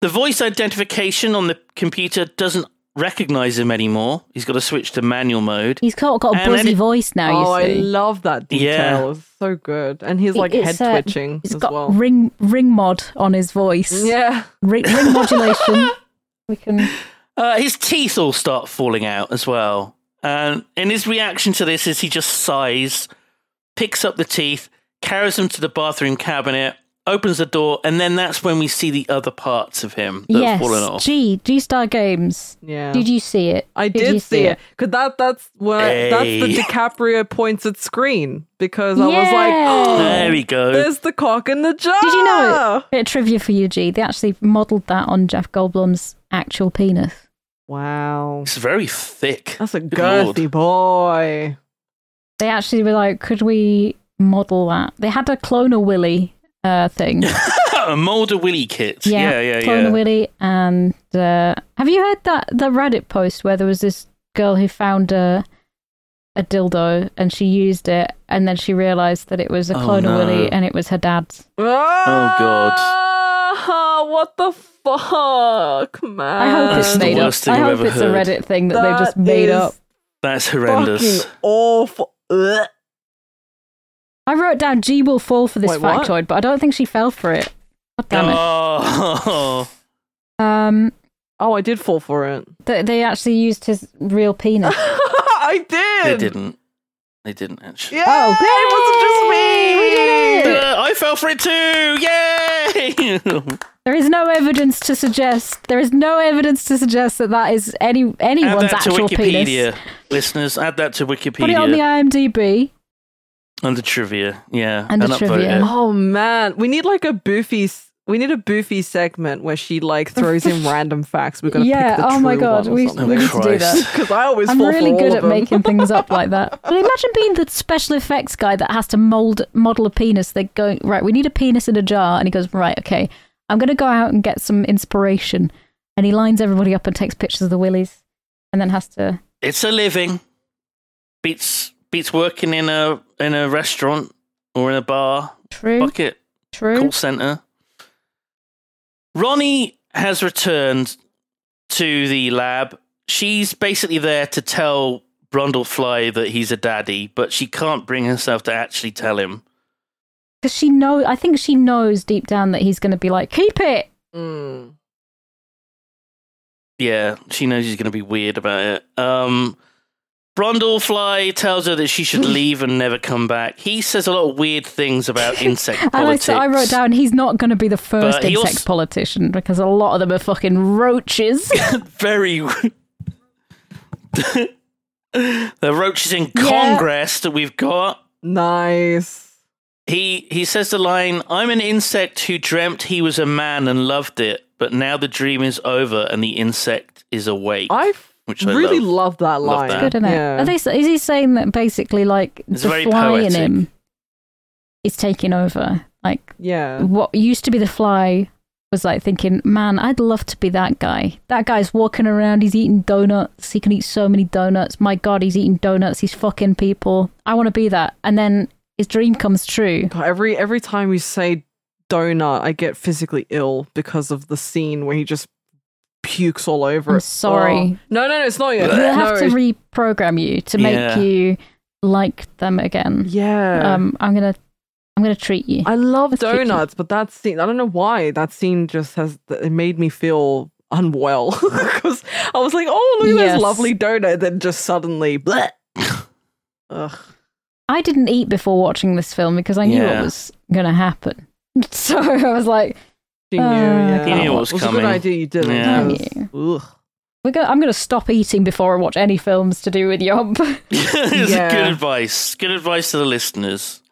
Speaker 3: The voice identification on the computer doesn't recognize him anymore. He's got to switch to manual mode.
Speaker 2: He's got, got a
Speaker 3: And then
Speaker 2: buzzy
Speaker 3: it-
Speaker 2: voice now.
Speaker 4: oh, I
Speaker 2: you see,
Speaker 4: love that detail.
Speaker 3: Yeah.
Speaker 4: It's so good, and he's like
Speaker 2: It's, uh,
Speaker 4: head twitching
Speaker 2: he's
Speaker 4: as
Speaker 2: got
Speaker 4: well.
Speaker 2: ring ring mod on his voice.
Speaker 4: yeah.
Speaker 2: Ring, ring modulation. We can.
Speaker 3: Uh, his teeth all start falling out as well. And and his reaction to this is he just sighs, picks up the teeth, carries them to the bathroom cabinet, opens the door, and then that's when we see the other parts of him that have fallen
Speaker 2: Yes,
Speaker 3: off.
Speaker 2: G G Star Games.
Speaker 4: Yeah.
Speaker 2: Did you see it?
Speaker 4: I did,
Speaker 2: you
Speaker 4: see it because that that's where that's
Speaker 3: Hey.
Speaker 4: the DiCaprio points at screen because I was like,
Speaker 2: Yeah.
Speaker 4: oh,
Speaker 3: There we go.
Speaker 4: there's the cock in the jar.
Speaker 2: Did you know it? Bit of trivia for you, G. They actually modelled that on Jeff Goldblum's actual penis.
Speaker 4: Wow,
Speaker 3: It's very thick.
Speaker 2: Oh.
Speaker 4: that's a
Speaker 3: Good lord.
Speaker 4: girthy boy.
Speaker 2: They actually were like, could we model that? They had a clone a Willy uh, thing.
Speaker 3: a Mulder Willy kit. Yeah, yeah,
Speaker 2: clone
Speaker 3: yeah.
Speaker 2: a Willy. And uh, have you heard that the Reddit post where there was this girl who found a a dildo and she used it and then she realised that it was a
Speaker 3: Oh,
Speaker 2: clone a
Speaker 3: no.
Speaker 2: Willy and it was her dad's.
Speaker 3: God.
Speaker 4: Ah, what the fuck, man!
Speaker 2: I hope
Speaker 3: That's
Speaker 2: it's
Speaker 3: the
Speaker 2: made up.
Speaker 3: worst thing
Speaker 2: I
Speaker 3: I've
Speaker 2: hope
Speaker 3: ever
Speaker 2: it's
Speaker 3: heard.
Speaker 2: a Reddit thing that,
Speaker 4: Uh, That
Speaker 2: they've just made
Speaker 4: is
Speaker 2: up.
Speaker 3: That's horrendous.
Speaker 4: Fucking awful. Ugh.
Speaker 2: I wrote down G will fall for this
Speaker 4: Wait, what?
Speaker 2: factoid, but I don't think she fell for it. God damn it.
Speaker 3: Oh,
Speaker 2: Um,
Speaker 4: Oh, I did fall for it.
Speaker 2: th- they actually used his real penis.
Speaker 4: I did.
Speaker 3: they didn't. They didn't actually.
Speaker 4: Yeah,
Speaker 2: Oh,
Speaker 4: it wasn't just me.
Speaker 2: yay!
Speaker 3: Uh, I fell for it too! Yay!
Speaker 2: There is no evidence to suggest. There is no evidence to suggest that that is any anyone's
Speaker 3: add that to
Speaker 2: actual
Speaker 3: Wikipedia,
Speaker 2: penis.
Speaker 3: listeners. Add that to Wikipedia
Speaker 2: Put it on the IMDb.
Speaker 3: under trivia. Yeah,
Speaker 2: Under
Speaker 3: and upvote
Speaker 2: trivia.
Speaker 3: it.
Speaker 4: Oh man, we need like a boofy. s- We need a boofy segment where she like throws in random facts. We're gonna
Speaker 2: Yeah.
Speaker 4: Pick the
Speaker 2: Oh my god. We,
Speaker 3: Oh,
Speaker 2: we need to do
Speaker 3: Christ.
Speaker 2: that.
Speaker 4: Because I always
Speaker 2: I'm
Speaker 4: fall
Speaker 2: really
Speaker 4: for all
Speaker 2: good
Speaker 4: of
Speaker 2: at
Speaker 4: them.
Speaker 2: making things up like that. But imagine being the special effects guy that has to mold model a penis. They go right. We need a penis in a jar, and he goes right. Okay, I'm going to go out and get some inspiration, and he lines everybody up and takes pictures of the willies, and then has to.
Speaker 3: It's a living. Beats beats working in a in a restaurant or in a bar.
Speaker 2: True.
Speaker 3: Fuck it.
Speaker 2: True.
Speaker 3: Call center. Ronnie has returned to the lab. She's basically there to tell Brundlefly that he's a daddy, but she can't bring herself to actually tell him.
Speaker 2: Because she know. I think she knows deep down that he's going to be like, keep it.
Speaker 4: Mm.
Speaker 3: Yeah, she knows he's going to be weird about it. Um, Brundlefly tells her that she should leave and never come back. He says a lot of weird things about insect
Speaker 2: And I,
Speaker 3: politics.
Speaker 2: so I wrote down he's not going to be the first
Speaker 3: But he
Speaker 2: insect
Speaker 3: also-
Speaker 2: politician because a lot of them are fucking roaches.
Speaker 3: very. the roaches in Congress that we've got.
Speaker 4: Nice.
Speaker 3: He he says the line, "I'm an insect who dreamt he was a man and loved it, But now the dream is over and the insect is awake.
Speaker 4: I
Speaker 3: which I
Speaker 4: really
Speaker 3: love.
Speaker 4: love. that
Speaker 3: Love
Speaker 4: line.
Speaker 3: that.
Speaker 2: Good, isn't it?
Speaker 4: Yeah.
Speaker 2: Are they, is he saying that basically, like,
Speaker 3: Uh, It's
Speaker 2: the
Speaker 3: very
Speaker 2: fly
Speaker 3: poetic.
Speaker 2: in him is taking over? Like,
Speaker 4: yeah.
Speaker 2: what used to be the fly was like thinking, man, I'd love to be that guy. That guy's walking around, he's eating donuts, he can eat so many donuts. My God, he's eating donuts, he's fucking people. I want to be that. And then his dream comes true.
Speaker 4: God, every every time you say donut, I get physically ill because of the scene where he just pukes all over.
Speaker 2: I'm
Speaker 4: it.
Speaker 2: sorry.
Speaker 4: Oh. No, no, no, it's not yet.
Speaker 2: They have
Speaker 4: No.
Speaker 2: to reprogram you to make
Speaker 3: Yeah.
Speaker 2: you like them again.
Speaker 4: yeah.
Speaker 2: Um, I'm gonna, I'm gonna treat you.
Speaker 4: I love
Speaker 2: That's tricky.
Speaker 4: donuts, but that scene, I don't know why that scene just has, it made me feel unwell because I was like, oh, look at
Speaker 2: Yes.
Speaker 4: this lovely donut. Then just suddenly, bleh. Ugh.
Speaker 2: I didn't eat before watching this film because I knew
Speaker 3: Yeah.
Speaker 2: what was gonna happen. So I was like,
Speaker 4: She knew,
Speaker 2: Uh,
Speaker 4: yeah.
Speaker 2: He
Speaker 3: knew what was
Speaker 4: it was a
Speaker 3: coming.
Speaker 4: good idea you did it.
Speaker 3: Yeah.
Speaker 2: Damn
Speaker 4: because- Ugh.
Speaker 2: We're go- I'm going to stop eating before I watch any films to do with Yob.
Speaker 3: it's
Speaker 4: Yeah.
Speaker 3: good advice. Good advice to the listeners.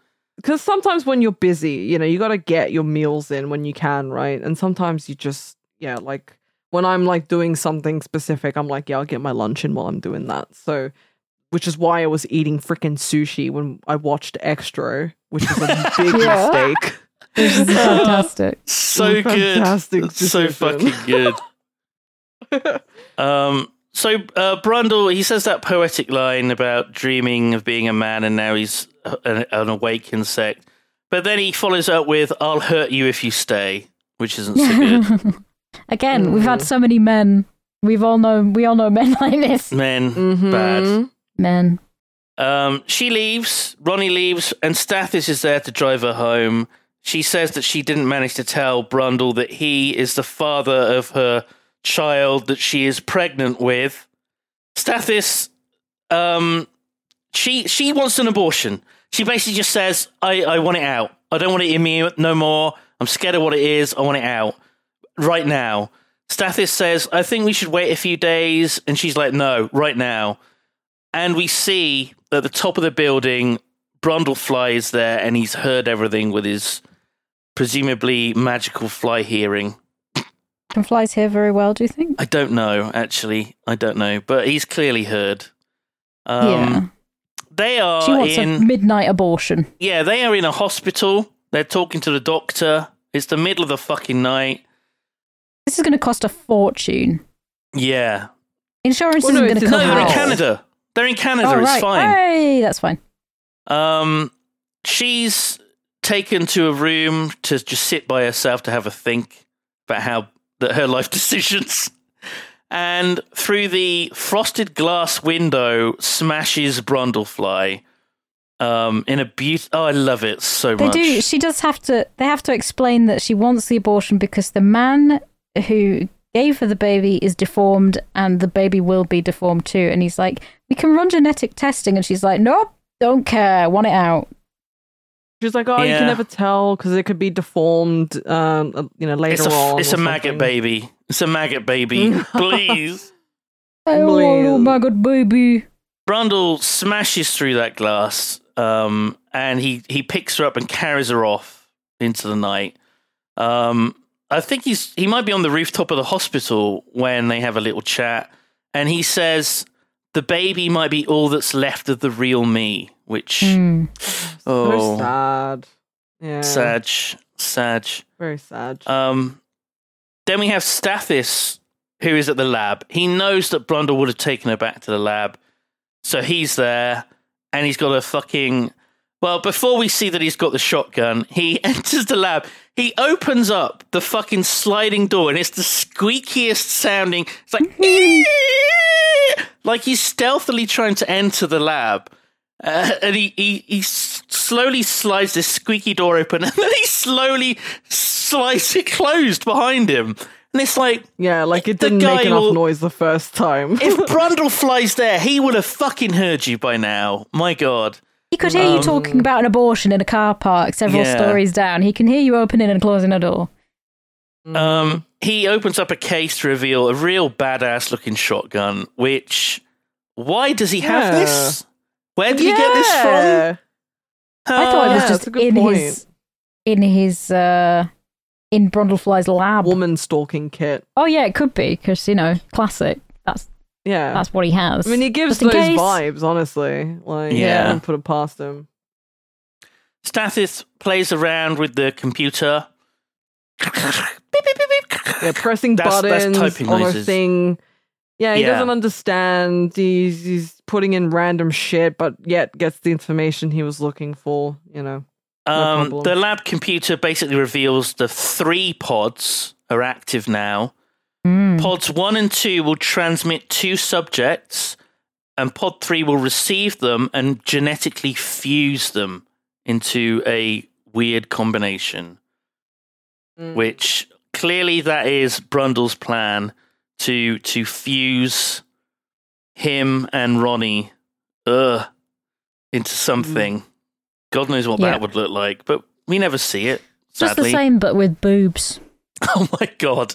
Speaker 4: 'Cause sometimes when you're busy, you know, you got to get your meals in when you can, right? And sometimes you just, yeah, like when I'm like doing something specific, I'm like, yeah, I'll get my lunch in while I'm doing that. So, which is why I was eating freaking sushi when I watched Extra, which was a big
Speaker 2: Yeah.
Speaker 4: mistake.
Speaker 2: this is fantastic.
Speaker 3: So
Speaker 4: Fantastic
Speaker 3: good. So
Speaker 4: decision.
Speaker 3: fucking good. Um, so uh, Brundle, he says that poetic line about dreaming of being a man, and now he's a- an, an awake insect. But then he follows up with "I'll hurt you if you stay," which isn't so good. Mm.
Speaker 2: Again, we've had so many men. We've all known. We all know men like this.
Speaker 3: Men,
Speaker 4: Mhm.
Speaker 3: bad.
Speaker 2: Men.
Speaker 3: Um, she leaves. Ronnie leaves, and Stathis is there to drive her home. She says that she didn't manage to tell Brundle that he is the father of her child that she is pregnant with. Stathis, um, she she wants an abortion. She basically just says, "I I want it out. I don't want it in me no more. I'm scared of what it is. I want it out right now." Stathis says, "I think we should wait a few days," and she's like, "No, right now." and we see at the top of the building, Brundle Fly is there, and he's heard everything with his presumably magical fly hearing.
Speaker 5: Can flies hear very well, do you think?
Speaker 3: I don't know, actually, I don't know, but he's clearly heard. Um,
Speaker 2: yeah.
Speaker 3: They are
Speaker 2: She wants
Speaker 3: in
Speaker 2: a midnight abortion.
Speaker 3: yeah, they are in a hospital. They're talking to the doctor. It's the middle of the fucking night.
Speaker 2: This is going to cost a fortune.
Speaker 3: Yeah,
Speaker 2: Insurance
Speaker 4: Well, no,
Speaker 2: isn't
Speaker 4: it's
Speaker 2: going to
Speaker 4: in
Speaker 2: cover
Speaker 3: no, they're in
Speaker 4: Wow.
Speaker 2: it.
Speaker 3: Canada. They're in Canada.
Speaker 2: Oh,
Speaker 3: it's
Speaker 2: right.
Speaker 3: fine.
Speaker 2: Hey, that's fine.
Speaker 3: Um, she's taken to a room to just sit by herself to have a think about how that her life decisions. And through the frosted glass window smashes Brundlefly um, in a beaut. Oh, I love it so
Speaker 2: They
Speaker 3: much.
Speaker 2: do. She does have to. They have to explain that she wants the abortion because the man who gave her the baby is deformed, and the baby will be deformed too. And he's like, "We can run genetic testing," and she's like, "Nope, don't care. Want it out."
Speaker 4: She's like, oh, you
Speaker 3: Yeah.
Speaker 4: can never tell because it could be deformed, um, uh, you know, later
Speaker 3: It's a, f-
Speaker 4: on.
Speaker 3: it's
Speaker 4: or
Speaker 3: a maggot
Speaker 4: something.
Speaker 3: baby. It's a maggot baby. Please.
Speaker 2: I want a
Speaker 4: Unbelievable.
Speaker 2: maggot "Oh, baby.
Speaker 3: Brundle smashes through that glass, um, and he he picks her up and carries her off into the night. Um, I think he's he might be on the rooftop of the hospital when they have a little chat, and he says the baby might be all that's left of the real me, which
Speaker 4: So
Speaker 3: oh
Speaker 4: sad. Yeah.
Speaker 3: sad, sad.
Speaker 4: Very sad.
Speaker 3: Um, then we have Stathis, who is at the lab. He knows that Brundle would have taken her back to the lab. So he's there and he's got a fucking. Well, before we see that he's got the shotgun, he enters the lab. He opens up the fucking sliding door and it's the squeakiest sounding. It's like. like he's stealthily trying to enter the lab. Uh, and he, he, he s- slowly slides this squeaky door open and then he slowly slides it closed behind him. And it's like,
Speaker 4: yeah, like it
Speaker 3: the
Speaker 4: didn't
Speaker 3: guy
Speaker 4: make enough
Speaker 3: will-
Speaker 4: noise the first time.
Speaker 3: if Brundle flies there, he would have fucking heard you by now. My God.
Speaker 2: He could hear you talking about an abortion in a car park several
Speaker 3: Yeah.
Speaker 2: stories down. He can hear you opening and closing a door.
Speaker 3: Um, he opens up a case to reveal a real badass looking shotgun, which. Why does he have
Speaker 4: Yeah.
Speaker 3: this? Where did he get this from?
Speaker 4: Yeah.
Speaker 3: Ah,
Speaker 2: I thought it
Speaker 4: yeah,
Speaker 2: was
Speaker 4: that's
Speaker 2: just
Speaker 4: a good
Speaker 2: in
Speaker 4: point.
Speaker 2: his in his uh, in Brundlefly's lab.
Speaker 4: woman stalking kit.
Speaker 2: Oh yeah, it could be because you know, classic. That's
Speaker 4: Yeah.
Speaker 2: that's what he has.
Speaker 4: I mean, he gives
Speaker 2: Just in
Speaker 4: those
Speaker 2: case.
Speaker 4: vibes, honestly. Like, yeah,
Speaker 3: Yeah.
Speaker 4: I wouldn't put it past him.
Speaker 3: Stathis plays around with the computer. Beep, beep, beep, beep.
Speaker 4: Yeah, pressing
Speaker 3: That's- that's
Speaker 4: buttons
Speaker 3: typing
Speaker 4: on a
Speaker 3: noises.
Speaker 4: thing. Yeah, he
Speaker 3: Yeah.
Speaker 4: doesn't understand. He's, he's putting in random shit, but yet gets the information he was looking for, you know.
Speaker 3: Um,
Speaker 4: problem.
Speaker 3: the lab computer basically reveals the three pods are active now. Pods one and two will transmit two subjects, and pod three will receive them and genetically fuse them into a weird combination.
Speaker 2: Mm.
Speaker 3: Which clearly that is Brundle's plan to to fuse him and Ronnie uh, into something. God knows what
Speaker 2: Mm. Yeah.
Speaker 3: that would look like, but we never see it.
Speaker 2: just the
Speaker 3: Sadly.
Speaker 2: same, but with boobs.
Speaker 3: Oh my god.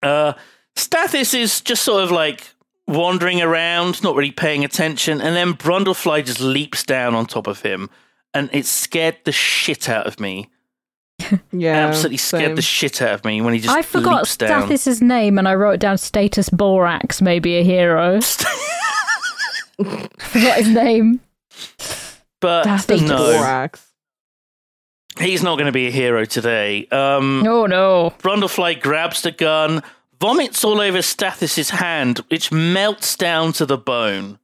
Speaker 3: Uh Stathis is just sort of like wandering around, not really paying attention, and then Brundlefly just leaps down on top of him. And it scared the shit out of me.
Speaker 4: Yeah.
Speaker 3: Absolutely scared
Speaker 4: same.
Speaker 3: the shit out of me when he just
Speaker 2: I forgot
Speaker 3: leaps down.
Speaker 2: Stathis's name, and I wrote down Status Borax, maybe a hero. forgot his name.
Speaker 3: but
Speaker 4: That's
Speaker 3: no,
Speaker 4: Borax.
Speaker 3: he's not going to be a hero today. Um,
Speaker 2: Oh no!
Speaker 3: Brundlefly grabs the gun, vomits all over Stathis's hand, which melts down to the bone.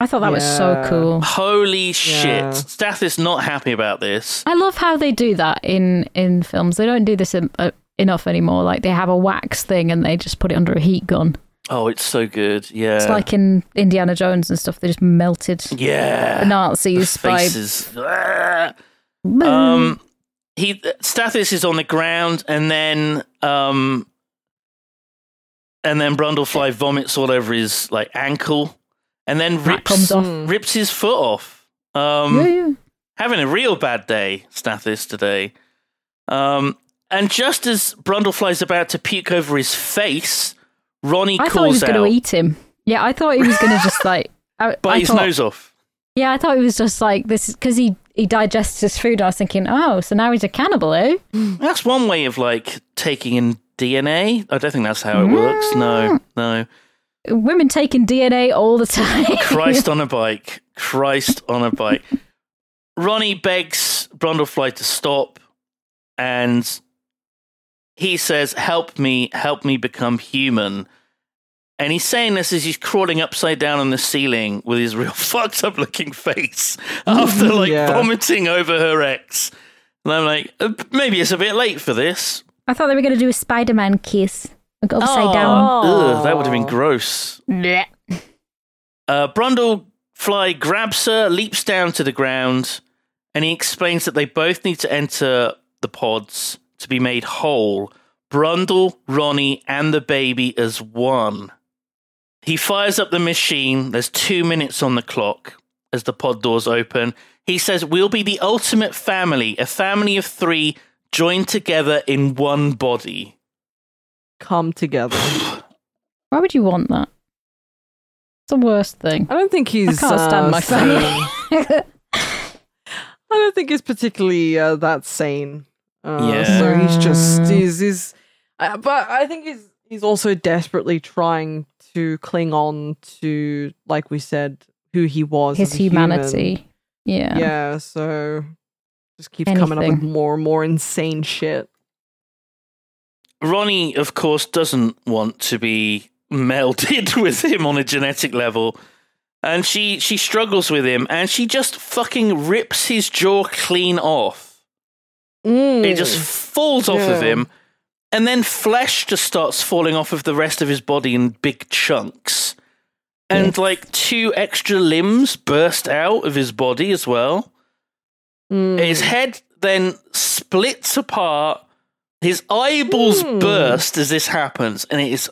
Speaker 2: I thought that was so
Speaker 4: Yeah.
Speaker 2: cool.
Speaker 3: Holy shit.
Speaker 4: Yeah.
Speaker 3: Stathis not happy about this.
Speaker 2: I love how they do that in in films. They don't do this in, uh, enough anymore. Like they have a wax thing and they just put it under a heat gun.
Speaker 3: Oh, it's so good. Yeah.
Speaker 2: It's like in Indiana Jones and stuff. They just melted the
Speaker 3: yeah. The
Speaker 2: Nazis by.
Speaker 3: faces. Ah. Um
Speaker 2: Hmm.
Speaker 3: he Stathis is on the ground and then um and then Brundlefly vomits all over his like ankle and then
Speaker 2: That
Speaker 3: rips
Speaker 2: comes off.
Speaker 4: Mm.
Speaker 3: rips his foot off. Um
Speaker 2: Yeah, yeah.
Speaker 3: having a real bad day, Stathis today. Um, and just as Brundlefly's about to puke over his face, Ronnie
Speaker 2: I thought he was
Speaker 3: calls
Speaker 2: going to
Speaker 3: out,
Speaker 2: eat him. Yeah, I thought he was going to just like. I,
Speaker 3: bite
Speaker 2: I
Speaker 3: his
Speaker 2: thought,
Speaker 3: nose off.
Speaker 2: Yeah, I thought he was just like this because he he digests his food. I was thinking, oh, so now he's a cannibal, eh?
Speaker 3: That's one way of like taking in DNA. I don't think that's how it
Speaker 2: Mm.
Speaker 3: works. No, no.
Speaker 2: Women taking DNA all the time.
Speaker 3: Oh, Christ on a bike. Christ on a bike. Ronnie begs Brundlefly to stop, and he says, "Help me, help me become human." And he's saying this as he's crawling upside down on the ceiling with his real fucked up looking face after like
Speaker 4: Yeah.
Speaker 3: vomiting over her ex. And I'm like, "Uh, maybe it's a bit late for this.
Speaker 2: I thought they were going to do a Spider Man kiss, like upside down.
Speaker 3: Ugh, that would have been gross.
Speaker 2: Blech.
Speaker 3: Uh, Brundlefly grabs her, leaps down to the ground, and he explains that they both need to enter the pods to be made whole. Brundle, Ronnie, and the baby as one. He fires up the machine. There's two minutes on the clock as the pod doors open. He says, We'll be the ultimate family, a family of three joined together in one body.
Speaker 4: Come together.
Speaker 2: Why would you want that? It's the worst thing.
Speaker 4: I don't think he's.
Speaker 2: I can't
Speaker 4: uh,
Speaker 2: stand my family.
Speaker 4: sane. I don't think he's particularly uh, that sane. Uh,
Speaker 3: Yeah.
Speaker 4: So he's just he's, he's uh, but I think he's he's also desperately trying to cling on to like we said who he was
Speaker 2: His
Speaker 4: as a human.
Speaker 2: humanity. Yeah.
Speaker 4: Yeah, so just keeps coming up with
Speaker 2: Anything.
Speaker 4: more and more insane shit.
Speaker 3: Ronnie, of course, doesn't want to be melded with him on a genetic level. And she, she struggles with him and she just fucking rips his jaw clean off.
Speaker 4: Mm.
Speaker 3: It just falls off of
Speaker 4: Yeah.
Speaker 3: him. And then flesh just starts falling off of the rest of his body in big chunks. And
Speaker 2: Yes.
Speaker 3: like two extra limbs burst out of his body as well.
Speaker 4: Mm.
Speaker 3: His head then splits apart. His eyeballs
Speaker 4: Hmm.
Speaker 3: burst as this happens, and it is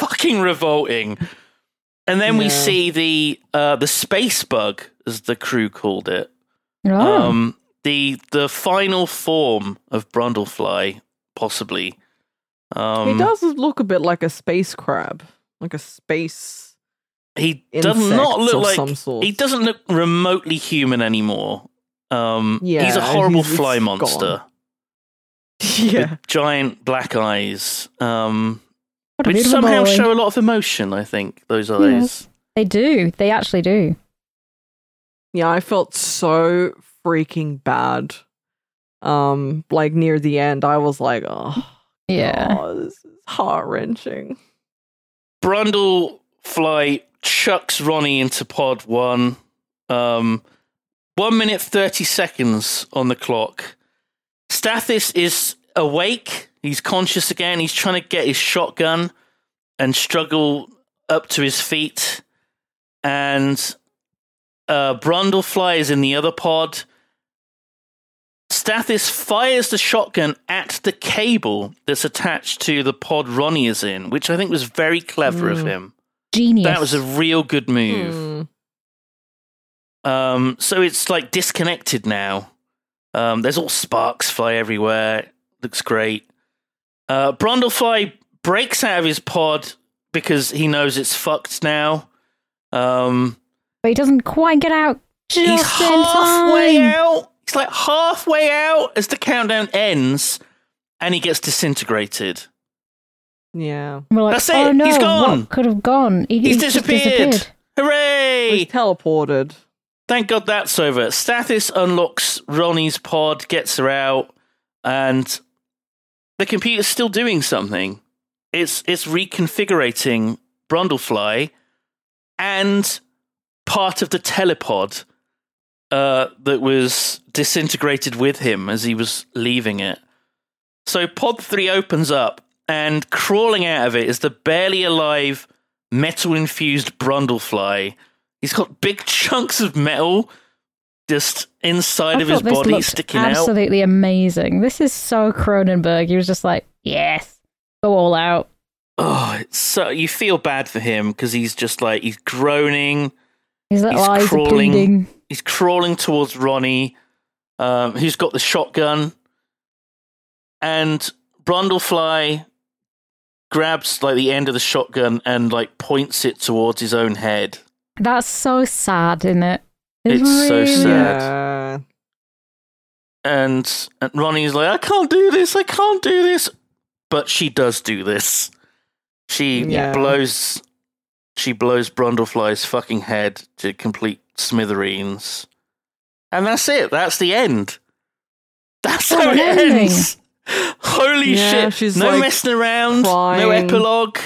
Speaker 3: fucking revolting. And then we
Speaker 4: Yeah.
Speaker 3: see the uh, the space bug, as the crew called it.
Speaker 2: Oh.
Speaker 3: Um, the the final form of Brundlefly, possibly. Um,
Speaker 4: he does look a bit like a space crab, like a space
Speaker 3: He does not
Speaker 4: insects
Speaker 3: look
Speaker 4: of
Speaker 3: like
Speaker 4: some sort.
Speaker 3: he doesn't look remotely human anymore. Um, he's a
Speaker 4: Yeah,
Speaker 3: horrible
Speaker 4: he's-
Speaker 3: fly
Speaker 4: it's
Speaker 3: monster.
Speaker 4: gone. yeah.
Speaker 3: giant black eyes, um,
Speaker 1: What a
Speaker 3: which
Speaker 1: beautiful
Speaker 3: somehow
Speaker 1: boy.
Speaker 3: show a lot of emotion. I think those eyes.
Speaker 1: They do. They actually do.
Speaker 4: Yeah, I felt so freaking bad. Um, like near the end, I was like, oh,
Speaker 1: Yeah.
Speaker 4: God, this is heart wrenching.
Speaker 3: Brundle fly chucks Ronnie into pod one. Um, one minute thirty seconds on the clock. Stathis is awake. He's conscious again. He's trying to get his shotgun and struggle up to his feet. And uh, Brundle fly is in the other pod. Stathis fires the shotgun at the cable that's attached to the pod Ronnie is in, which I think was very clever of him.
Speaker 1: Genius.
Speaker 3: That was a real good move.
Speaker 4: Hmm.
Speaker 3: Um, so it's like disconnected now. Um, there's all sparks fly everywhere. Looks great. Uh, Brundlefly breaks out of his pod because he knows it's fucked now. Um,
Speaker 1: but he doesn't quite get out just
Speaker 3: he's
Speaker 1: in
Speaker 3: halfway
Speaker 1: time.
Speaker 3: out. He's like halfway out as the countdown ends, and he gets disintegrated.
Speaker 4: Yeah.
Speaker 1: And We're like,
Speaker 3: That's
Speaker 1: oh
Speaker 3: it.
Speaker 1: no,
Speaker 3: He's gone."
Speaker 1: What could have gone? He,
Speaker 3: He's
Speaker 1: he just
Speaker 3: disappeared.
Speaker 1: disappeared.
Speaker 3: Hooray!
Speaker 4: He's teleported.
Speaker 3: Thank God that's over. Stathis unlocks Ronnie's pod, gets her out, and the computer's still doing something. It's it's reconfigurating Brundlefly and part of the telepod uh, that was disintegrated with him as he was leaving it. So pod three opens up, and crawling out of it is the barely alive metal infused Brundlefly. He's got big chunks of metal just inside
Speaker 1: I
Speaker 3: of his
Speaker 1: thought this
Speaker 3: body
Speaker 1: looked
Speaker 3: sticking out.
Speaker 1: absolutely amazing. This is so Cronenberg. He was just like, yes, go all out.
Speaker 3: Oh, it's so you feel bad for him because he's just like he's groaning.
Speaker 1: His little
Speaker 3: He's
Speaker 1: eyes are
Speaker 3: crawling.
Speaker 1: bleeding.
Speaker 3: He's crawling towards Ronnie, um, who's got the shotgun, and Brundlefly grabs like the end of the shotgun and like points it towards his own head.
Speaker 1: That's so sad, isn't it?
Speaker 3: It's so sad.
Speaker 4: Yeah.
Speaker 3: and, and Ronnie's like, I can't do this, I can't do this. But she does do this. She
Speaker 4: Yeah.
Speaker 3: blows she blows Brundlefly's fucking head to complete smithereens. And that's it. That's the end. That's
Speaker 1: What
Speaker 3: how it
Speaker 1: an ending.
Speaker 3: ends. Holy
Speaker 4: Yeah,
Speaker 3: shit.
Speaker 4: she's,
Speaker 3: no
Speaker 4: like,
Speaker 3: messing around. No
Speaker 4: crying.
Speaker 3: epilogue.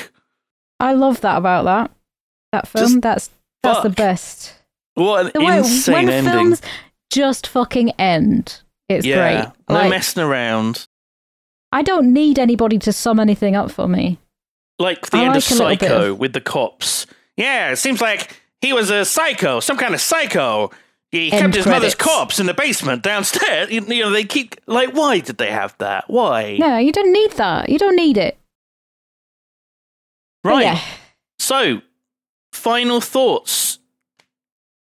Speaker 1: I love that about that. That film.
Speaker 3: Just
Speaker 1: that's that's the
Speaker 3: fuck.
Speaker 1: best.
Speaker 3: What an
Speaker 1: The way-
Speaker 3: insane
Speaker 1: when
Speaker 3: ending.
Speaker 1: films just fucking end, it's
Speaker 3: yeah.
Speaker 1: great.
Speaker 3: No
Speaker 1: Like,
Speaker 3: messing around.
Speaker 1: I don't need anybody to sum anything up for me.
Speaker 3: like the
Speaker 1: I
Speaker 3: end of
Speaker 1: like a little bit
Speaker 3: Psycho with the cops. Yeah, it seems like he was a psycho, some kind of psycho. He
Speaker 1: End
Speaker 3: kept his mother's
Speaker 1: credits.
Speaker 3: corpse in the basement downstairs. You, you know, they keep like, why did they have that? Why?
Speaker 1: No, you don't need that. You don't need it. But
Speaker 3: right.
Speaker 1: yeah.
Speaker 3: So, final thoughts.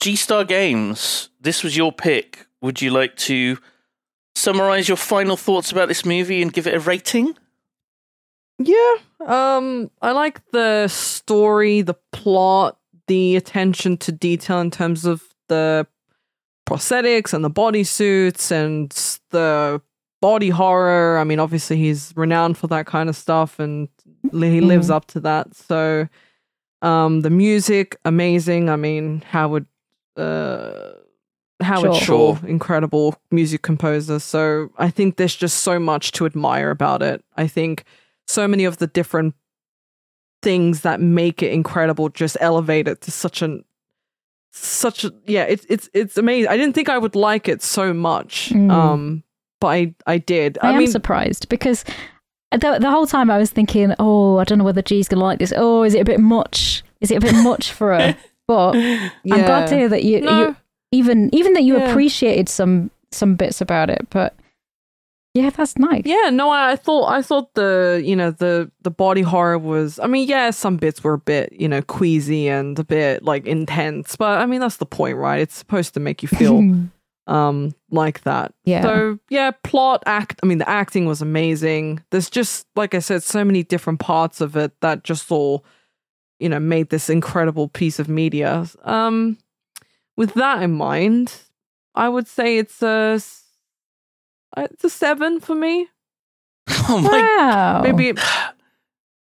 Speaker 3: G Star Games. This was your pick. Would you like to summarize your final thoughts about this movie and give it a rating?
Speaker 4: Yeah. Um, I like the story, the plot, the attention to detail in terms of the prosthetics and the bodysuits and s- the body horror. I mean, obviously he's renowned for that kind of stuff and li- he lives up to that. So um the music, amazing. I mean, Howard uh Howard
Speaker 3: Sure.
Speaker 4: Shaw, incredible music composer. So I think there's just so much to admire about it. I think so many of the different things that make it incredible just elevate it to such an such a yeah it's it's it's amazing i didn't think i would like it so much
Speaker 1: Mm.
Speaker 4: um but i i did
Speaker 1: I,
Speaker 4: i,
Speaker 1: am
Speaker 4: mean
Speaker 1: surprised because the, the whole time I was thinking, oh, I don't know whether G's going to like this. Oh, is it a bit much? Is it a bit much for her? But I'm glad to hear that you,
Speaker 4: No.
Speaker 1: you even even that you
Speaker 4: Yeah.
Speaker 1: appreciated some some bits about it. But yeah, that's nice.
Speaker 4: yeah no I, I thought i thought the you know the the body horror was i mean yeah some bits were a bit you know queasy and a bit like intense but i mean that's the point right it's supposed to make you feel um like that
Speaker 1: yeah.
Speaker 4: So yeah, plot act. I mean, the acting was amazing. There's just like I said, so many different parts of it that just all, you know, made this incredible piece of media. Um, with that in mind, I would say it's a s- it's a seven for me.
Speaker 3: Oh my!
Speaker 2: Wow.
Speaker 4: Maybe it-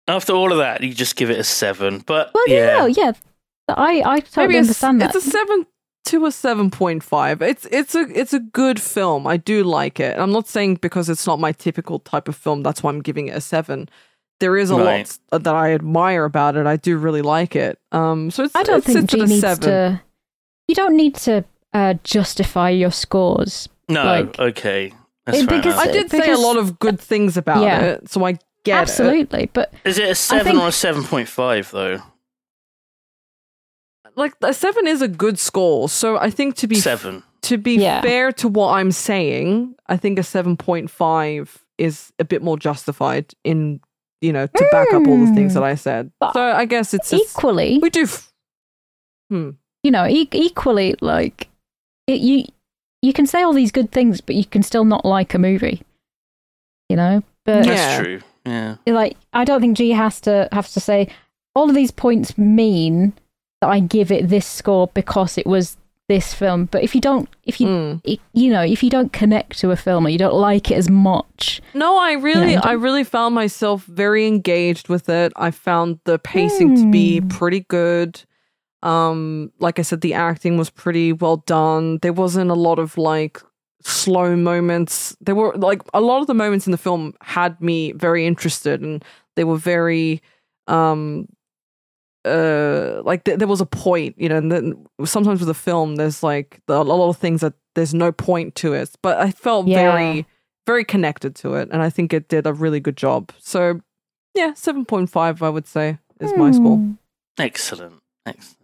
Speaker 3: After all of that, you just give it a seven. But
Speaker 2: Well,
Speaker 3: yeah,
Speaker 2: yeah, no, yeah. I, I totally
Speaker 4: maybe it's,
Speaker 2: understand
Speaker 4: it's
Speaker 2: that.
Speaker 4: a seven to a seven point five. It's it's a it's a good film. I do like it. I'm not saying because it's not my typical type of film. That's why I'm giving it a seven. There is a
Speaker 3: Right.
Speaker 4: lot that I admire about it. I do really like it. Um, so it's,
Speaker 2: I don't
Speaker 4: it
Speaker 2: think
Speaker 4: sits at
Speaker 2: G
Speaker 4: a
Speaker 2: needs
Speaker 4: seven.
Speaker 2: to. You don't need to uh, justify your scores.
Speaker 3: no,
Speaker 2: like-
Speaker 3: okay. That's
Speaker 2: It-
Speaker 3: fair
Speaker 2: because-
Speaker 3: enough.
Speaker 4: I did say a
Speaker 2: Because-
Speaker 4: lot of good things about
Speaker 2: Yeah.
Speaker 4: it, so I get it.
Speaker 2: Absolutely, but
Speaker 3: Is it a seven
Speaker 2: think-
Speaker 3: or a seven point five though?
Speaker 4: Like a seven is a good score, so I think to be
Speaker 3: seven.
Speaker 4: to be
Speaker 2: Yeah.
Speaker 4: fair to what I'm saying, I think a 7.5 is a bit more justified in, you know, to back up all the things that I said.
Speaker 2: Mm. But
Speaker 4: so I guess it's just,
Speaker 2: equally,
Speaker 4: we do. F-
Speaker 2: you know, e- equally, like it, you, you can say all these good things, but you can still not like a movie. You know, but
Speaker 3: That's
Speaker 4: Yeah.
Speaker 3: true. Yeah.
Speaker 2: like I don't think G has to have to say all of these points mean that I give it this score because it was this film. But if you don't, if you
Speaker 4: mm.
Speaker 2: i- you know, if you don't connect to a film or you don't like it as much,
Speaker 4: No, I really,
Speaker 2: Yeah.
Speaker 4: I really found myself very engaged with it. I found the pacing to be
Speaker 2: Hmm.
Speaker 4: pretty good. Um, like I said, the acting was pretty well done. There wasn't a lot of like slow moments. There were like a lot of the moments in the film had me very interested, and they were very, um, uh, like th- there was a point, you know. And then sometimes with a film, there's like the, a lot of things that there's no point to it. But I felt
Speaker 2: Yeah.
Speaker 4: very very connected to it, and I think it did a really good job. So, yeah, seven point five, I would say, is
Speaker 2: Hmm.
Speaker 4: my score.
Speaker 3: Excellent. Excellent.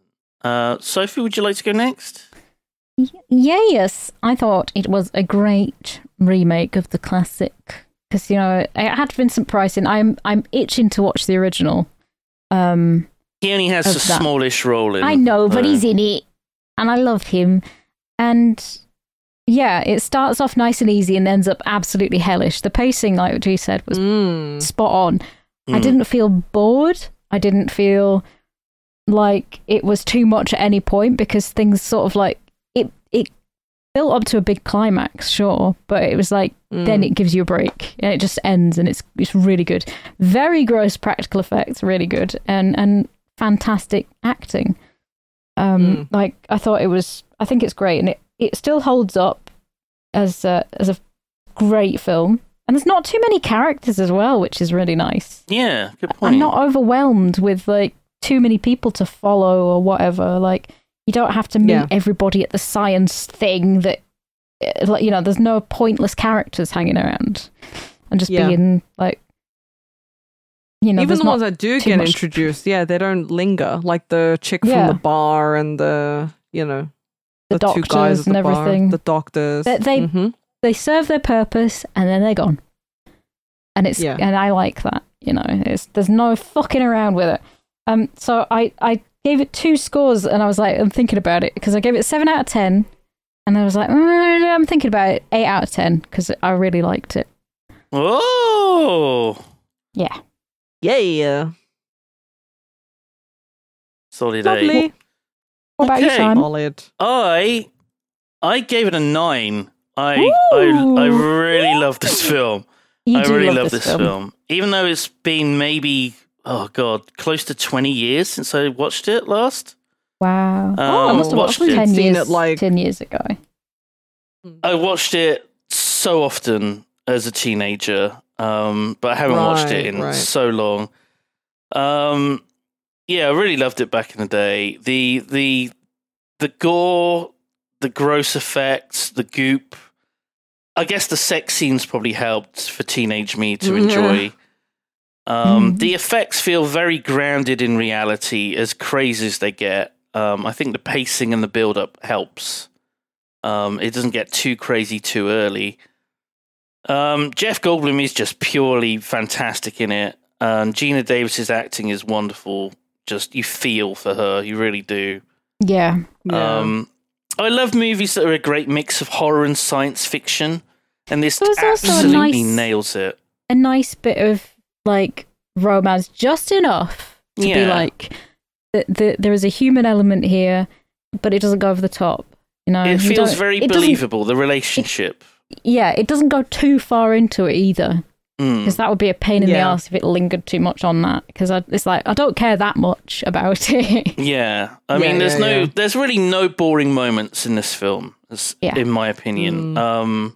Speaker 3: Uh, Sophie, would you like to go next?
Speaker 2: Yeah, yes, I thought it was a great remake of the classic because you know it had Vincent Price in. I'm I'm itching to watch the original. Um,
Speaker 3: He only has
Speaker 2: Of
Speaker 3: a
Speaker 2: that.
Speaker 3: smallish role in.
Speaker 2: I know, but
Speaker 3: uh,
Speaker 2: he's in it, and I love him. And yeah, it starts off nice and easy and ends up absolutely hellish. The pacing, like you said, was
Speaker 4: Mm.
Speaker 2: spot on. I
Speaker 3: Mm.
Speaker 2: didn't feel bored. I didn't feel like it was too much at any point because things sort of like it it built up to a big climax, sure, but it was like
Speaker 4: hmm. Mm.
Speaker 2: then it gives you a break and it just ends and it's it's really good. Very gross practical effects, really good and and fantastic acting. Um
Speaker 4: Mm.
Speaker 2: like I thought it was I think it's great and it it still holds up as a, as a great film. And there's not too many characters as well, which is really nice.
Speaker 3: Yeah, good point.
Speaker 2: I'm not overwhelmed with like too many people to follow or whatever. Like you don't have to meet
Speaker 4: Yeah.
Speaker 2: everybody at the science thing that eh, like you know, there's no pointless characters hanging around and just
Speaker 4: Yeah.
Speaker 2: being like you know,
Speaker 4: Even
Speaker 2: there's
Speaker 4: the
Speaker 2: not-
Speaker 4: ones that do
Speaker 2: too
Speaker 4: get
Speaker 2: much-
Speaker 4: introduced, yeah, they don't linger. Like the chick
Speaker 2: Yeah.
Speaker 4: from the bar and the, you know,
Speaker 2: The
Speaker 4: two guys
Speaker 2: doctors
Speaker 4: at the
Speaker 2: and
Speaker 4: bar,
Speaker 2: everything.
Speaker 4: the doctors.
Speaker 2: They- they-
Speaker 4: Mhm.
Speaker 2: they serve their purpose and then they're gone. And it's
Speaker 4: Yeah.
Speaker 2: and I like that, you know. It's there's no fucking around with it. Um so I I gave it two scores and I was like I'm thinking about it because I gave it 7 out of 10 and I was like "Mm, I'm thinking about it 8 out of 10 cuz I really liked it.
Speaker 3: Oh,
Speaker 2: Yeah.
Speaker 4: Yeah.
Speaker 3: solid eight.
Speaker 4: Lovely.
Speaker 2: What about you,
Speaker 3: Okay.
Speaker 2: Simon?
Speaker 4: Solid.
Speaker 3: I I gave it a nine. I I, I really love this film.
Speaker 2: You
Speaker 3: I
Speaker 2: do
Speaker 3: really love, this film. even though it's been maybe oh god, close to twenty years since I watched it last.
Speaker 2: Wow.
Speaker 3: Um,
Speaker 2: Oh, I must have watched
Speaker 4: watched
Speaker 2: it
Speaker 4: it.
Speaker 2: 10
Speaker 4: Seen
Speaker 2: years,
Speaker 4: it, like-
Speaker 2: 10 years ago.
Speaker 3: I watched it so often as a teenager, um, but I haven't watched it
Speaker 4: Right,
Speaker 3: in
Speaker 4: right.
Speaker 3: so long. Um, yeah, I really loved it back in the day. The the the gore, the gross effects, the goop. I guess the sex scenes probably helped for teenage me to
Speaker 4: Yeah.
Speaker 3: enjoy. Um,
Speaker 2: Mhm.
Speaker 3: The effects feel very grounded in reality, as crazy as they get. Um, I think the pacing and the build up helps. Um, it doesn't get too crazy too early. Um, Jeff Goldblum is just purely fantastic in it. Um, Gina Davis's acting is wonderful. Just you feel for her, you really do.
Speaker 2: Yeah.
Speaker 4: Yeah.
Speaker 3: Um, I love movies that are a great mix of horror and science fiction, and this
Speaker 2: There's also a
Speaker 3: absolutely
Speaker 2: nice-
Speaker 3: nails it.
Speaker 2: A nice bit of like romance just enough to be
Speaker 3: Yeah.
Speaker 2: like th th there is a human element here, but it doesn't go over the top. You know,
Speaker 3: It
Speaker 2: You
Speaker 3: feels
Speaker 2: don't-
Speaker 3: very
Speaker 2: it doesn't-
Speaker 3: believable. The relationship.
Speaker 2: Yeah, it doesn't go too far into it either.
Speaker 3: Mm.
Speaker 2: because that would be a pain in the
Speaker 4: Yeah.
Speaker 2: ass if it lingered too much on that. Because it's like I don't care that much about it.
Speaker 3: Yeah, I
Speaker 4: Yeah,
Speaker 3: mean, there's
Speaker 4: yeah,
Speaker 3: no,
Speaker 4: yeah.
Speaker 3: there's really no boring moments in this film, as-
Speaker 2: Yeah.
Speaker 3: in my opinion. Um,
Speaker 4: Mm.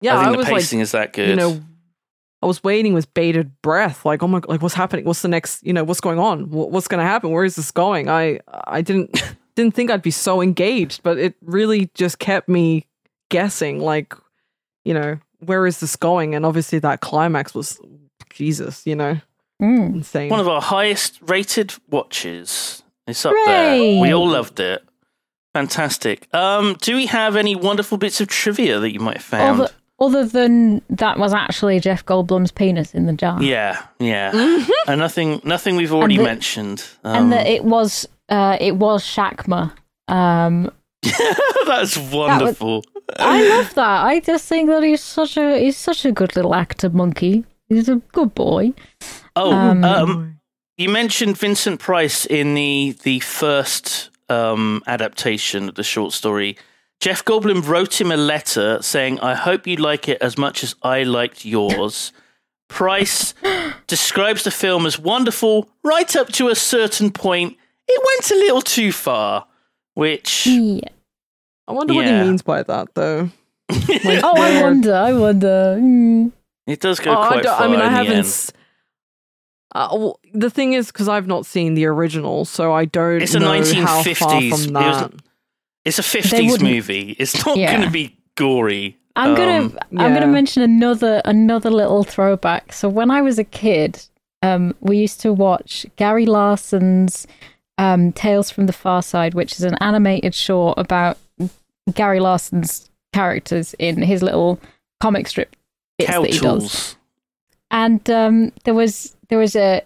Speaker 4: Yeah,
Speaker 3: I
Speaker 4: I,
Speaker 3: think the
Speaker 4: was like,
Speaker 3: pacing is that good.
Speaker 4: you know, I was waiting with bated breath, like, oh my, like what's happening? What's the next? You know, what's going on? Wh- What's going to happen? Where is this going? I, I didn't, didn't think I'd be so engaged, but it really just kept me guessing, like, you know, where is this going? And obviously, that climax was Jesus, you know,
Speaker 2: Mm.
Speaker 4: insane.
Speaker 3: one of our highest rated watches. It's up
Speaker 2: Hooray!
Speaker 3: there. We all loved it. Fantastic. Um, do we have any wonderful bits of trivia that you might have found?
Speaker 2: Other, other than that was actually Jeff Goldblum's penis in the jar,
Speaker 3: Yeah, yeah. and nothing, nothing we've already
Speaker 2: the-
Speaker 3: mentioned. Um,
Speaker 2: and that it was uh, it was Shakma. Um,
Speaker 3: that's wonderful.
Speaker 2: I love that. I just think that he's such a he's such a good little actor monkey. He's a good boy.
Speaker 3: oh,
Speaker 2: um,
Speaker 3: um, you mentioned Vincent Price in the the first um, adaptation of the short story. Jeff Goldblum wrote him a letter saying, "I hope you like it as much as I liked yours." Price describes the film as wonderful right up to a certain point. It went a little too far, which
Speaker 2: Yeah.
Speaker 4: I wonder what he
Speaker 3: Yeah.
Speaker 4: means by that, though.
Speaker 2: Oh, I
Speaker 4: Lord.
Speaker 2: wonder. I wonder. Mm.
Speaker 3: it does go
Speaker 4: Oh,
Speaker 3: quite
Speaker 4: don't-
Speaker 3: far. in the end.
Speaker 4: s- Uh, well, the thing is, because I've not seen the original, so I don't.
Speaker 3: It's a
Speaker 4: know how far
Speaker 3: 1950s.
Speaker 4: from
Speaker 3: It was-
Speaker 4: that.
Speaker 3: It's a
Speaker 2: They
Speaker 3: fifties
Speaker 2: wouldn't-
Speaker 3: movie. It's not
Speaker 2: Yeah.
Speaker 3: going to be gory.
Speaker 2: I'm gonna
Speaker 3: Um,
Speaker 2: I'm
Speaker 4: yeah.
Speaker 2: gonna mention another another little throwback. So when I was a kid, um, we used to watch Gary Larson's um, Tales from the Far Side, which is an animated short about Gary Larson's characters in his little comic strip bits
Speaker 3: cow
Speaker 2: that he does.
Speaker 3: tools.
Speaker 2: and um, there was there was a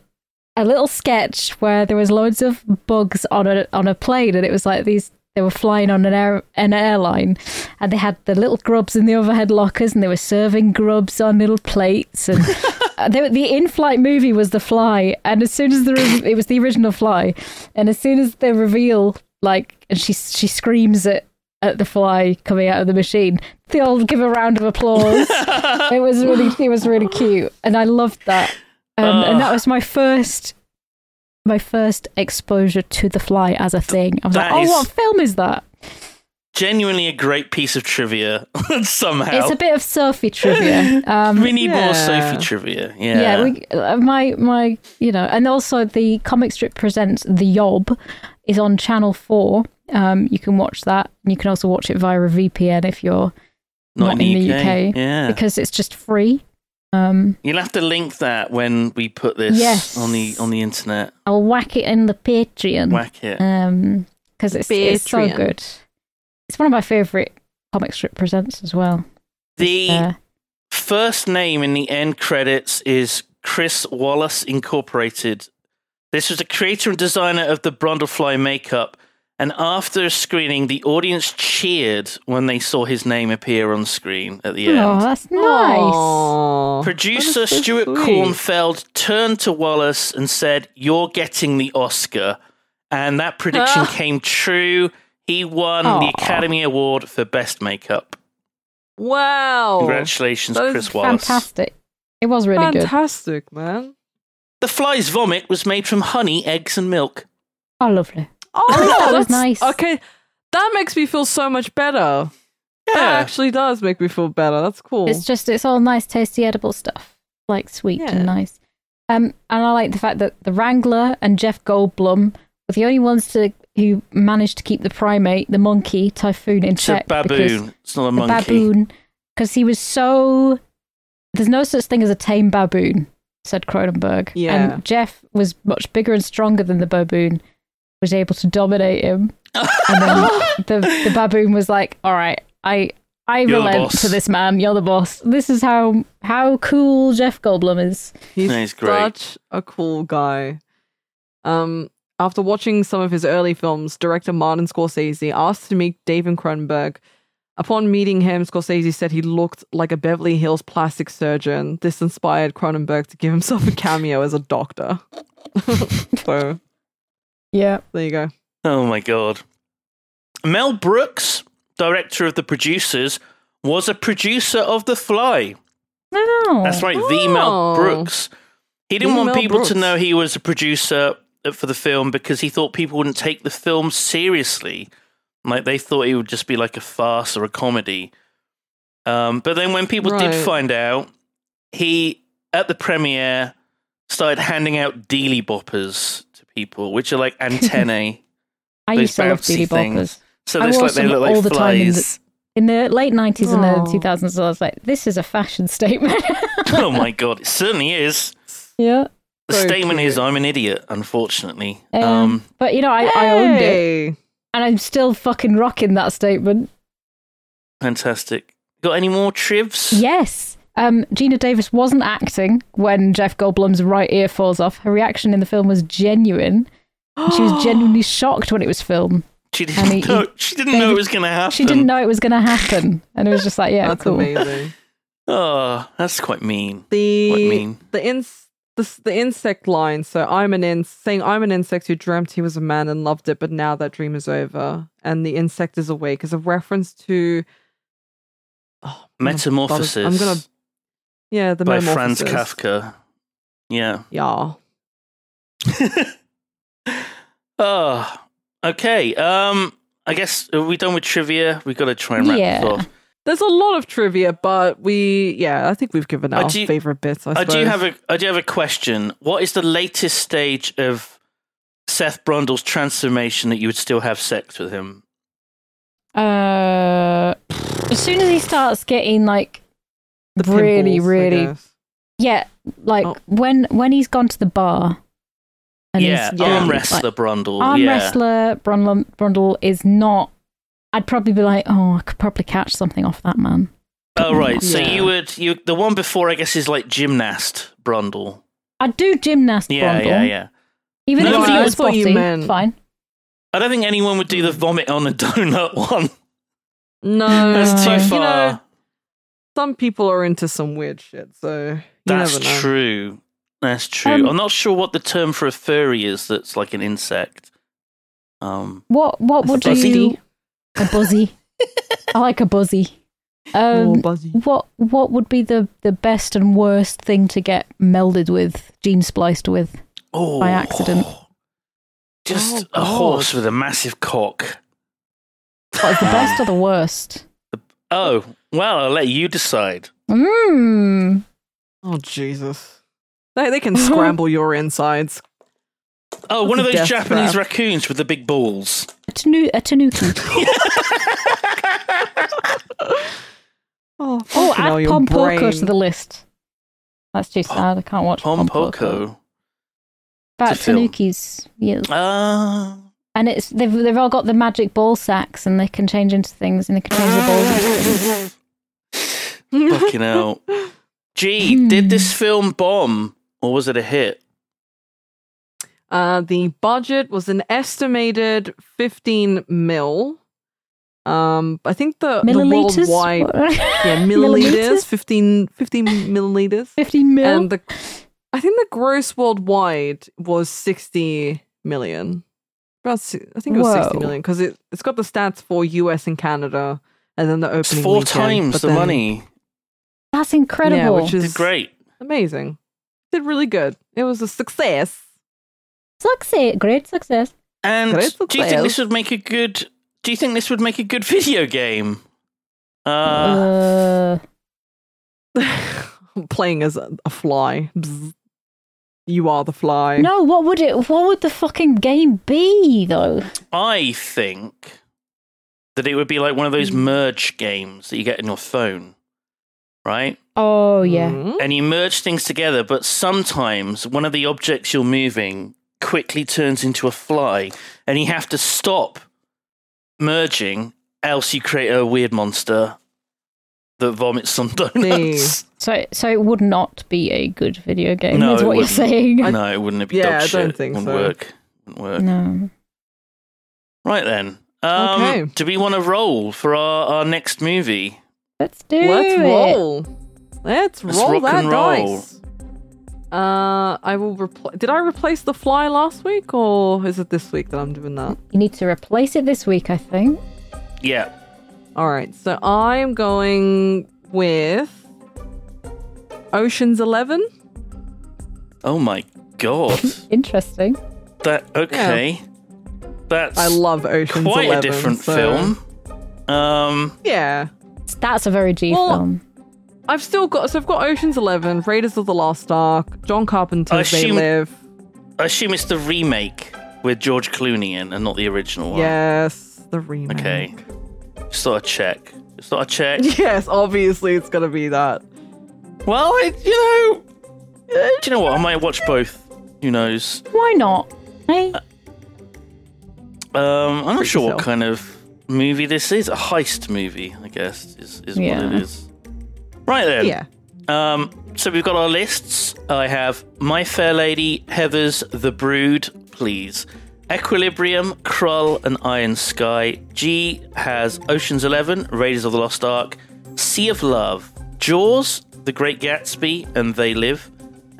Speaker 2: a little sketch where there was loads of bugs on a on a plane, and it was like these they were flying on an air an airline, and they had the little grubs in the overhead lockers, and they were serving grubs on little plates, and the, the in-flight movie was the Fly, and as soon as the re- it was the original Fly, and as soon as they reveal like and she she screams at at the fly coming out of the machine, they all give a round of applause. it was really it was really cute, and I loved that. Um, and that was my first my first exposure to the fly as a thing. I was
Speaker 3: That
Speaker 2: like, oh,
Speaker 3: is-
Speaker 2: what film is that?
Speaker 3: Genuinely a great piece of trivia. somehow
Speaker 2: It's a bit of Sophie trivia. Um,
Speaker 3: we need more
Speaker 4: Yeah.
Speaker 3: Sophie trivia. Yeah.
Speaker 2: yeah, we, uh, my my you know, and also the comic strip presents the Yob is on Channel Four. Um, you can watch that, and you can also watch it via a VPN if you're not in the UK.
Speaker 3: Yeah.
Speaker 2: because it's just free. Um,
Speaker 3: You'll have to link that when we put this
Speaker 2: Yes. Mm.
Speaker 3: on the on the internet.
Speaker 2: I'll whack it in the Patreon.
Speaker 3: Whack it.
Speaker 2: Um, because it's, it's so
Speaker 4: Patreon.
Speaker 2: good. It's one of my favorite comic strip presents as well.
Speaker 3: the
Speaker 2: Uh,
Speaker 3: first name in the end credits is Chris Wallace Incorporated. This was the creator and designer of the Brundlefly makeup, and after a screening, the audience cheered when they saw his name appear on screen at the
Speaker 2: Oh,
Speaker 3: end.
Speaker 2: that's nice.
Speaker 4: Aw.
Speaker 3: Producer
Speaker 4: That is so
Speaker 3: Stuart
Speaker 4: sweet.
Speaker 3: Kornfeld turned to Wallace and said, You're getting the Oscar. And that prediction
Speaker 4: Ah.
Speaker 3: came true. He won the
Speaker 2: Aw.
Speaker 3: Academy Award for Best Makeup.
Speaker 4: Wow.
Speaker 3: Congratulations,
Speaker 4: That is
Speaker 3: Chris Wallace.
Speaker 2: Fantastic. It was really good.
Speaker 4: Fantastic, man.
Speaker 3: The fly's vomit was made from honey, eggs, and milk.
Speaker 2: Oh, lovely.
Speaker 4: Oh,
Speaker 2: that was
Speaker 4: that's-
Speaker 2: nice.
Speaker 4: Okay, that makes me feel so much better. That
Speaker 3: Yeah.
Speaker 4: actually does make me feel better. That's cool.
Speaker 2: It's just it's all nice, tasty, edible stuff, like sweet
Speaker 4: Yeah.
Speaker 2: and nice. Um, and I like the fact that the Wrangler and Jeff Goldblum were the only ones to who managed to keep the primate, the monkey typhoon, in
Speaker 3: It's a
Speaker 2: check. because
Speaker 3: baboon. It's not a
Speaker 2: The
Speaker 3: monkey.
Speaker 2: baboon, because he was so. There's no such thing as a tame baboon, said Cronenberg.
Speaker 4: Yeah.
Speaker 2: And Jeff was much bigger and stronger than the baboon, was able to dominate him. and then the, the baboon was like, all right, I. I
Speaker 3: You're the
Speaker 2: relent
Speaker 3: boss."
Speaker 2: to this man. You're the boss. This is how how cool Jeff Goldblum is.
Speaker 4: He's
Speaker 3: Yeah, he's great.
Speaker 4: such a cool guy. Um, after watching some of his early films, director Martin Scorsese asked to meet David Cronenberg. Upon meeting him, Scorsese said he looked like a Beverly Hills plastic surgeon. This inspired Cronenberg to give himself a cameo as a doctor. so
Speaker 2: Yeah.
Speaker 4: there you go.
Speaker 3: Oh my god. Mel Brooks, director of The Producers, was a producer of The Fly.
Speaker 2: No.
Speaker 3: That's right, the Mel
Speaker 4: Oh.
Speaker 3: Brooks. He didn't
Speaker 4: The
Speaker 3: want
Speaker 4: Mel
Speaker 3: people to
Speaker 4: Brooks.
Speaker 3: know he was a producer for the film because he thought people wouldn't take the film seriously. Like they thought it would just be like a farce or a comedy. Um, but then when people did
Speaker 4: Right.
Speaker 3: find out, he at the premiere started handing out dealy boppers to people, which are like antennae.
Speaker 2: I
Speaker 3: those
Speaker 2: used to love
Speaker 3: bouncy
Speaker 2: Beanie
Speaker 3: things.
Speaker 2: Boppers.
Speaker 3: so
Speaker 2: I
Speaker 3: it's
Speaker 2: wore
Speaker 3: like they
Speaker 2: some
Speaker 3: look like
Speaker 2: all the time in the-
Speaker 3: flies.
Speaker 2: In the late 90s and
Speaker 4: Aw.
Speaker 2: early 2000s, I was like, this is a fashion statement.
Speaker 3: oh my god, it certainly is.
Speaker 2: yeah.
Speaker 3: The
Speaker 4: So
Speaker 3: statement
Speaker 4: cute.
Speaker 3: is I'm an idiot, unfortunately.
Speaker 2: Um,
Speaker 3: um
Speaker 2: but, you know, I, I owned it.
Speaker 4: Hey.
Speaker 2: And I'm still fucking rocking that statement.
Speaker 3: Fantastic. Got any more trivs?
Speaker 2: Yes. Um, Gina Davis wasn't acting when Jeff Goldblum's right ear falls off. Her reaction in the film was genuine. and She was genuinely shocked when it was filmed.
Speaker 3: She
Speaker 2: I mean,
Speaker 3: didn't know. She didn't know it was going to happen.
Speaker 2: She didn't know it was going to happen. And it was just like, yeah,
Speaker 4: That's
Speaker 2: cool.
Speaker 4: amazing.
Speaker 3: Oh, that's quite mean.
Speaker 4: The
Speaker 3: Quite mean.
Speaker 4: the ins the, s- the insect line. So I'm an in saying I'm an insect who dreamt he was a man and loved it, but now that dream is over and the insect is awake is a reference to oh, I'm gonna bother-
Speaker 3: Metamorphosis.
Speaker 4: I'm gonna yeah the
Speaker 3: by Franz
Speaker 4: Metamorphosis.
Speaker 3: Kafka. Yeah.
Speaker 4: Yeah.
Speaker 3: oh, okay. Um, I guess are we done with trivia? We've got to try and wrap
Speaker 2: Yeah.
Speaker 3: this off.
Speaker 4: There's a lot of trivia, but we yeah, I think we've given
Speaker 3: I
Speaker 4: our
Speaker 3: do-
Speaker 4: favorite bits. I,
Speaker 3: I do
Speaker 4: suppose.
Speaker 3: have a I do have a question. What is the latest stage of Seth Brundle's transformation that you would still have sex with him?
Speaker 2: Uh, as soon as he starts getting like
Speaker 4: The
Speaker 2: really,
Speaker 4: pimples, I
Speaker 2: really,
Speaker 4: guess.
Speaker 2: yeah, like
Speaker 4: Oh.
Speaker 2: when when he's gone to the bar,
Speaker 3: yeah,
Speaker 2: he's-
Speaker 3: arm
Speaker 2: like,
Speaker 3: wrestler Brundle.
Speaker 2: arm
Speaker 3: yeah.
Speaker 2: wrestler Brundle, Brundle is not. I'd probably be like, oh, I could probably catch something off that man.
Speaker 3: Oh right, so
Speaker 4: Yeah.
Speaker 3: you would you the one before I guess is like gymnast Brundle.
Speaker 2: I'd do gymnast
Speaker 3: Yeah,
Speaker 2: Brundle,
Speaker 3: yeah, yeah.
Speaker 2: even
Speaker 3: No,
Speaker 2: if he
Speaker 3: I
Speaker 2: was
Speaker 4: thought you
Speaker 2: spotty.
Speaker 4: meant-
Speaker 2: Fine.
Speaker 3: I don't think anyone would do the vomit on a donut one.
Speaker 4: No,
Speaker 3: That's too
Speaker 4: Mm, you
Speaker 3: far.
Speaker 4: know, some people are into some weird shit, so you
Speaker 3: That's
Speaker 4: never know.
Speaker 3: true. That's true.
Speaker 2: Um,
Speaker 3: I'm not sure what the term for a furry is. That's like an insect. Um,
Speaker 2: What what would
Speaker 3: Buzzy.
Speaker 2: you? A buzzy. I like a buzzy.
Speaker 4: Oh,
Speaker 2: Um,
Speaker 4: buzzy.
Speaker 2: what what would be the the best and worst thing to get melded with, gene spliced with?
Speaker 3: oh,
Speaker 2: By accident.
Speaker 3: Just
Speaker 4: Oh,
Speaker 3: a horse
Speaker 4: God.
Speaker 3: with a massive cock.
Speaker 2: What, the best or the worst?
Speaker 3: Oh well, I'll let you decide.
Speaker 2: Mmm.
Speaker 4: Oh, Jesus. They, they can scramble your insides.
Speaker 3: Oh, one of
Speaker 4: That's a
Speaker 3: those
Speaker 4: death
Speaker 3: Japanese
Speaker 4: trap.
Speaker 3: raccoons with the big balls.
Speaker 2: A, tanu- a tanuki. oh,
Speaker 4: Oh, fucking hell,
Speaker 2: add
Speaker 4: your
Speaker 2: Pom
Speaker 4: brain.
Speaker 2: Porco to the list. That's too
Speaker 3: Pom-
Speaker 2: sad. I can't watch Pom,
Speaker 3: Pom
Speaker 2: Porco.
Speaker 3: Poko.
Speaker 2: About
Speaker 3: It's a film.
Speaker 2: tanukis, yeah.
Speaker 3: Ah.
Speaker 2: And it's they've they've all got the magic ball sacks, and they can change into things, and they can change the balls.
Speaker 3: Fucking hell. Gee, did this
Speaker 4: Hmm.
Speaker 3: film bomb or was it a hit?
Speaker 4: Uh, the budget was an estimated 15 mil. Um, I think the, the
Speaker 2: Milliliters.
Speaker 4: worldwide yeah,
Speaker 2: Milliliters?
Speaker 4: milliliters, 15, 15 milliliters.
Speaker 2: Fifteen mil.
Speaker 4: And the, I think the gross worldwide was 60 million. About, si- I think it was 60
Speaker 2: Whoa.
Speaker 4: million because it, it's got the stats for US and Canada and then the opening.
Speaker 3: It's four
Speaker 4: weekend,
Speaker 3: times
Speaker 4: but
Speaker 3: the
Speaker 4: then-
Speaker 3: money.
Speaker 2: That's incredible.
Speaker 4: Yeah, which
Speaker 3: Did
Speaker 4: is
Speaker 3: great.
Speaker 4: amazing. Did really good. It was a success.
Speaker 2: Success, great success.
Speaker 3: And
Speaker 4: Great for
Speaker 3: do you think this
Speaker 4: players.
Speaker 3: would make a good do you think this would make a good video game? Uh,
Speaker 2: Uh,
Speaker 4: Playing as a, a fly. Bzz. You are the fly.
Speaker 2: no, what would it? What would the fucking game be though?
Speaker 3: I think that it would be like one of those
Speaker 4: Hmm.
Speaker 3: merge games that you get in your phone. Right?
Speaker 2: Oh yeah,
Speaker 4: Mm.
Speaker 3: And you merge things together, but sometimes one of the objects you're moving quickly turns into a fly, and you have to stop merging, else you create a weird monster that vomits some donuts.
Speaker 2: so so it would not be a good video game.
Speaker 3: No,
Speaker 2: is
Speaker 3: it
Speaker 2: what you're
Speaker 3: wouldn't.
Speaker 2: saying.
Speaker 3: no, it wouldn't be
Speaker 4: Yeah,
Speaker 3: dog
Speaker 4: I
Speaker 3: shit.
Speaker 4: don't think
Speaker 3: wouldn't
Speaker 4: so.
Speaker 3: work. Wouldn't work.
Speaker 2: No.
Speaker 3: Right then. Um,
Speaker 4: Okay.
Speaker 3: Do we want to roll for our, our next movie?
Speaker 2: Let's do
Speaker 4: Let's
Speaker 2: it.
Speaker 4: roll. Let's
Speaker 3: Let's
Speaker 4: roll
Speaker 3: rock
Speaker 4: that
Speaker 3: and roll.
Speaker 4: dice. Uh, I will replace. Did I replace the fly last week, or is it this week that I'm doing that?
Speaker 2: You need to replace it this week, I think.
Speaker 3: Yeah.
Speaker 4: All right, so I'm going with Ocean's Eleven.
Speaker 3: Oh my god.
Speaker 2: Interesting.
Speaker 3: that okay. That's
Speaker 4: I love Ocean's
Speaker 3: quite
Speaker 4: Eleven.
Speaker 3: a different
Speaker 4: so-
Speaker 3: film. Um,
Speaker 4: Yeah.
Speaker 2: That's a very G
Speaker 4: Well,
Speaker 2: film.
Speaker 4: I've still got so I've got Ocean's Eleven, Raiders of the Lost Ark, John
Speaker 3: I
Speaker 4: Carpenter's They
Speaker 3: assume-
Speaker 4: Live.
Speaker 3: I assume it's the remake with George Clooney in, and not the original one.
Speaker 4: Yes, the remake.
Speaker 3: Okay. Just thought I'd check. Just thought I'd check.
Speaker 4: Yes, obviously it's gonna be that.
Speaker 3: well, it, you know, eh, do you know what? I might watch both. Who knows?
Speaker 2: Why not? Hey,
Speaker 3: Um, I'm not
Speaker 4: Treat
Speaker 3: sure
Speaker 4: yourself.
Speaker 3: what kind of movie this is. A heist movie, I guess, is, is
Speaker 2: Yeah.
Speaker 3: what it is. Right then.
Speaker 4: Yeah.
Speaker 3: Um, so we've got our lists. I have My Fair Lady, Heather's, The Brood, Please, Equilibrium, Krull, and Iron Sky. G has Ocean's Eleven, Raiders of the Lost Ark, Sea of Love, Jaws, The Great Gatsby, and They Live.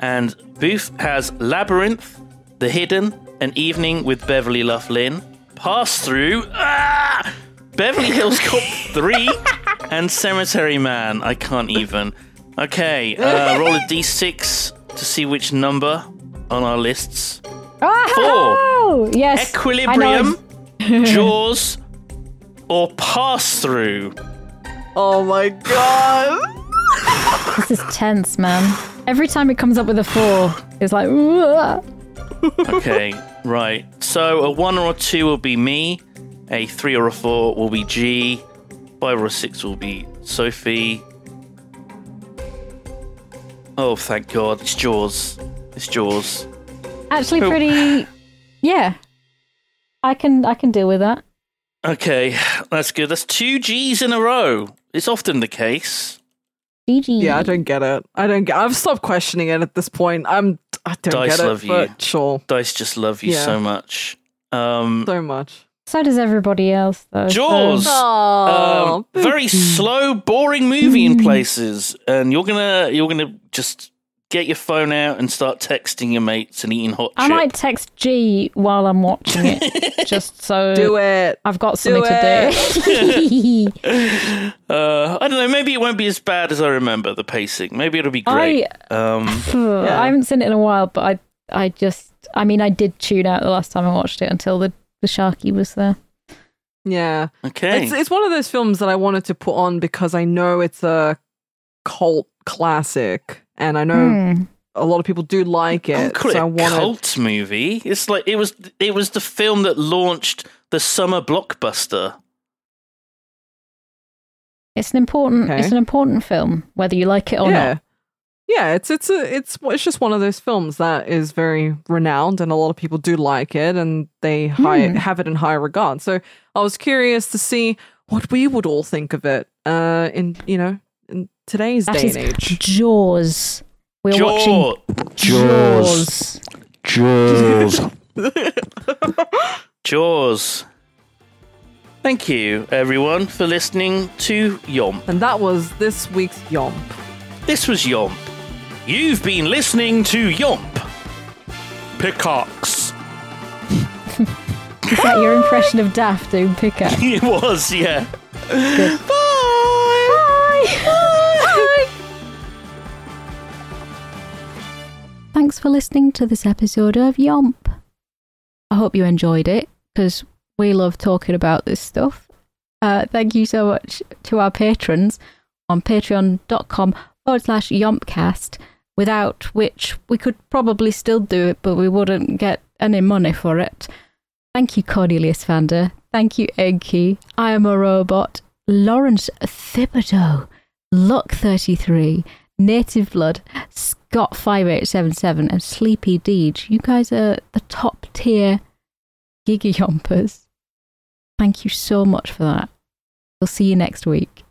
Speaker 3: And Booth has Labyrinth, The Hidden, An Evening with Beverly Loughlin, Pass Through, ah! Beverly Hills Cop 3, and Cemetery Man. I can't even. Okay, uh, roll a d6 to see which number on our lists.
Speaker 2: Oh, yes. I know.
Speaker 3: Equilibrium, Jaws, or Pass Through.
Speaker 4: Oh my god.
Speaker 2: This is tense, man. Every time it comes up with a four, it's like, "Wah."
Speaker 3: Okay, right. So a one or a two will be me. A three or a four will be G. Five or a six will be Sophie. Oh, thank God! It's Jaws. It's Jaws.
Speaker 2: actually pretty. Yeah, I can I can deal with that.
Speaker 3: Okay, that's good. That's two G's in a row. It's often the case.
Speaker 2: GG.
Speaker 4: Yeah, I don't get it. I don't get. I've stopped questioning it at this point. I'm. I don't
Speaker 3: Dice
Speaker 4: get it.
Speaker 3: love you.
Speaker 4: but sure,
Speaker 3: Dice just love you
Speaker 4: Yeah.
Speaker 3: so much. Um,
Speaker 4: so much.
Speaker 2: So does everybody else, though. so-
Speaker 3: Jaws.
Speaker 4: Oh,
Speaker 3: um, very slow, boring movie in places, and you're gonna you're gonna just get your phone out and start texting your mates and eating hot
Speaker 2: I
Speaker 3: chip.
Speaker 2: might text G while I'm watching it, just so
Speaker 4: do it.
Speaker 2: I've got something to do.
Speaker 3: Uh, I don't know. Maybe it won't be as bad as I remember the pacing. Maybe it'll be great. Um,
Speaker 2: I haven't seen it in a while, but I I just I mean I did tune out the last time I watched it until the the sharky was there.
Speaker 4: Yeah,
Speaker 3: okay.
Speaker 4: it's it's one of those films that I wanted to put on because I know it's a cult classic, and I know
Speaker 2: Hmm.
Speaker 4: a lot of people do like
Speaker 3: I wouldn't
Speaker 4: it.
Speaker 3: call it
Speaker 4: so I
Speaker 3: a
Speaker 4: wanted.
Speaker 3: cult movie. It's like it was it was the film that launched the summer blockbuster.
Speaker 2: It's an important
Speaker 4: Okay.
Speaker 2: it's an important film, whether you like it or
Speaker 4: yeah.
Speaker 2: not.
Speaker 4: Yeah, it's it's a, it's it's just one of those films that is very renowned, and a lot of people do like it, and they high,
Speaker 2: Hmm.
Speaker 4: have it in high regard. So I was curious to see what we would all think of it. Uh, in you know, in today's
Speaker 2: That
Speaker 4: day
Speaker 2: is
Speaker 4: and age.
Speaker 2: Jaws. We're watching
Speaker 3: Jaws.
Speaker 2: Jaws.
Speaker 3: Jaws. Thank you, everyone, for listening to Yomp.
Speaker 4: And that was this week's Yomp.
Speaker 3: This was Yomp. You've been listening to Yomp. Pickaxe.
Speaker 2: Is that your impression of Daft doing pickup?
Speaker 3: It was, yeah.
Speaker 2: Thanks for listening to this episode of Yomp. I hope you enjoyed it because we love talking about this stuff. Uh, thank you so much to our patrons on patreon.com forward slash yompcast, without which we could probably still do it, but we wouldn't get any money for it. Thank you, Cornelius Vander. Thank you, Eggy. I am a robot. Lawrence Thibodeau. Luck 33. Native Blood. Scott 5877. And Sleepy Deej. You guys are the top tier Giga Yompers. Thank you so much for that. We'll see you next week.